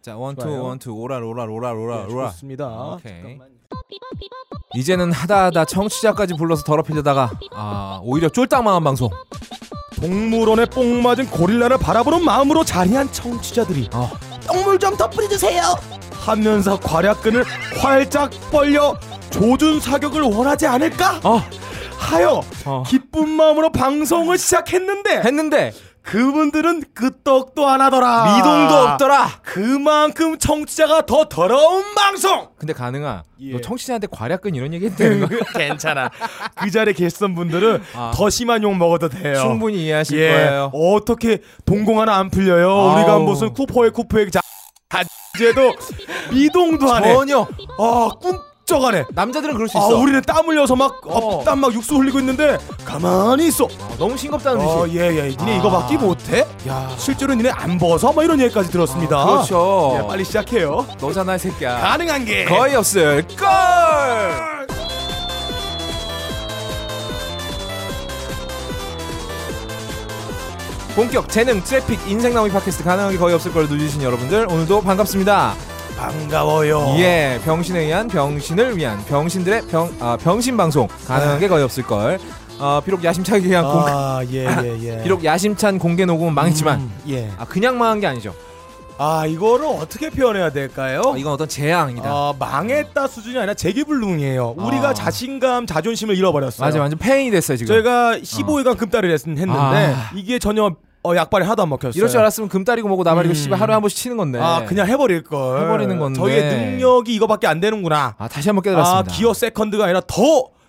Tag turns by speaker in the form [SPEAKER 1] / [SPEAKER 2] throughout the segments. [SPEAKER 1] 자, 원투
[SPEAKER 2] 좋아요.
[SPEAKER 1] 원투 오라 로라 로라 로라
[SPEAKER 2] 네,
[SPEAKER 1] 로라.
[SPEAKER 2] 좋습니다.
[SPEAKER 1] 아, 오케이.
[SPEAKER 2] 잠깐만요.
[SPEAKER 1] 이제는 하다하다 청취자까지 불러서 더럽히려다가 아 오히려 쫄딱 망한 방송. 어,
[SPEAKER 2] 동물원에 뽕 맞은 고릴라를 바라보는 마음으로 자리한 청취자들이
[SPEAKER 1] 어.
[SPEAKER 2] 똥물 좀 더 뿌려주세요 하면서 괄약근을 활짝 벌려 조준 사격을 원하지 않을까
[SPEAKER 1] 어
[SPEAKER 2] 하여
[SPEAKER 1] 어.
[SPEAKER 2] 기쁜 마음으로 방송을 시작했는데
[SPEAKER 1] 했는데
[SPEAKER 2] 그분들은 끄떡도 안 하더라
[SPEAKER 1] 미동도 없더라.
[SPEAKER 2] 그만큼 청취자가 더 더러운 방송
[SPEAKER 1] 근데 가능아.
[SPEAKER 2] 예.
[SPEAKER 1] 너 청취자한테 과략근 이런 얘기 했다는 거
[SPEAKER 2] 괜찮아 그 자리에 계시던 분들은
[SPEAKER 1] 아.
[SPEAKER 2] 더 심한 욕 먹어도 돼요
[SPEAKER 1] 충분히 이해하실
[SPEAKER 2] 예.
[SPEAKER 1] 거예요.
[SPEAKER 2] 어떻게 동공 하나 안 풀려요? 우리가
[SPEAKER 1] 아우.
[SPEAKER 2] 무슨 쿠퍼의 쿠퍼의 자 이제도 미동도 안 해.
[SPEAKER 1] 전혀
[SPEAKER 2] 아 꿈쩍하네.
[SPEAKER 1] 남자들은 그럴 수
[SPEAKER 2] 아
[SPEAKER 1] 있어.
[SPEAKER 2] 우리는 땀 흘려서
[SPEAKER 1] 어.
[SPEAKER 2] 막땀막 육수 흘리고 있는데 가만히 있어.
[SPEAKER 1] 아, 너무 싱겁다는 듯이.
[SPEAKER 2] 어예예 니네
[SPEAKER 1] 아.
[SPEAKER 2] 이거 받기 못해?
[SPEAKER 1] 야.
[SPEAKER 2] 실제로 니네 안 벗어? 막 이런 얘기까지 들었습니다.
[SPEAKER 1] 그렇죠.
[SPEAKER 2] 예, 빨리 시작해요.
[SPEAKER 1] 너잖아 이 새끼야.
[SPEAKER 2] 가능한 게
[SPEAKER 1] 거의 없을 걸. 본격 재능 트래픽 인생 나오기 팟캐스트 가능하게 거의 없을 걸 누리신 여러분들 오늘도 반갑습니다.
[SPEAKER 2] 반가워요.
[SPEAKER 1] 예, 병신에 의한 병신을 위한 병신들의 병 아, 병신 방송 가능하게 거의 없을 걸. 어, 비록 야심차게 그냥 공,
[SPEAKER 2] 네. 아예예 예.
[SPEAKER 1] 비록 야심찬 공개 녹음은 망했지만
[SPEAKER 2] 음, 예.
[SPEAKER 1] 아 그냥 망한 게 아니죠.
[SPEAKER 2] 아 이거를 어떻게 표현해야 될까요?
[SPEAKER 1] 아, 이건 어떤 재앙이다.
[SPEAKER 2] 아, 망했다 수준이 아니라 재기불능이에요. 우리가
[SPEAKER 1] 아.
[SPEAKER 2] 자신감, 자존심을 잃어버렸어요.
[SPEAKER 1] 맞아, 완전 페인이 됐어요 지금.
[SPEAKER 2] 저희가 15일간 금달을 했- 했는데
[SPEAKER 1] 아.
[SPEAKER 2] 이게 전혀 어, 약발이 하나도 안 먹혔어요.
[SPEAKER 1] 이럴 줄 알았으면 금딸이고 뭐고 나발이고
[SPEAKER 2] 음.
[SPEAKER 1] 씨발 하루에 한 번씩 치는 건데.
[SPEAKER 2] 아, 그냥 해버릴 걸.
[SPEAKER 1] 해버리는 건데.
[SPEAKER 2] 저희의 능력이 이거밖에 안 되는구나.
[SPEAKER 1] 아, 다시 한번
[SPEAKER 2] 아,
[SPEAKER 1] 깨달았습니다.
[SPEAKER 2] 기어 세컨드가 아니라 더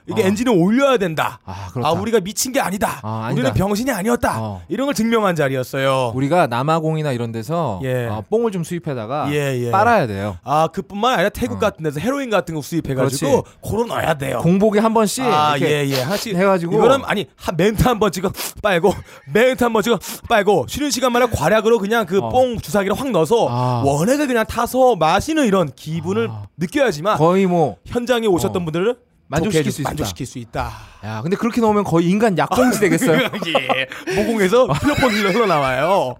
[SPEAKER 2] 이게
[SPEAKER 1] 아.
[SPEAKER 2] 엔진을 올려야 된다.
[SPEAKER 1] 아,
[SPEAKER 2] 아,
[SPEAKER 1] 그렇다. 우리...
[SPEAKER 2] 우리가 미친 게 아니다.
[SPEAKER 1] 아, 아니다.
[SPEAKER 2] 우리는 병신이 아니었다.
[SPEAKER 1] 어.
[SPEAKER 2] 이런 걸 증명한 자리였어요.
[SPEAKER 1] 가 남아공이나 이런 데서
[SPEAKER 2] 예.
[SPEAKER 1] 아, 뽕을 좀 수입해다가
[SPEAKER 2] 예, 예.
[SPEAKER 1] 빨아야 돼요.
[SPEAKER 2] 아, 그뿐만 아니라 태국
[SPEAKER 1] 어.
[SPEAKER 2] 같은 데서 헤로인 같은 거 수입해가지고 고로 넣어야 돼요.
[SPEAKER 1] 공복에 한 번씩
[SPEAKER 2] 아,
[SPEAKER 1] 이렇게
[SPEAKER 2] 예, 예. 하시,
[SPEAKER 1] 해가지고.
[SPEAKER 2] 이거는 아니, 한 멘트 한 번 찍어 빨고, 멘트 한 번 찍어 빨고, 쉬는 시간마다 과략으로 그냥
[SPEAKER 1] 어.
[SPEAKER 2] 그 뽕 주사기를 확 넣어서
[SPEAKER 1] 아.
[SPEAKER 2] 원액을 그냥 타서 마시는 이런 기분을
[SPEAKER 1] 아.
[SPEAKER 2] 느껴야지만
[SPEAKER 1] 거의 뭐
[SPEAKER 2] 현장에 오셨던
[SPEAKER 1] 어.
[SPEAKER 2] 분들을
[SPEAKER 1] 만족시킬
[SPEAKER 2] 좋게 해주-
[SPEAKER 1] 수 있다.
[SPEAKER 2] 만족시킬 수 있다.
[SPEAKER 1] 야, 근데 그렇게 넣으면 거의 인간 약봉지 되겠어요. 아.
[SPEAKER 2] 예. 모공에서 필로폰이 흘러나와요.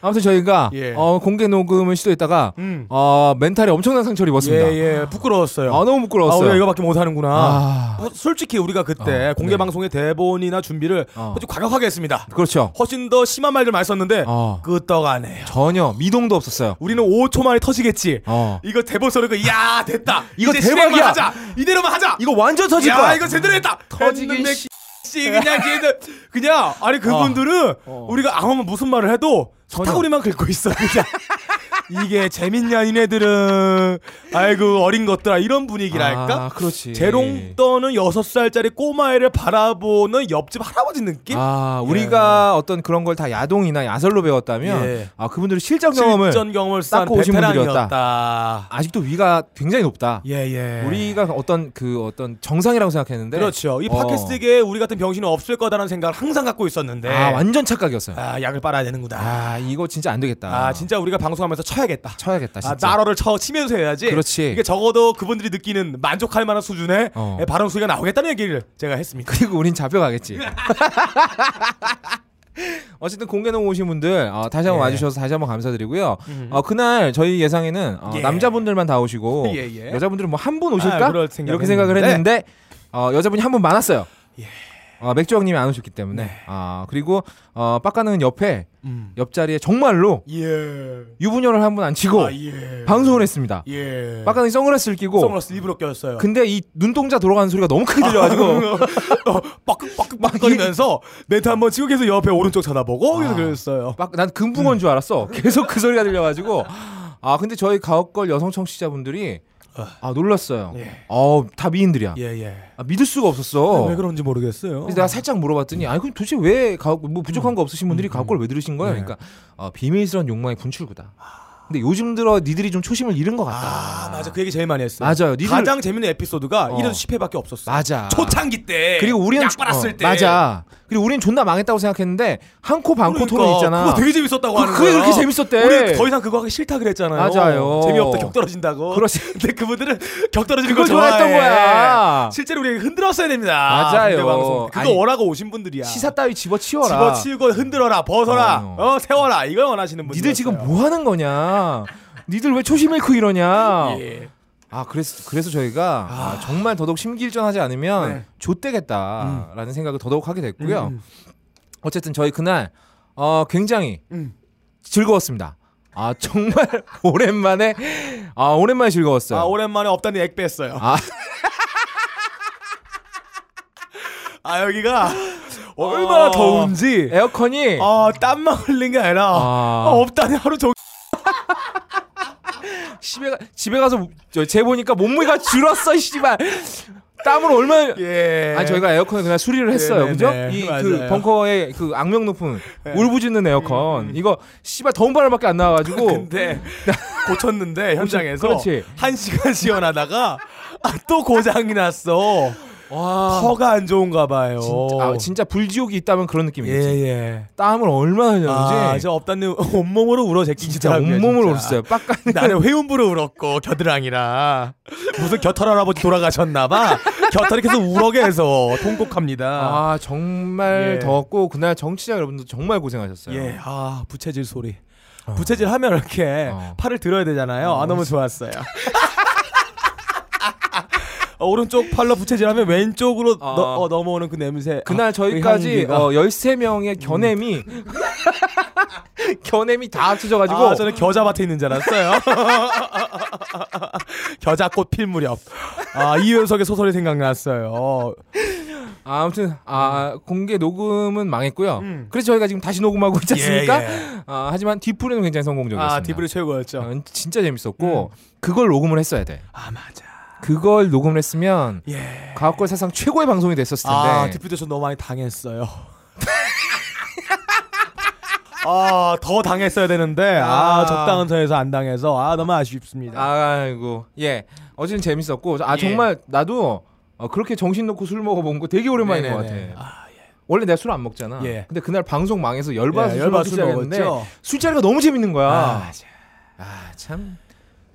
[SPEAKER 1] 아무튼 저희가
[SPEAKER 2] 예.
[SPEAKER 1] 어, 공개 녹음을 시도했다가
[SPEAKER 2] 음.
[SPEAKER 1] 어, 멘탈에 엄청난 상처를
[SPEAKER 2] 예,
[SPEAKER 1] 입었습니다.
[SPEAKER 2] 예. 부끄러웠어요.
[SPEAKER 1] 아, 너무
[SPEAKER 2] 아,
[SPEAKER 1] 부끄러웠어요.
[SPEAKER 2] 우리가 이거밖에 못하는구나.
[SPEAKER 1] 아.
[SPEAKER 2] 어, 솔직히 우리가 그때
[SPEAKER 1] 어,
[SPEAKER 2] 공개
[SPEAKER 1] 네.
[SPEAKER 2] 방송의 대본이나 준비를
[SPEAKER 1] 어.
[SPEAKER 2] 아주 과격하게 했습니다.
[SPEAKER 1] 그렇죠.
[SPEAKER 2] 훨씬 더 심한 말들 많이 썼는데
[SPEAKER 1] 어.
[SPEAKER 2] 끄떡 안 해요.
[SPEAKER 1] 전혀 미동도 없었어요.
[SPEAKER 2] 우리는 5초 만에 터지겠지.
[SPEAKER 1] 어.
[SPEAKER 2] 이거 대본 써놓고 야 됐다.
[SPEAKER 1] 이거
[SPEAKER 2] 이제
[SPEAKER 1] 대박이야.
[SPEAKER 2] 실행만 하자. 이대로만 하자.
[SPEAKER 1] 이거 완전 터질
[SPEAKER 2] 야
[SPEAKER 1] 거야.
[SPEAKER 2] 이거 제대로 했다.
[SPEAKER 1] 터지기
[SPEAKER 2] 했는데
[SPEAKER 1] 씨.
[SPEAKER 2] 씨 그냥 걔들 그냥 아니 그분들은
[SPEAKER 1] 어.
[SPEAKER 2] 우리가 아무 무슨 말을 해도
[SPEAKER 1] 전혀.
[SPEAKER 2] 사타구리만 긁고 있어 그냥. 이게 재밌냐 이네들은 아이고 어린 것들아 이런 분위기랄까
[SPEAKER 1] 아, 그렇지.
[SPEAKER 2] 재롱 떠는 여섯 살짜리 꼬마애를 바라보는 옆집 할아버지 느낌
[SPEAKER 1] 아, 우리가 어떤 그런 걸 다 야동이나 야설로 배웠다면
[SPEAKER 2] 예.
[SPEAKER 1] 아, 그분들은 실전 경험을
[SPEAKER 2] 실전 경험을 쌓은
[SPEAKER 1] 쌓고 오신
[SPEAKER 2] 베테랑이었다
[SPEAKER 1] 아직도 위가 굉장히 높다.
[SPEAKER 2] 예예
[SPEAKER 1] 우리가 어떤 그 어떤 정상이라고 생각했는데
[SPEAKER 2] 네. 그렇죠. 이
[SPEAKER 1] 어.
[SPEAKER 2] 팟캐스트계에 우리 같은 병신은 없을 거다라는 생각을 항상 갖고 있었는데
[SPEAKER 1] 아, 완전 착각이었어요.
[SPEAKER 2] 아, 약을 빨아야 되는구나.
[SPEAKER 1] 아, 이거 진짜 안 되겠다.
[SPEAKER 2] 아, 진짜 우리가 방송하면서 쳐야겠다.
[SPEAKER 1] 쳐야겠다,
[SPEAKER 2] 아,
[SPEAKER 1] 진짜.
[SPEAKER 2] 나로를 쳐 치면서 해야지.
[SPEAKER 1] 그렇지.
[SPEAKER 2] 이게 적어도 그분들이 느끼는 만족할 만한 수준의 예,
[SPEAKER 1] 어.
[SPEAKER 2] 발언 수위가 나오겠다는 얘기를 제가 했습니다.
[SPEAKER 1] 그리고 우린 잡혀가겠지. 어쨌든 공개농 오신 분들 어, 다시 한번
[SPEAKER 2] 예.
[SPEAKER 1] 와주셔서 다시 한번 감사드리고요.
[SPEAKER 2] 음.
[SPEAKER 1] 어, 그날 저희 예상에는 어,
[SPEAKER 2] 예.
[SPEAKER 1] 남자분들만 다 오시고
[SPEAKER 2] 예, 예.
[SPEAKER 1] 여자분들은 뭐 한 분 오실까
[SPEAKER 2] 아, 그럴
[SPEAKER 1] 이렇게
[SPEAKER 2] 생각했는데.
[SPEAKER 1] 생각을 했는데 어, 여자분이 한 분 많았어요.
[SPEAKER 2] 예. 네.
[SPEAKER 1] 어, 맥주 형님이 안 오셨기 때문에 아 그리고 어, 빡가는 옆에 옆자리에 정말로
[SPEAKER 2] 예.
[SPEAKER 1] 유부녀를 한 분 앉히고
[SPEAKER 2] 아, 예.
[SPEAKER 1] 방송을 했습니다.
[SPEAKER 2] 예.
[SPEAKER 1] 빡가는 선글라스를 끼고 그-
[SPEAKER 2] 선글라스 입으로 꼈어요.
[SPEAKER 1] 근데 이 눈동자 돌아가는 소리가 너무 크게 들려가지고 어.
[SPEAKER 2] 어, 빡빡빡빡거리면서 멘트 한번 치고 계속 옆에 오른쪽 쳐다보고 계속
[SPEAKER 1] 아.
[SPEAKER 2] 그랬어요.
[SPEAKER 1] 막 난 금붕어인 줄 알았어.
[SPEAKER 2] 음.
[SPEAKER 1] 계속 그 소리가 들려가지고 아 근데 저희 가옥걸 여성 청취자분들이 아 놀랐어요.
[SPEAKER 2] 예.
[SPEAKER 1] 어다 미인들이야.
[SPEAKER 2] 예, 예.
[SPEAKER 1] 아, 믿을 수가 없었어.
[SPEAKER 2] 왜 음. 그런지 모르겠어요.
[SPEAKER 1] 그래서 내가 살짝 물어봤더니 아니 그럼 도대체 왜 가옥 뭐 부족한 거 없으신 분들이 가옥걸 왜 들으신 거야?
[SPEAKER 2] 음. 네.
[SPEAKER 1] 그러니까 어, 비밀스러운 욕망의 분출구다. 근데 요즘 들어 니들이 좀 초심을 잃은 것 같다.
[SPEAKER 2] 아, 맞아. 그 얘기 제일 많이 했어요.
[SPEAKER 1] 맞아요. 니들-
[SPEAKER 2] 가장 재밌는 에피소드가
[SPEAKER 1] 어.
[SPEAKER 2] 1에서 10회밖에 없었어.
[SPEAKER 1] 맞아.
[SPEAKER 2] 초창기 때.
[SPEAKER 1] 그리고 우리는
[SPEAKER 2] 약 빨았을
[SPEAKER 1] 어,
[SPEAKER 2] 때.
[SPEAKER 1] 맞아. 그리고 우리는 존나 망했다고 생각했는데 한 코 반 코
[SPEAKER 2] 그러니까
[SPEAKER 1] 토론 있잖아.
[SPEAKER 2] 그거 되게 재밌었다고 하는
[SPEAKER 1] 그게
[SPEAKER 2] 거야.
[SPEAKER 1] 그렇게 재밌었대.
[SPEAKER 2] 우리 더 이상 그거 하기 싫다 그랬잖아요.
[SPEAKER 1] 맞아요.
[SPEAKER 2] 재미없다 격 떨어진다고.
[SPEAKER 1] 그렇지.
[SPEAKER 2] 근데 그분들은 격 떨어지는
[SPEAKER 1] 그걸
[SPEAKER 2] 걸 좋아해.
[SPEAKER 1] 좋아했던 거야.
[SPEAKER 2] 실제로 우리가 흔들었어야 됩니다.
[SPEAKER 1] 맞아요.
[SPEAKER 2] 군대 방송. 그거
[SPEAKER 1] 아니,
[SPEAKER 2] 원하고 오신 분들이야.
[SPEAKER 1] 시사 따위 집어치워라.
[SPEAKER 2] 집어치우고 흔들어라, 벗어라,
[SPEAKER 1] 어.
[SPEAKER 2] 어, 세워라. 이걸 원하시는 분들.
[SPEAKER 1] 니들 지금 뭐 하는 거냐? 니들 왜 초심일크 이러냐.
[SPEAKER 2] 예.
[SPEAKER 1] 아 그래서 그래서 저희가 아, 정말 더더욱 심기일전하지 않으면
[SPEAKER 2] 네.
[SPEAKER 1] 좆되겠다라는 생각을 더더욱 하게 됐고요.
[SPEAKER 2] 음.
[SPEAKER 1] 어쨌든 저희 그날 어, 굉장히
[SPEAKER 2] 음.
[SPEAKER 1] 즐거웠습니다. 아 정말 오랜만에 아 오랜만에 즐거웠어요.
[SPEAKER 2] 아 오랜만에 없다니 액 뺐어요.
[SPEAKER 1] 아.
[SPEAKER 2] 아, 아, 여기가
[SPEAKER 1] 어.
[SPEAKER 2] 얼마나 더운지
[SPEAKER 1] 에어컨이
[SPEAKER 2] 아 땀만 흘린 게
[SPEAKER 1] 예.
[SPEAKER 2] 아니라
[SPEAKER 1] 아.
[SPEAKER 2] 아, 없다니 하루 종일
[SPEAKER 1] 집에 가, 집에 가서 저, 재 보니까 몸무게가 줄었어 씨발 땀을 얼마나
[SPEAKER 2] 예.
[SPEAKER 1] 아 저희가 에어컨을 그냥 수리를 했어요,
[SPEAKER 2] 네네네.
[SPEAKER 1] 그죠? 이 그
[SPEAKER 2] 맞아요. 예.
[SPEAKER 1] 벙커의 그 악명 높은 울부짖는 에어컨 이거 씨발 더운 바람밖에 안 나와가지고
[SPEAKER 2] 음. 아, 근데 고쳤는데 현장에서
[SPEAKER 1] 그렇지.
[SPEAKER 2] 한 시간 시원하다가 아, 또 고장이 났어.
[SPEAKER 1] 와
[SPEAKER 2] 허가 안 좋은가 봐요.
[SPEAKER 1] 아. 진짜, 아, 진짜 불지옥이 있다면 그런
[SPEAKER 2] 예,
[SPEAKER 1] 느낌이지.
[SPEAKER 2] 예.
[SPEAKER 1] 땀을 얼마나 흘렸는지
[SPEAKER 2] 아, 저 없다님 온몸으로 울어
[SPEAKER 1] 진짜
[SPEAKER 2] 제끼시더라고요.
[SPEAKER 1] 온몸을
[SPEAKER 2] 진짜.
[SPEAKER 1] 울었어요. 빡간
[SPEAKER 2] 나는 회음부로 울었고 겨드랑이라 무슨 겨털 할아버지 돌아가셨나봐 겨털이 계속 우러게 해서 통곡합니다.
[SPEAKER 1] 아 정말
[SPEAKER 2] 예.
[SPEAKER 1] 더웠고 그날 정치자 여러분들 정말 고생하셨어요. 아.
[SPEAKER 2] 예, 아 부채질 소리. 부채질 하면 이렇게
[SPEAKER 1] 어.
[SPEAKER 2] 팔을 들어야 되잖아요. 아 너무 좋았어요. 어, 오른쪽 팔로 부채질하면 왼쪽으로
[SPEAKER 1] 아.
[SPEAKER 2] 너- 어, 넘어오는 그 냄새.
[SPEAKER 1] 그날
[SPEAKER 2] 아,
[SPEAKER 1] 저희까지
[SPEAKER 2] 그 향기가.
[SPEAKER 1] 어, 13명의 견έμ이 견έμ이 다 합쳐져가지고
[SPEAKER 2] 아, 저는 겨자밭에 있는 줄 알았어요. 겨자꽃 필 무렵. 아, 이윤석의 소설이 생각났어요.
[SPEAKER 1] 아, 무튼아 공개 녹음은 망했고요. 그래서 저희가 지금 다시 녹음하고 있지 않습니까?
[SPEAKER 2] 예, 예.
[SPEAKER 1] 아, 하지만 디프리는 굉장히 성공적이었습니다.
[SPEAKER 2] 아, 디브리 최고였죠.
[SPEAKER 1] 어, 진짜 재밌었고 그걸 녹음을 했어야 돼.
[SPEAKER 2] 아, 맞아.
[SPEAKER 1] 그걸 녹음을 했으면
[SPEAKER 2] 예.
[SPEAKER 1] 과학골 사상 최고의 방송이 됐었을 텐데.
[SPEAKER 2] 아, 디브리도 저 너무 많이 당했어요. 아, 더 당했어야 되는데, 아,
[SPEAKER 1] 아.
[SPEAKER 2] 적당한 선에서 안 당해서, 아, 너무 아쉽습니다.
[SPEAKER 1] 아이고 예 어제는 재밌었고 아
[SPEAKER 2] 예.
[SPEAKER 1] 정말 나도 어, 그렇게 정신 놓고 술 먹어본 거 되게 오랜만인 것 같아.
[SPEAKER 2] 네네네. 아,
[SPEAKER 1] 원래 내가 술 안 먹잖아.
[SPEAKER 2] 예.
[SPEAKER 1] 근데 그날 방송 망해서 열받아서
[SPEAKER 2] 예,
[SPEAKER 1] 술
[SPEAKER 2] 열받아
[SPEAKER 1] 먹기
[SPEAKER 2] 술
[SPEAKER 1] 시작했는데
[SPEAKER 2] 먹었죠.
[SPEAKER 1] 술자리가 너무 재밌는 거야.
[SPEAKER 2] 아, 자.
[SPEAKER 1] 아, 참.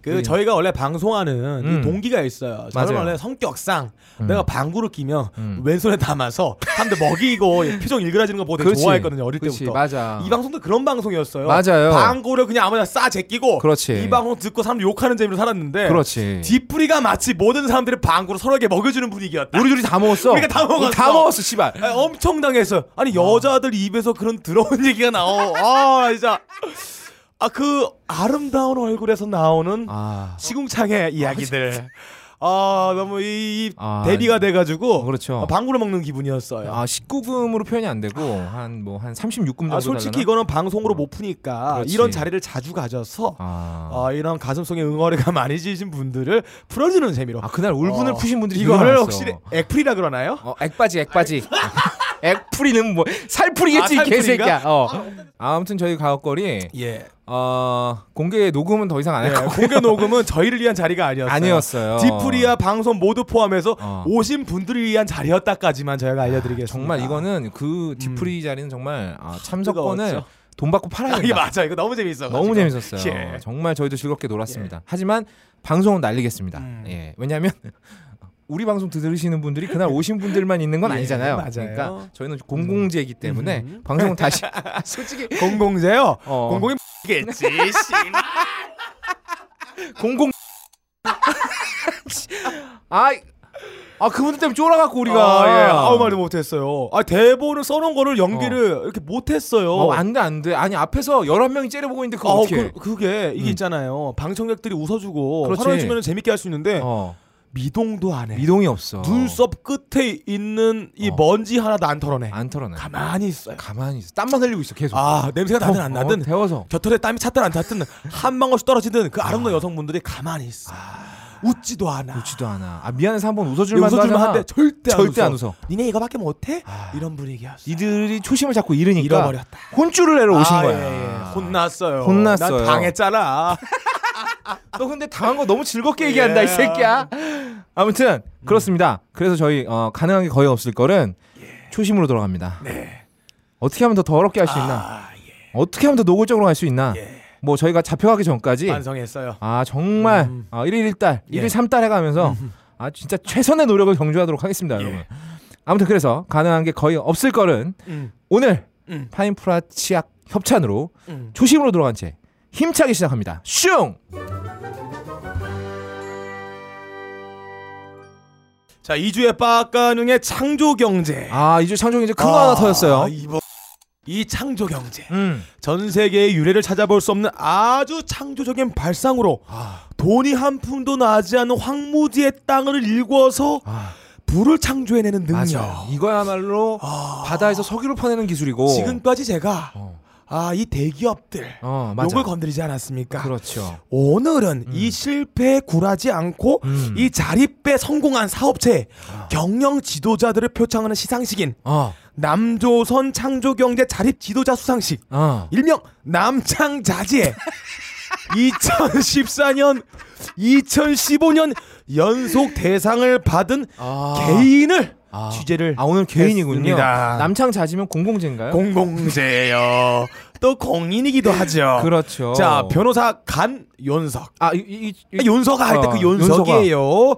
[SPEAKER 2] 그
[SPEAKER 1] 예.
[SPEAKER 2] 저희가 원래 방송하는 이
[SPEAKER 1] 음.
[SPEAKER 2] 동기가 있어요. 저는
[SPEAKER 1] 맞아요.
[SPEAKER 2] 원래 성격상 내가 방구를 끼면
[SPEAKER 1] 음.
[SPEAKER 2] 왼손에 담아서 사람들 먹이고 표정 일그라지는 거 보고 되게
[SPEAKER 1] 그렇지.
[SPEAKER 2] 좋아했거든요 어릴
[SPEAKER 1] 그렇지,
[SPEAKER 2] 때부터.
[SPEAKER 1] 맞아.
[SPEAKER 2] 이 방송도 그런 방송이었어요.
[SPEAKER 1] 맞아요.
[SPEAKER 2] 방구를 그냥 아무나 싸 제끼고
[SPEAKER 1] 그렇지.
[SPEAKER 2] 이 방송 듣고 사람들 욕하는 재미로 살았는데
[SPEAKER 1] 그렇지.
[SPEAKER 2] 디프리가 마치 모든 사람들의 방구를 서로에게 먹여주는 분위기였다.
[SPEAKER 1] 우리 둘이 다 먹었어.
[SPEAKER 2] 우리가 다 먹었어.
[SPEAKER 1] 우리 다 먹었어, 씨발.
[SPEAKER 2] 아, 엄청 당했어요. 아니 여자들 입에서 그런 더러운 얘기가 나오. 아 진짜. 아 그 아름다운 얼굴에서 나오는
[SPEAKER 1] 아.
[SPEAKER 2] 시궁창의 이야기들. 아 너무 이, 이
[SPEAKER 1] 아,
[SPEAKER 2] 대비가 돼가지고
[SPEAKER 1] 그렇죠.
[SPEAKER 2] 아, 방구를 먹는 기분이었어요. 아,
[SPEAKER 1] 아, 19금으로 표현이 안 되고 한 뭐 한 36금 정도
[SPEAKER 2] 솔직히
[SPEAKER 1] 달라나?
[SPEAKER 2] 이거는 방송으로 못 푸니까
[SPEAKER 1] 그렇지.
[SPEAKER 2] 이런 자리를 자주 가져서
[SPEAKER 1] 아.
[SPEAKER 2] 아, 이런 가슴속에 응어리가 많이 지신 분들을 풀어주는 재미로.
[SPEAKER 1] 아, 그날 울분을
[SPEAKER 2] 어,
[SPEAKER 1] 푸신 분들이 되게
[SPEAKER 2] 이거를
[SPEAKER 1] 많았어.
[SPEAKER 2] 혹시 액풀이라 그러나요?
[SPEAKER 1] 어, 액바지, 액바지. 액풀이는 뭐 살풀이겠지,
[SPEAKER 2] 아,
[SPEAKER 1] 이 개새끼야.
[SPEAKER 2] 살풀이인가?
[SPEAKER 1] 어. 아무튼 저희 가옥거리
[SPEAKER 2] 예.
[SPEAKER 1] 어, 공개 녹음은 더 이상 안 할 거고.
[SPEAKER 2] 공개 녹음은 저희를 위한 자리가 아니었어요.
[SPEAKER 1] 아니었어요.
[SPEAKER 2] 디프리아 방송 모두 포함해서
[SPEAKER 1] 어.
[SPEAKER 2] 오신 분들을 위한 자리였다까지만 저희가 알려드리겠습니다. 음.
[SPEAKER 1] 정말 이거는 그 디프리 자리는 정말 아, 참석권을
[SPEAKER 2] 뜨거웠죠.
[SPEAKER 1] 돈 받고 팔아야
[SPEAKER 2] 이게
[SPEAKER 1] 된다.
[SPEAKER 2] 맞아. 이거 너무 재밌어.
[SPEAKER 1] 너무 재밌었어요.
[SPEAKER 2] 예.
[SPEAKER 1] 정말 저희도 즐겁게 놀았습니다. 하지만 방송은 날리겠습니다.
[SPEAKER 2] 음.
[SPEAKER 1] 예. 왜냐하면 우리 방송 들으시는 분들이 그날 오신 분들만 있는 건
[SPEAKER 2] 예,
[SPEAKER 1] 아니잖아요.
[SPEAKER 2] 맞아요. 음.
[SPEAKER 1] 그러니까 저희는 공공재이기 때문에 방송은 다시 솔직히
[SPEAKER 2] 공공재요.
[SPEAKER 1] 어.
[SPEAKER 2] 공공이 겠지.
[SPEAKER 1] 공공 아, 아 그분들 때문에 쫄아갖고 우리가
[SPEAKER 2] 아, 예. 아무 말도 못했어요. 아 대본을 써놓은 거를 연기를 이렇게 못했어요.
[SPEAKER 1] 어, 안돼 안돼 아니 앞에서 1 1 명이 째려보고 있는데 그거
[SPEAKER 2] 아,
[SPEAKER 1] 어떻게
[SPEAKER 2] 그, 그게 이게 있잖아요. 방청객들이 웃어주고
[SPEAKER 1] 그렇지.
[SPEAKER 2] 화내주면 재밌게 할 수 있는데
[SPEAKER 1] 어,
[SPEAKER 2] 미동도 안 해.
[SPEAKER 1] 미동이 없어
[SPEAKER 2] 눈썹 끝에 있는 이
[SPEAKER 1] 어.
[SPEAKER 2] 먼지 하나도 안 털어내.
[SPEAKER 1] 안 털어내
[SPEAKER 2] 가만히 있어요.
[SPEAKER 1] 가만히 있어 땀만 흘리고 있어 계속
[SPEAKER 2] 아 냄새가 나든 안 나든
[SPEAKER 1] 어, 데워서
[SPEAKER 2] 겨털에 땀이 찼든 안 찼든 한 방울씩 떨어지든 그 아름다운 여성분들이 가만히 있어. 웃지도 않아.
[SPEAKER 1] 웃지도 않아 아 미안해서 한번 아. 웃어줄만
[SPEAKER 2] 웃어줄
[SPEAKER 1] 하잖아
[SPEAKER 2] 만한데 절대 안
[SPEAKER 1] 절대
[SPEAKER 2] 웃어.
[SPEAKER 1] 안 웃어. 아.
[SPEAKER 2] 니네 이거밖에 못해? 이런 분위기였어.
[SPEAKER 1] 니들이 초심을 자꾸 잃으니까
[SPEAKER 2] 잃어버렸다.
[SPEAKER 1] 혼쭐을 내러 오신
[SPEAKER 2] 아,
[SPEAKER 1] 거야
[SPEAKER 2] 예, 예. 혼났어요.
[SPEAKER 1] 혼났어요.
[SPEAKER 2] 난 당했잖아.
[SPEAKER 1] 너 아, 근데 당한 거 너무 즐겁게 얘기한다 이
[SPEAKER 2] 예. 음.
[SPEAKER 1] 새끼야 아무튼 그렇습니다 그래서 저희 어, 가능한 게 거의 없을 거는
[SPEAKER 2] 예.
[SPEAKER 1] 초심으로 돌아갑니다 어떻게 하면 더 더럽게 할 수 있나
[SPEAKER 2] 네. 아, 예.
[SPEAKER 1] 어떻게 하면 더 노골적으로 할 수 있나
[SPEAKER 2] 예.
[SPEAKER 1] 뭐 저희가 잡혀가기 전까지
[SPEAKER 2] 반성했어요.
[SPEAKER 1] 아 정말
[SPEAKER 2] 음.
[SPEAKER 1] 어, 1일 1달
[SPEAKER 2] 예.
[SPEAKER 1] 1일 3달 해가면서 아 진짜 최선의 노력을 경주하도록 하겠습니다
[SPEAKER 2] 예.
[SPEAKER 1] 여러분 아무튼 그래서 가능한 게 거의 없을 거는
[SPEAKER 2] 음.
[SPEAKER 1] 오늘
[SPEAKER 2] 음.
[SPEAKER 1] 파인프라 치약 협찬으로
[SPEAKER 2] 음.
[SPEAKER 1] 초심으로 돌아간 채 힘차게 시작합니다. 슝!
[SPEAKER 2] 자, 2주의 빡가능의 창조 경제.
[SPEAKER 1] 아 이주 창조 이제 큰거 하나 터졌어요.
[SPEAKER 2] 네. 이번 이 창조 경제.
[SPEAKER 1] 음.
[SPEAKER 2] 전 세계의 유래를 찾아볼 수 없는 아주 창조적인 발상으로 돈이 한 푼도 나지 않은 황무지의 땅을 일궈서
[SPEAKER 1] 아.
[SPEAKER 2] 불을 창조해내는 능력. 아.
[SPEAKER 1] 맞아. 이거야말로 바다에서 석유를 퍼내는 기술이고
[SPEAKER 2] 지금까지 제가
[SPEAKER 1] 어,
[SPEAKER 2] 아 이 대기업들
[SPEAKER 1] 어 맞아.
[SPEAKER 2] 욕을 건드리지 않았습니까?
[SPEAKER 1] 그렇죠.
[SPEAKER 2] 오늘은 이 실패에 굴하지 않고
[SPEAKER 1] 음. 아.
[SPEAKER 2] 이 자립에 성공한 사업체 경영 지도자들을 표창하는 시상식인
[SPEAKER 1] 어,
[SPEAKER 2] 남조선 창조경제 자립 지도자 수상식
[SPEAKER 1] 어.
[SPEAKER 2] 일명 남창자지에 2014년 2015년 연속 대상을 받은
[SPEAKER 1] 아.
[SPEAKER 2] 개인을
[SPEAKER 1] 아.
[SPEAKER 2] 취재를
[SPEAKER 1] 아 오늘 개인이군요.
[SPEAKER 2] 했습니다.
[SPEAKER 1] 남창 자지면 공공재인가요?
[SPEAKER 2] 공공재요 또 공인이기도 하죠
[SPEAKER 1] 그렇죠.
[SPEAKER 2] 자 변호사 간윤석
[SPEAKER 1] 아, 이, 이, 이,
[SPEAKER 2] 아, 윤서가 할 때 그
[SPEAKER 1] 어,
[SPEAKER 2] 윤석이에요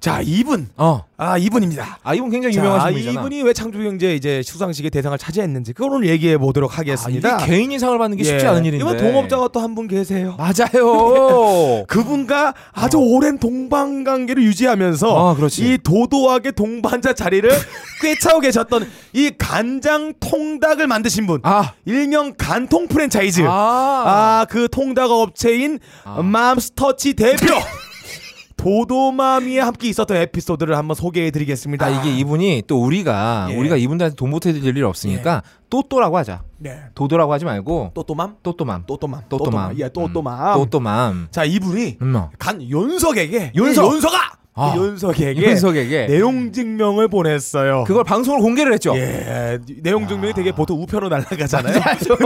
[SPEAKER 2] 자 이분
[SPEAKER 1] 어.
[SPEAKER 2] 아 이분입니다
[SPEAKER 1] 아 이분 굉장히
[SPEAKER 2] 자
[SPEAKER 1] 유명하신 분이잖아.
[SPEAKER 2] 이분이 왜 창조경제 이제 수상식의 대상을 차지했는지 그걸 오늘 얘기해 보도록
[SPEAKER 1] 아, 이게
[SPEAKER 2] 하겠습니다
[SPEAKER 1] 개인이 상을 받는 게 쉽지
[SPEAKER 2] 예.
[SPEAKER 1] 않은 일인데. 아.
[SPEAKER 2] 이번 동업자가 또 한 분 계세요
[SPEAKER 1] 맞아요.
[SPEAKER 2] 그분과 아주 오랜 동반 관계를 유지하면서
[SPEAKER 1] 어. 아, 그렇지.
[SPEAKER 2] 이 도도하게 동반자 자리를 꿰차고 계셨던 이 간장 통닭을 만드신 분
[SPEAKER 1] 아.
[SPEAKER 2] 일명 간통 프랜차이즈
[SPEAKER 1] 아.
[SPEAKER 2] 아 그 통닭 업체인 맘스터치 대표 도도마미와 함께 있었던 에피소드를 한번 소개해드리겠습니다.
[SPEAKER 1] 아, 이게 이분이 또 우리가
[SPEAKER 2] 예.
[SPEAKER 1] 우리가 이분들한테 돈 보태드릴 일 없으니까 또또라고 하자.
[SPEAKER 2] 네
[SPEAKER 1] 도도라고 하지 말고
[SPEAKER 2] 또또맘
[SPEAKER 1] 또또맘.
[SPEAKER 2] 또또맘
[SPEAKER 1] 또또맘. 음.
[SPEAKER 2] 예 또또맘
[SPEAKER 1] 또또맘.
[SPEAKER 2] 자 이분이
[SPEAKER 1] 음. 어.
[SPEAKER 2] 간 윤석에게
[SPEAKER 1] 윤석!
[SPEAKER 2] 이 윤석아
[SPEAKER 1] 아.
[SPEAKER 2] 이 윤석에게
[SPEAKER 1] 윤석에게
[SPEAKER 2] 내용 증명을 보냈어요.
[SPEAKER 1] 그걸 방송으로 공개를 했죠.
[SPEAKER 2] 예, 내용 증명이 되게 보통 우편으로 날아가잖아요.
[SPEAKER 1] 맞아.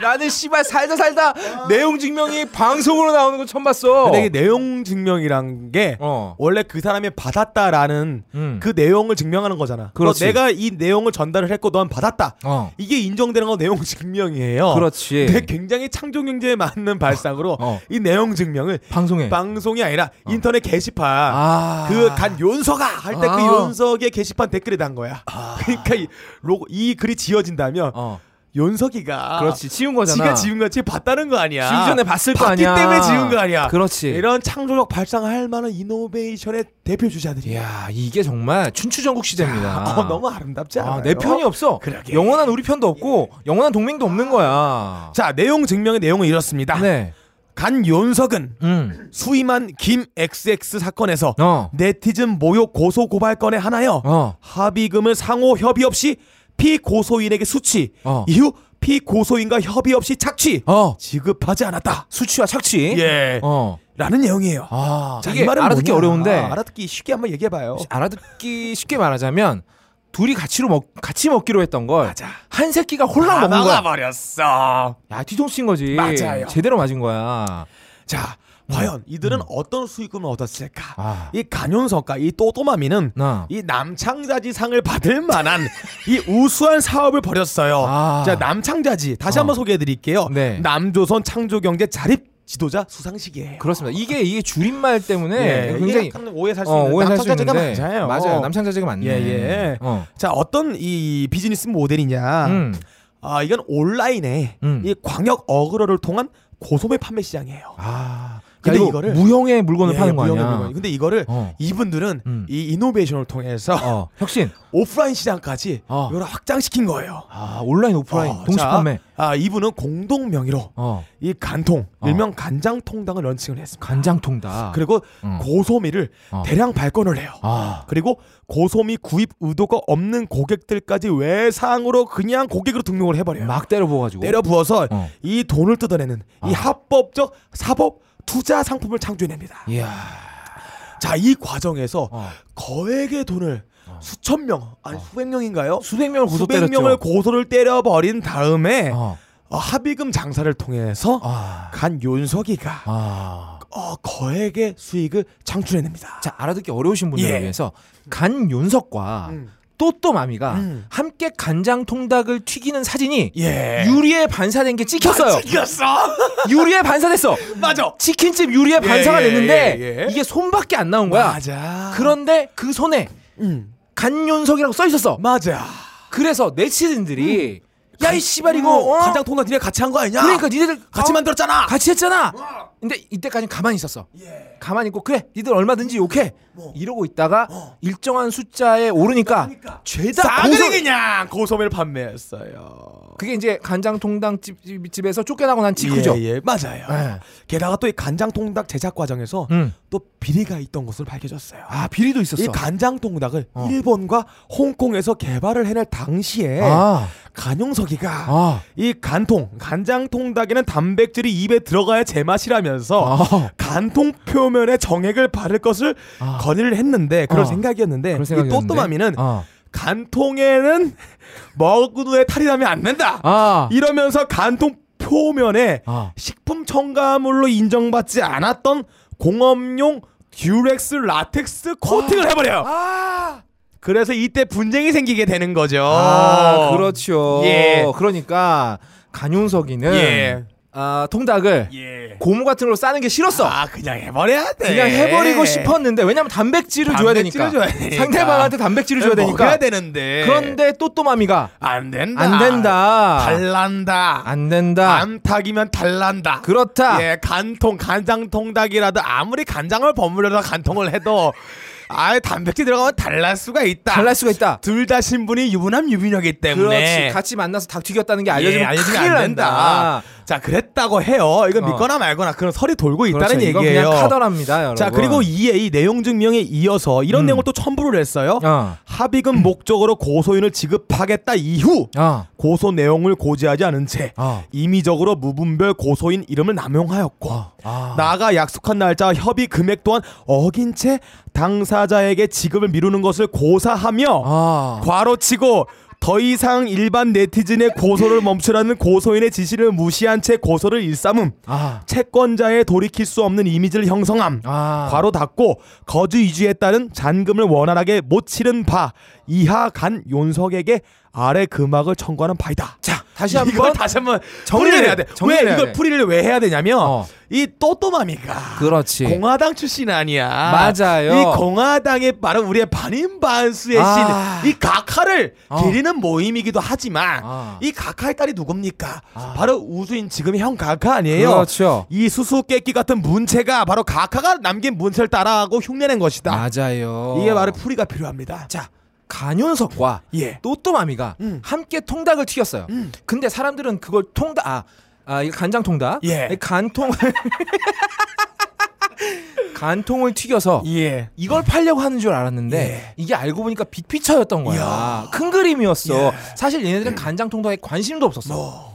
[SPEAKER 1] 나는 씨발 살다
[SPEAKER 2] 아.
[SPEAKER 1] 살다 내용 증명이 방송으로 나오는 거 처음 봤어.
[SPEAKER 2] 근데 이게 내용 증명이란 게
[SPEAKER 1] 어.
[SPEAKER 2] 원래 그 사람이 받았다라는
[SPEAKER 1] 음.
[SPEAKER 2] 그 내용을 증명하는 거잖아. 너
[SPEAKER 1] 그렇지.
[SPEAKER 2] 내가 이 내용을 전달을 했고 넌 받았다.
[SPEAKER 1] 어.
[SPEAKER 2] 이게 인정되는 건 내용 증명이에요.
[SPEAKER 1] 그렇지.
[SPEAKER 2] 근데 굉장히 창조 경제에 맞는 발상으로
[SPEAKER 1] 어.
[SPEAKER 2] 이 내용 증명을
[SPEAKER 1] 방송에.
[SPEAKER 2] 방송이 아니라 인터넷 게시판
[SPEAKER 1] 아.
[SPEAKER 2] 그 간 윤서가 할 때 그
[SPEAKER 1] 아.
[SPEAKER 2] 윤석의 게시판 댓글에 단 거야. 그러니까 이, 로고, 이 글이 지어진다면
[SPEAKER 1] 어.
[SPEAKER 2] 윤석이가
[SPEAKER 1] 그렇지. 지운 거잖아.
[SPEAKER 2] 지가 지은 거지 봤다는 거 아니야.
[SPEAKER 1] 지우기 전에 봤을 거
[SPEAKER 2] 봤기
[SPEAKER 1] 아니야.
[SPEAKER 2] 때문에 지은 거 아니야.
[SPEAKER 1] 그렇지.
[SPEAKER 2] 이런 창조력 발상할 만한 이노베이션의 대표 주자들이야.
[SPEAKER 1] 이야 이게 정말 춘추전국 시대입니다.
[SPEAKER 2] 어, 너무 아름답지 않아요?
[SPEAKER 1] 아, 내 편이 없어.
[SPEAKER 2] 그러게. 예.
[SPEAKER 1] 영원한 우리 편도 없고 영원한 동맹도 없는 거야.
[SPEAKER 2] 자 내용 증명의 내용은 이렇습니다.
[SPEAKER 1] 네.
[SPEAKER 2] 간 윤석은
[SPEAKER 1] 음.
[SPEAKER 2] 수임한 김 XX 사건에서
[SPEAKER 1] 어.
[SPEAKER 2] 네티즌 모욕 고소 고발 건에 하나여
[SPEAKER 1] 어.
[SPEAKER 2] 합의금을 상호 협의 없이 피고소인에게 수취
[SPEAKER 1] 어.
[SPEAKER 2] 이후 피고소인과 협의 없이 착취
[SPEAKER 1] 어.
[SPEAKER 2] 지급하지 않았다.
[SPEAKER 1] 수치와 착취.
[SPEAKER 2] 예.
[SPEAKER 1] 어.
[SPEAKER 2] 라는 내용이에요.
[SPEAKER 1] 아.
[SPEAKER 2] 자,
[SPEAKER 1] 이게
[SPEAKER 2] 이 말은
[SPEAKER 1] 알아듣기
[SPEAKER 2] 뭐냐?
[SPEAKER 1] 어려운데
[SPEAKER 2] 아, 알아듣기 쉽게 한번 얘기해 봐요.
[SPEAKER 1] 알아듣기 쉽게 말하자면 둘이 같이로 먹 같이 먹기로 했던 걸 한
[SPEAKER 2] 맞아.
[SPEAKER 1] 새끼가 홀랑 먹은 거야.
[SPEAKER 2] 버렸어.
[SPEAKER 1] 야 뒤통수 친 거지.
[SPEAKER 2] 맞아요.
[SPEAKER 1] 제대로 맞은 거야.
[SPEAKER 2] 자, 과연 이들은 어떤 수익금을 얻었을까?
[SPEAKER 1] 음. 아.
[SPEAKER 2] 이 간용석과 이 또또마미는
[SPEAKER 1] 나.
[SPEAKER 2] 이 남창자지 상을 받을 만한 이 우수한 사업을 벌였어요.
[SPEAKER 1] 아. 어.
[SPEAKER 2] 자, 남창자지 다시 한번 소개해 드릴게요.
[SPEAKER 1] 네.
[SPEAKER 2] 남조선 창조경제 자립 지도자 수상식이에요.
[SPEAKER 1] 그렇습니다. 이게 이게 줄임말 때문에
[SPEAKER 2] 예,
[SPEAKER 1] 굉장히
[SPEAKER 2] 이게 약간 오해 살수
[SPEAKER 1] 어,
[SPEAKER 2] 있는
[SPEAKER 1] 오해 살수
[SPEAKER 2] 남창자지가
[SPEAKER 1] 있는데
[SPEAKER 2] 맞아요.
[SPEAKER 1] 맞아요. 어. 남창자재가 맞네.
[SPEAKER 2] 예, 예.
[SPEAKER 1] 어.
[SPEAKER 2] 자, 어떤 이 비즈니스 모델이냐?
[SPEAKER 1] 음.
[SPEAKER 2] 아, 이건 온라인에
[SPEAKER 1] 음.
[SPEAKER 2] 이 광역 어그로를 통한 고소매 판매 시장이에요.
[SPEAKER 1] 아.
[SPEAKER 2] 근데
[SPEAKER 1] 근데 이거
[SPEAKER 2] 이거를-
[SPEAKER 1] 무형의 물건을
[SPEAKER 2] 예,
[SPEAKER 1] 파는 거
[SPEAKER 2] 무형의
[SPEAKER 1] 아니야?
[SPEAKER 2] 물건이. 근데 이거를
[SPEAKER 1] 어.
[SPEAKER 2] 이분들은
[SPEAKER 1] 음.
[SPEAKER 2] 이 이노베이션을 통해서
[SPEAKER 1] 어. 혁신.
[SPEAKER 2] 오프라인 시장까지
[SPEAKER 1] 어.
[SPEAKER 2] 이걸 확장시킨 거예요.
[SPEAKER 1] 아, 온라인 오프라인
[SPEAKER 2] 어,
[SPEAKER 1] 동시
[SPEAKER 2] 자,
[SPEAKER 1] 판매.
[SPEAKER 2] 아 이분은 공동 명의로
[SPEAKER 1] 어.
[SPEAKER 2] 이 간통
[SPEAKER 1] 어.
[SPEAKER 2] 일명 간장통당을 런칭을 했습니다.
[SPEAKER 1] 간장통다.
[SPEAKER 2] 그리고
[SPEAKER 1] 음.
[SPEAKER 2] 고소미를
[SPEAKER 1] 어.
[SPEAKER 2] 대량 발권을 해요.
[SPEAKER 1] 아.
[SPEAKER 2] 그리고 고소미 구입 의도가 없는 고객들까지 외상으로 그냥 고객으로 등록을 해버려요.
[SPEAKER 1] 막 때려 부어 가지고.
[SPEAKER 2] 때려 부어서
[SPEAKER 1] 어. 아.
[SPEAKER 2] 이 돈을 뜯어내는 이 합법적 사법 투자 상품을 창조해냅니다.
[SPEAKER 1] 이야.
[SPEAKER 2] 자, 이 과정에서
[SPEAKER 1] 어.
[SPEAKER 2] 거액의 돈을 수천 명, 아니 수백 명인가요?
[SPEAKER 1] 수백 명을 고소
[SPEAKER 2] 수백
[SPEAKER 1] 때렸죠.
[SPEAKER 2] 명을 고소를 때려버린 다음에
[SPEAKER 1] 어.
[SPEAKER 2] 어, 합의금 장사를 통해서
[SPEAKER 1] 아.
[SPEAKER 2] 간 윤석이가
[SPEAKER 1] 아.
[SPEAKER 2] 어, 거액의 수익을 창출해냅니다.
[SPEAKER 1] 자, 알아듣기 어려우신 분들을
[SPEAKER 2] 예.
[SPEAKER 1] 위해서 간 윤석과
[SPEAKER 2] 음.
[SPEAKER 1] 또또마미가
[SPEAKER 2] 음.
[SPEAKER 1] 함께 간장 통닭을 튀기는 사진이
[SPEAKER 2] 예.
[SPEAKER 1] 유리에 반사된 게 아, 찍혔어요.
[SPEAKER 2] 이겼어.
[SPEAKER 1] 유리에 반사됐어.
[SPEAKER 2] 맞아.
[SPEAKER 1] 치킨집 유리에 반사가
[SPEAKER 2] 예,
[SPEAKER 1] 됐는데
[SPEAKER 2] 예, 예.
[SPEAKER 1] 이게 손밖에 안 나온 거야.
[SPEAKER 2] 맞아.
[SPEAKER 1] 그런데 그 손에
[SPEAKER 2] 음.
[SPEAKER 1] 간윤석이라고 써 있었어.
[SPEAKER 2] 맞아.
[SPEAKER 1] 그래서 네티즌들이 야 이 씨발 이거
[SPEAKER 2] 어?
[SPEAKER 1] 어?
[SPEAKER 2] 간장 통닭 니네 같이 한 거 아니냐?
[SPEAKER 1] 그러니까 니네들 어,
[SPEAKER 2] 같이 만들었잖아.
[SPEAKER 1] 같이 했잖아. 근데 이때까진 가만히 있었어.
[SPEAKER 2] 예.
[SPEAKER 1] 가만히 있고 그래 니들 얼마든지 욕해
[SPEAKER 2] 뭐?
[SPEAKER 1] 이러고 있다가 일정한 숫자에 오르니까 죄다
[SPEAKER 2] 어. 그러니까 싸그리
[SPEAKER 1] 고소
[SPEAKER 2] 그냥 고소매를 판매했어요.
[SPEAKER 1] 그게 이제 간장통당 집, 집- 집에서 쫓겨나고 난 직후죠.
[SPEAKER 2] 예, 예, 맞아요.
[SPEAKER 1] 예.
[SPEAKER 2] 게다가 또 이 간장 통닭 제작 과정에서
[SPEAKER 1] 음.
[SPEAKER 2] 또 비리가 있던 것으로 밝혀졌어요.
[SPEAKER 1] 아 비리도
[SPEAKER 2] 이
[SPEAKER 1] 있었어.
[SPEAKER 2] 간장 통닭을
[SPEAKER 1] 어.
[SPEAKER 2] 일본과 홍콩에서 개발을 해낼 당시에
[SPEAKER 1] 아,
[SPEAKER 2] 간용석이가
[SPEAKER 1] 아,
[SPEAKER 2] 이 간통 간장 통닭에는 단백질이 입에 들어가야 제맛이라면서
[SPEAKER 1] 아,
[SPEAKER 2] 간통 표면에 정액을 바를 것을
[SPEAKER 1] 아.
[SPEAKER 2] 건의를 했는데 그런
[SPEAKER 1] 어.
[SPEAKER 2] 예, 생각이었는데
[SPEAKER 1] 그런
[SPEAKER 2] 이
[SPEAKER 1] 생각이었는데.
[SPEAKER 2] 또또마미는
[SPEAKER 1] 아,
[SPEAKER 2] 간통에는 먹은 후에 탈이 나면 안 된다.
[SPEAKER 1] 아,
[SPEAKER 2] 이러면서 간통 표면에
[SPEAKER 1] 아.
[SPEAKER 2] 식품 첨가물로 인정받지 않았던 공업용 듀렉스 라텍스 코팅을 해버려요.
[SPEAKER 1] 아,
[SPEAKER 2] 그래서 이때 분쟁이 생기게 되는 거죠.
[SPEAKER 1] 아, 그렇죠.
[SPEAKER 2] 어. 예.
[SPEAKER 1] 그러니까 간용석이는
[SPEAKER 2] 예.
[SPEAKER 1] 아, 통닭을
[SPEAKER 2] 예.
[SPEAKER 1] 고무 같은 걸로 싸는 게 싫었어.
[SPEAKER 2] 아 그냥 해버려야 돼.
[SPEAKER 1] 그냥 해버리고 싶었는데 왜냐면 단백질을 줘야 되니까.
[SPEAKER 2] 단백질을 줘야 되니까.
[SPEAKER 1] 상대방한테 단백질을 줘야
[SPEAKER 2] 먹어야
[SPEAKER 1] 되니까.
[SPEAKER 2] 되는데.
[SPEAKER 1] 그런데 또또마미가
[SPEAKER 2] 안 된다.
[SPEAKER 1] 안 된다.
[SPEAKER 2] 달란다.
[SPEAKER 1] 안 된다.
[SPEAKER 2] 안탁이면 달란다.
[SPEAKER 1] 그러니까 그렇다.
[SPEAKER 2] 예, 간통 간장통닭이라도 아무리 간장을 버무려서 간통을 해도 아예 단백질 들어가면 달랄 수가 있다.
[SPEAKER 1] 달랄 수가 있다.
[SPEAKER 2] 둘 다 신분이 유부남 유부녀기 때문에
[SPEAKER 1] 그렇지. 같이 만나서 닭 튀겼다는 게 알려지면
[SPEAKER 2] 예, 알려지면
[SPEAKER 1] 큰일
[SPEAKER 2] 안 된다.
[SPEAKER 1] 난다.
[SPEAKER 2] 자 그랬다고 해요. 이거
[SPEAKER 1] 어.
[SPEAKER 2] 믿거나 말거나 그런 설이 돌고 있다는
[SPEAKER 1] 그렇죠. 이건
[SPEAKER 2] 얘기예요.
[SPEAKER 1] 그냥 카더랍니다, 여러분. 음.
[SPEAKER 2] 자 그리고 이에 이 내용 증명에 이어서 이런 내용을 또 첨부를 했어요.
[SPEAKER 1] 어.
[SPEAKER 2] 합의금 목적으로 고소인을 지급하겠다 이후
[SPEAKER 1] 어.
[SPEAKER 2] 고소 내용을 고지하지 않은 채
[SPEAKER 1] 어.
[SPEAKER 2] 임의적으로 무분별 고소인 이름을 남용하였고
[SPEAKER 1] 아.
[SPEAKER 2] 나가 약속한 날짜와 협의 금액 또한 어긴 채 당사자에게 지급을 미루는 것을 고사하며
[SPEAKER 1] 아.
[SPEAKER 2] 과로치고 더 이상 일반 네티즌의 고소를 멈추라는 고소인의 지시를 무시한 채 고소를 일삼음
[SPEAKER 1] 아.
[SPEAKER 2] 채권자의 돌이킬 수 없는 이미지를 형성함
[SPEAKER 1] 아.
[SPEAKER 2] 과로 닫고 거주 이주에 따른 잔금을 원활하게 못 치른 바 이하 간 윤석에게 아래 금액을 청구하는 바이다.
[SPEAKER 1] 자, 다시
[SPEAKER 2] 이걸
[SPEAKER 1] 한번
[SPEAKER 2] 다시 한번
[SPEAKER 1] 정리를
[SPEAKER 2] 정리를
[SPEAKER 1] 해.
[SPEAKER 2] 해야 돼.
[SPEAKER 1] 정리를
[SPEAKER 2] 왜
[SPEAKER 1] 해야
[SPEAKER 2] 이걸
[SPEAKER 1] 돼.
[SPEAKER 2] 풀이를 왜 해야 되냐면
[SPEAKER 1] 어.
[SPEAKER 2] 이 또또마미가
[SPEAKER 1] 그렇지.
[SPEAKER 2] 공화당 출신 아니야.
[SPEAKER 1] 맞아요.
[SPEAKER 2] 이 공화당의 바로 우리의 반인반수의
[SPEAKER 1] 아.
[SPEAKER 2] 신, 이 각하를
[SPEAKER 1] 어.
[SPEAKER 2] 기리는 모임이기도 하지만
[SPEAKER 1] 아.
[SPEAKER 2] 이 각하의 딸이 누굽니까? 바로 우수인 지금의 형 각하 아니에요.
[SPEAKER 1] 그렇죠.
[SPEAKER 2] 이 수수께끼 같은 문체가 바로 각하가 남긴 문체를 따라하고 흉내낸 것이다.
[SPEAKER 1] 맞아요.
[SPEAKER 2] 이게 바로 풀이가 필요합니다. 자,
[SPEAKER 1] 간윤석과
[SPEAKER 2] 예.
[SPEAKER 1] 또또마미가
[SPEAKER 2] 음.
[SPEAKER 1] 함께 통닭을 튀겼어요. 근데 사람들은 그걸 통닭 아, 아 이거 간장 통닭.
[SPEAKER 2] 예.
[SPEAKER 1] 이 간통을 간통을 튀겨서
[SPEAKER 2] 예.
[SPEAKER 1] 이걸 팔려고 하는 줄 알았는데 이게 알고 보니까 빅피처였던 거야.
[SPEAKER 2] 이야.
[SPEAKER 1] 큰 그림이었어.
[SPEAKER 2] 예. 뭐.
[SPEAKER 1] 사실 얘네들은 간장 통닭에 관심도 없었어.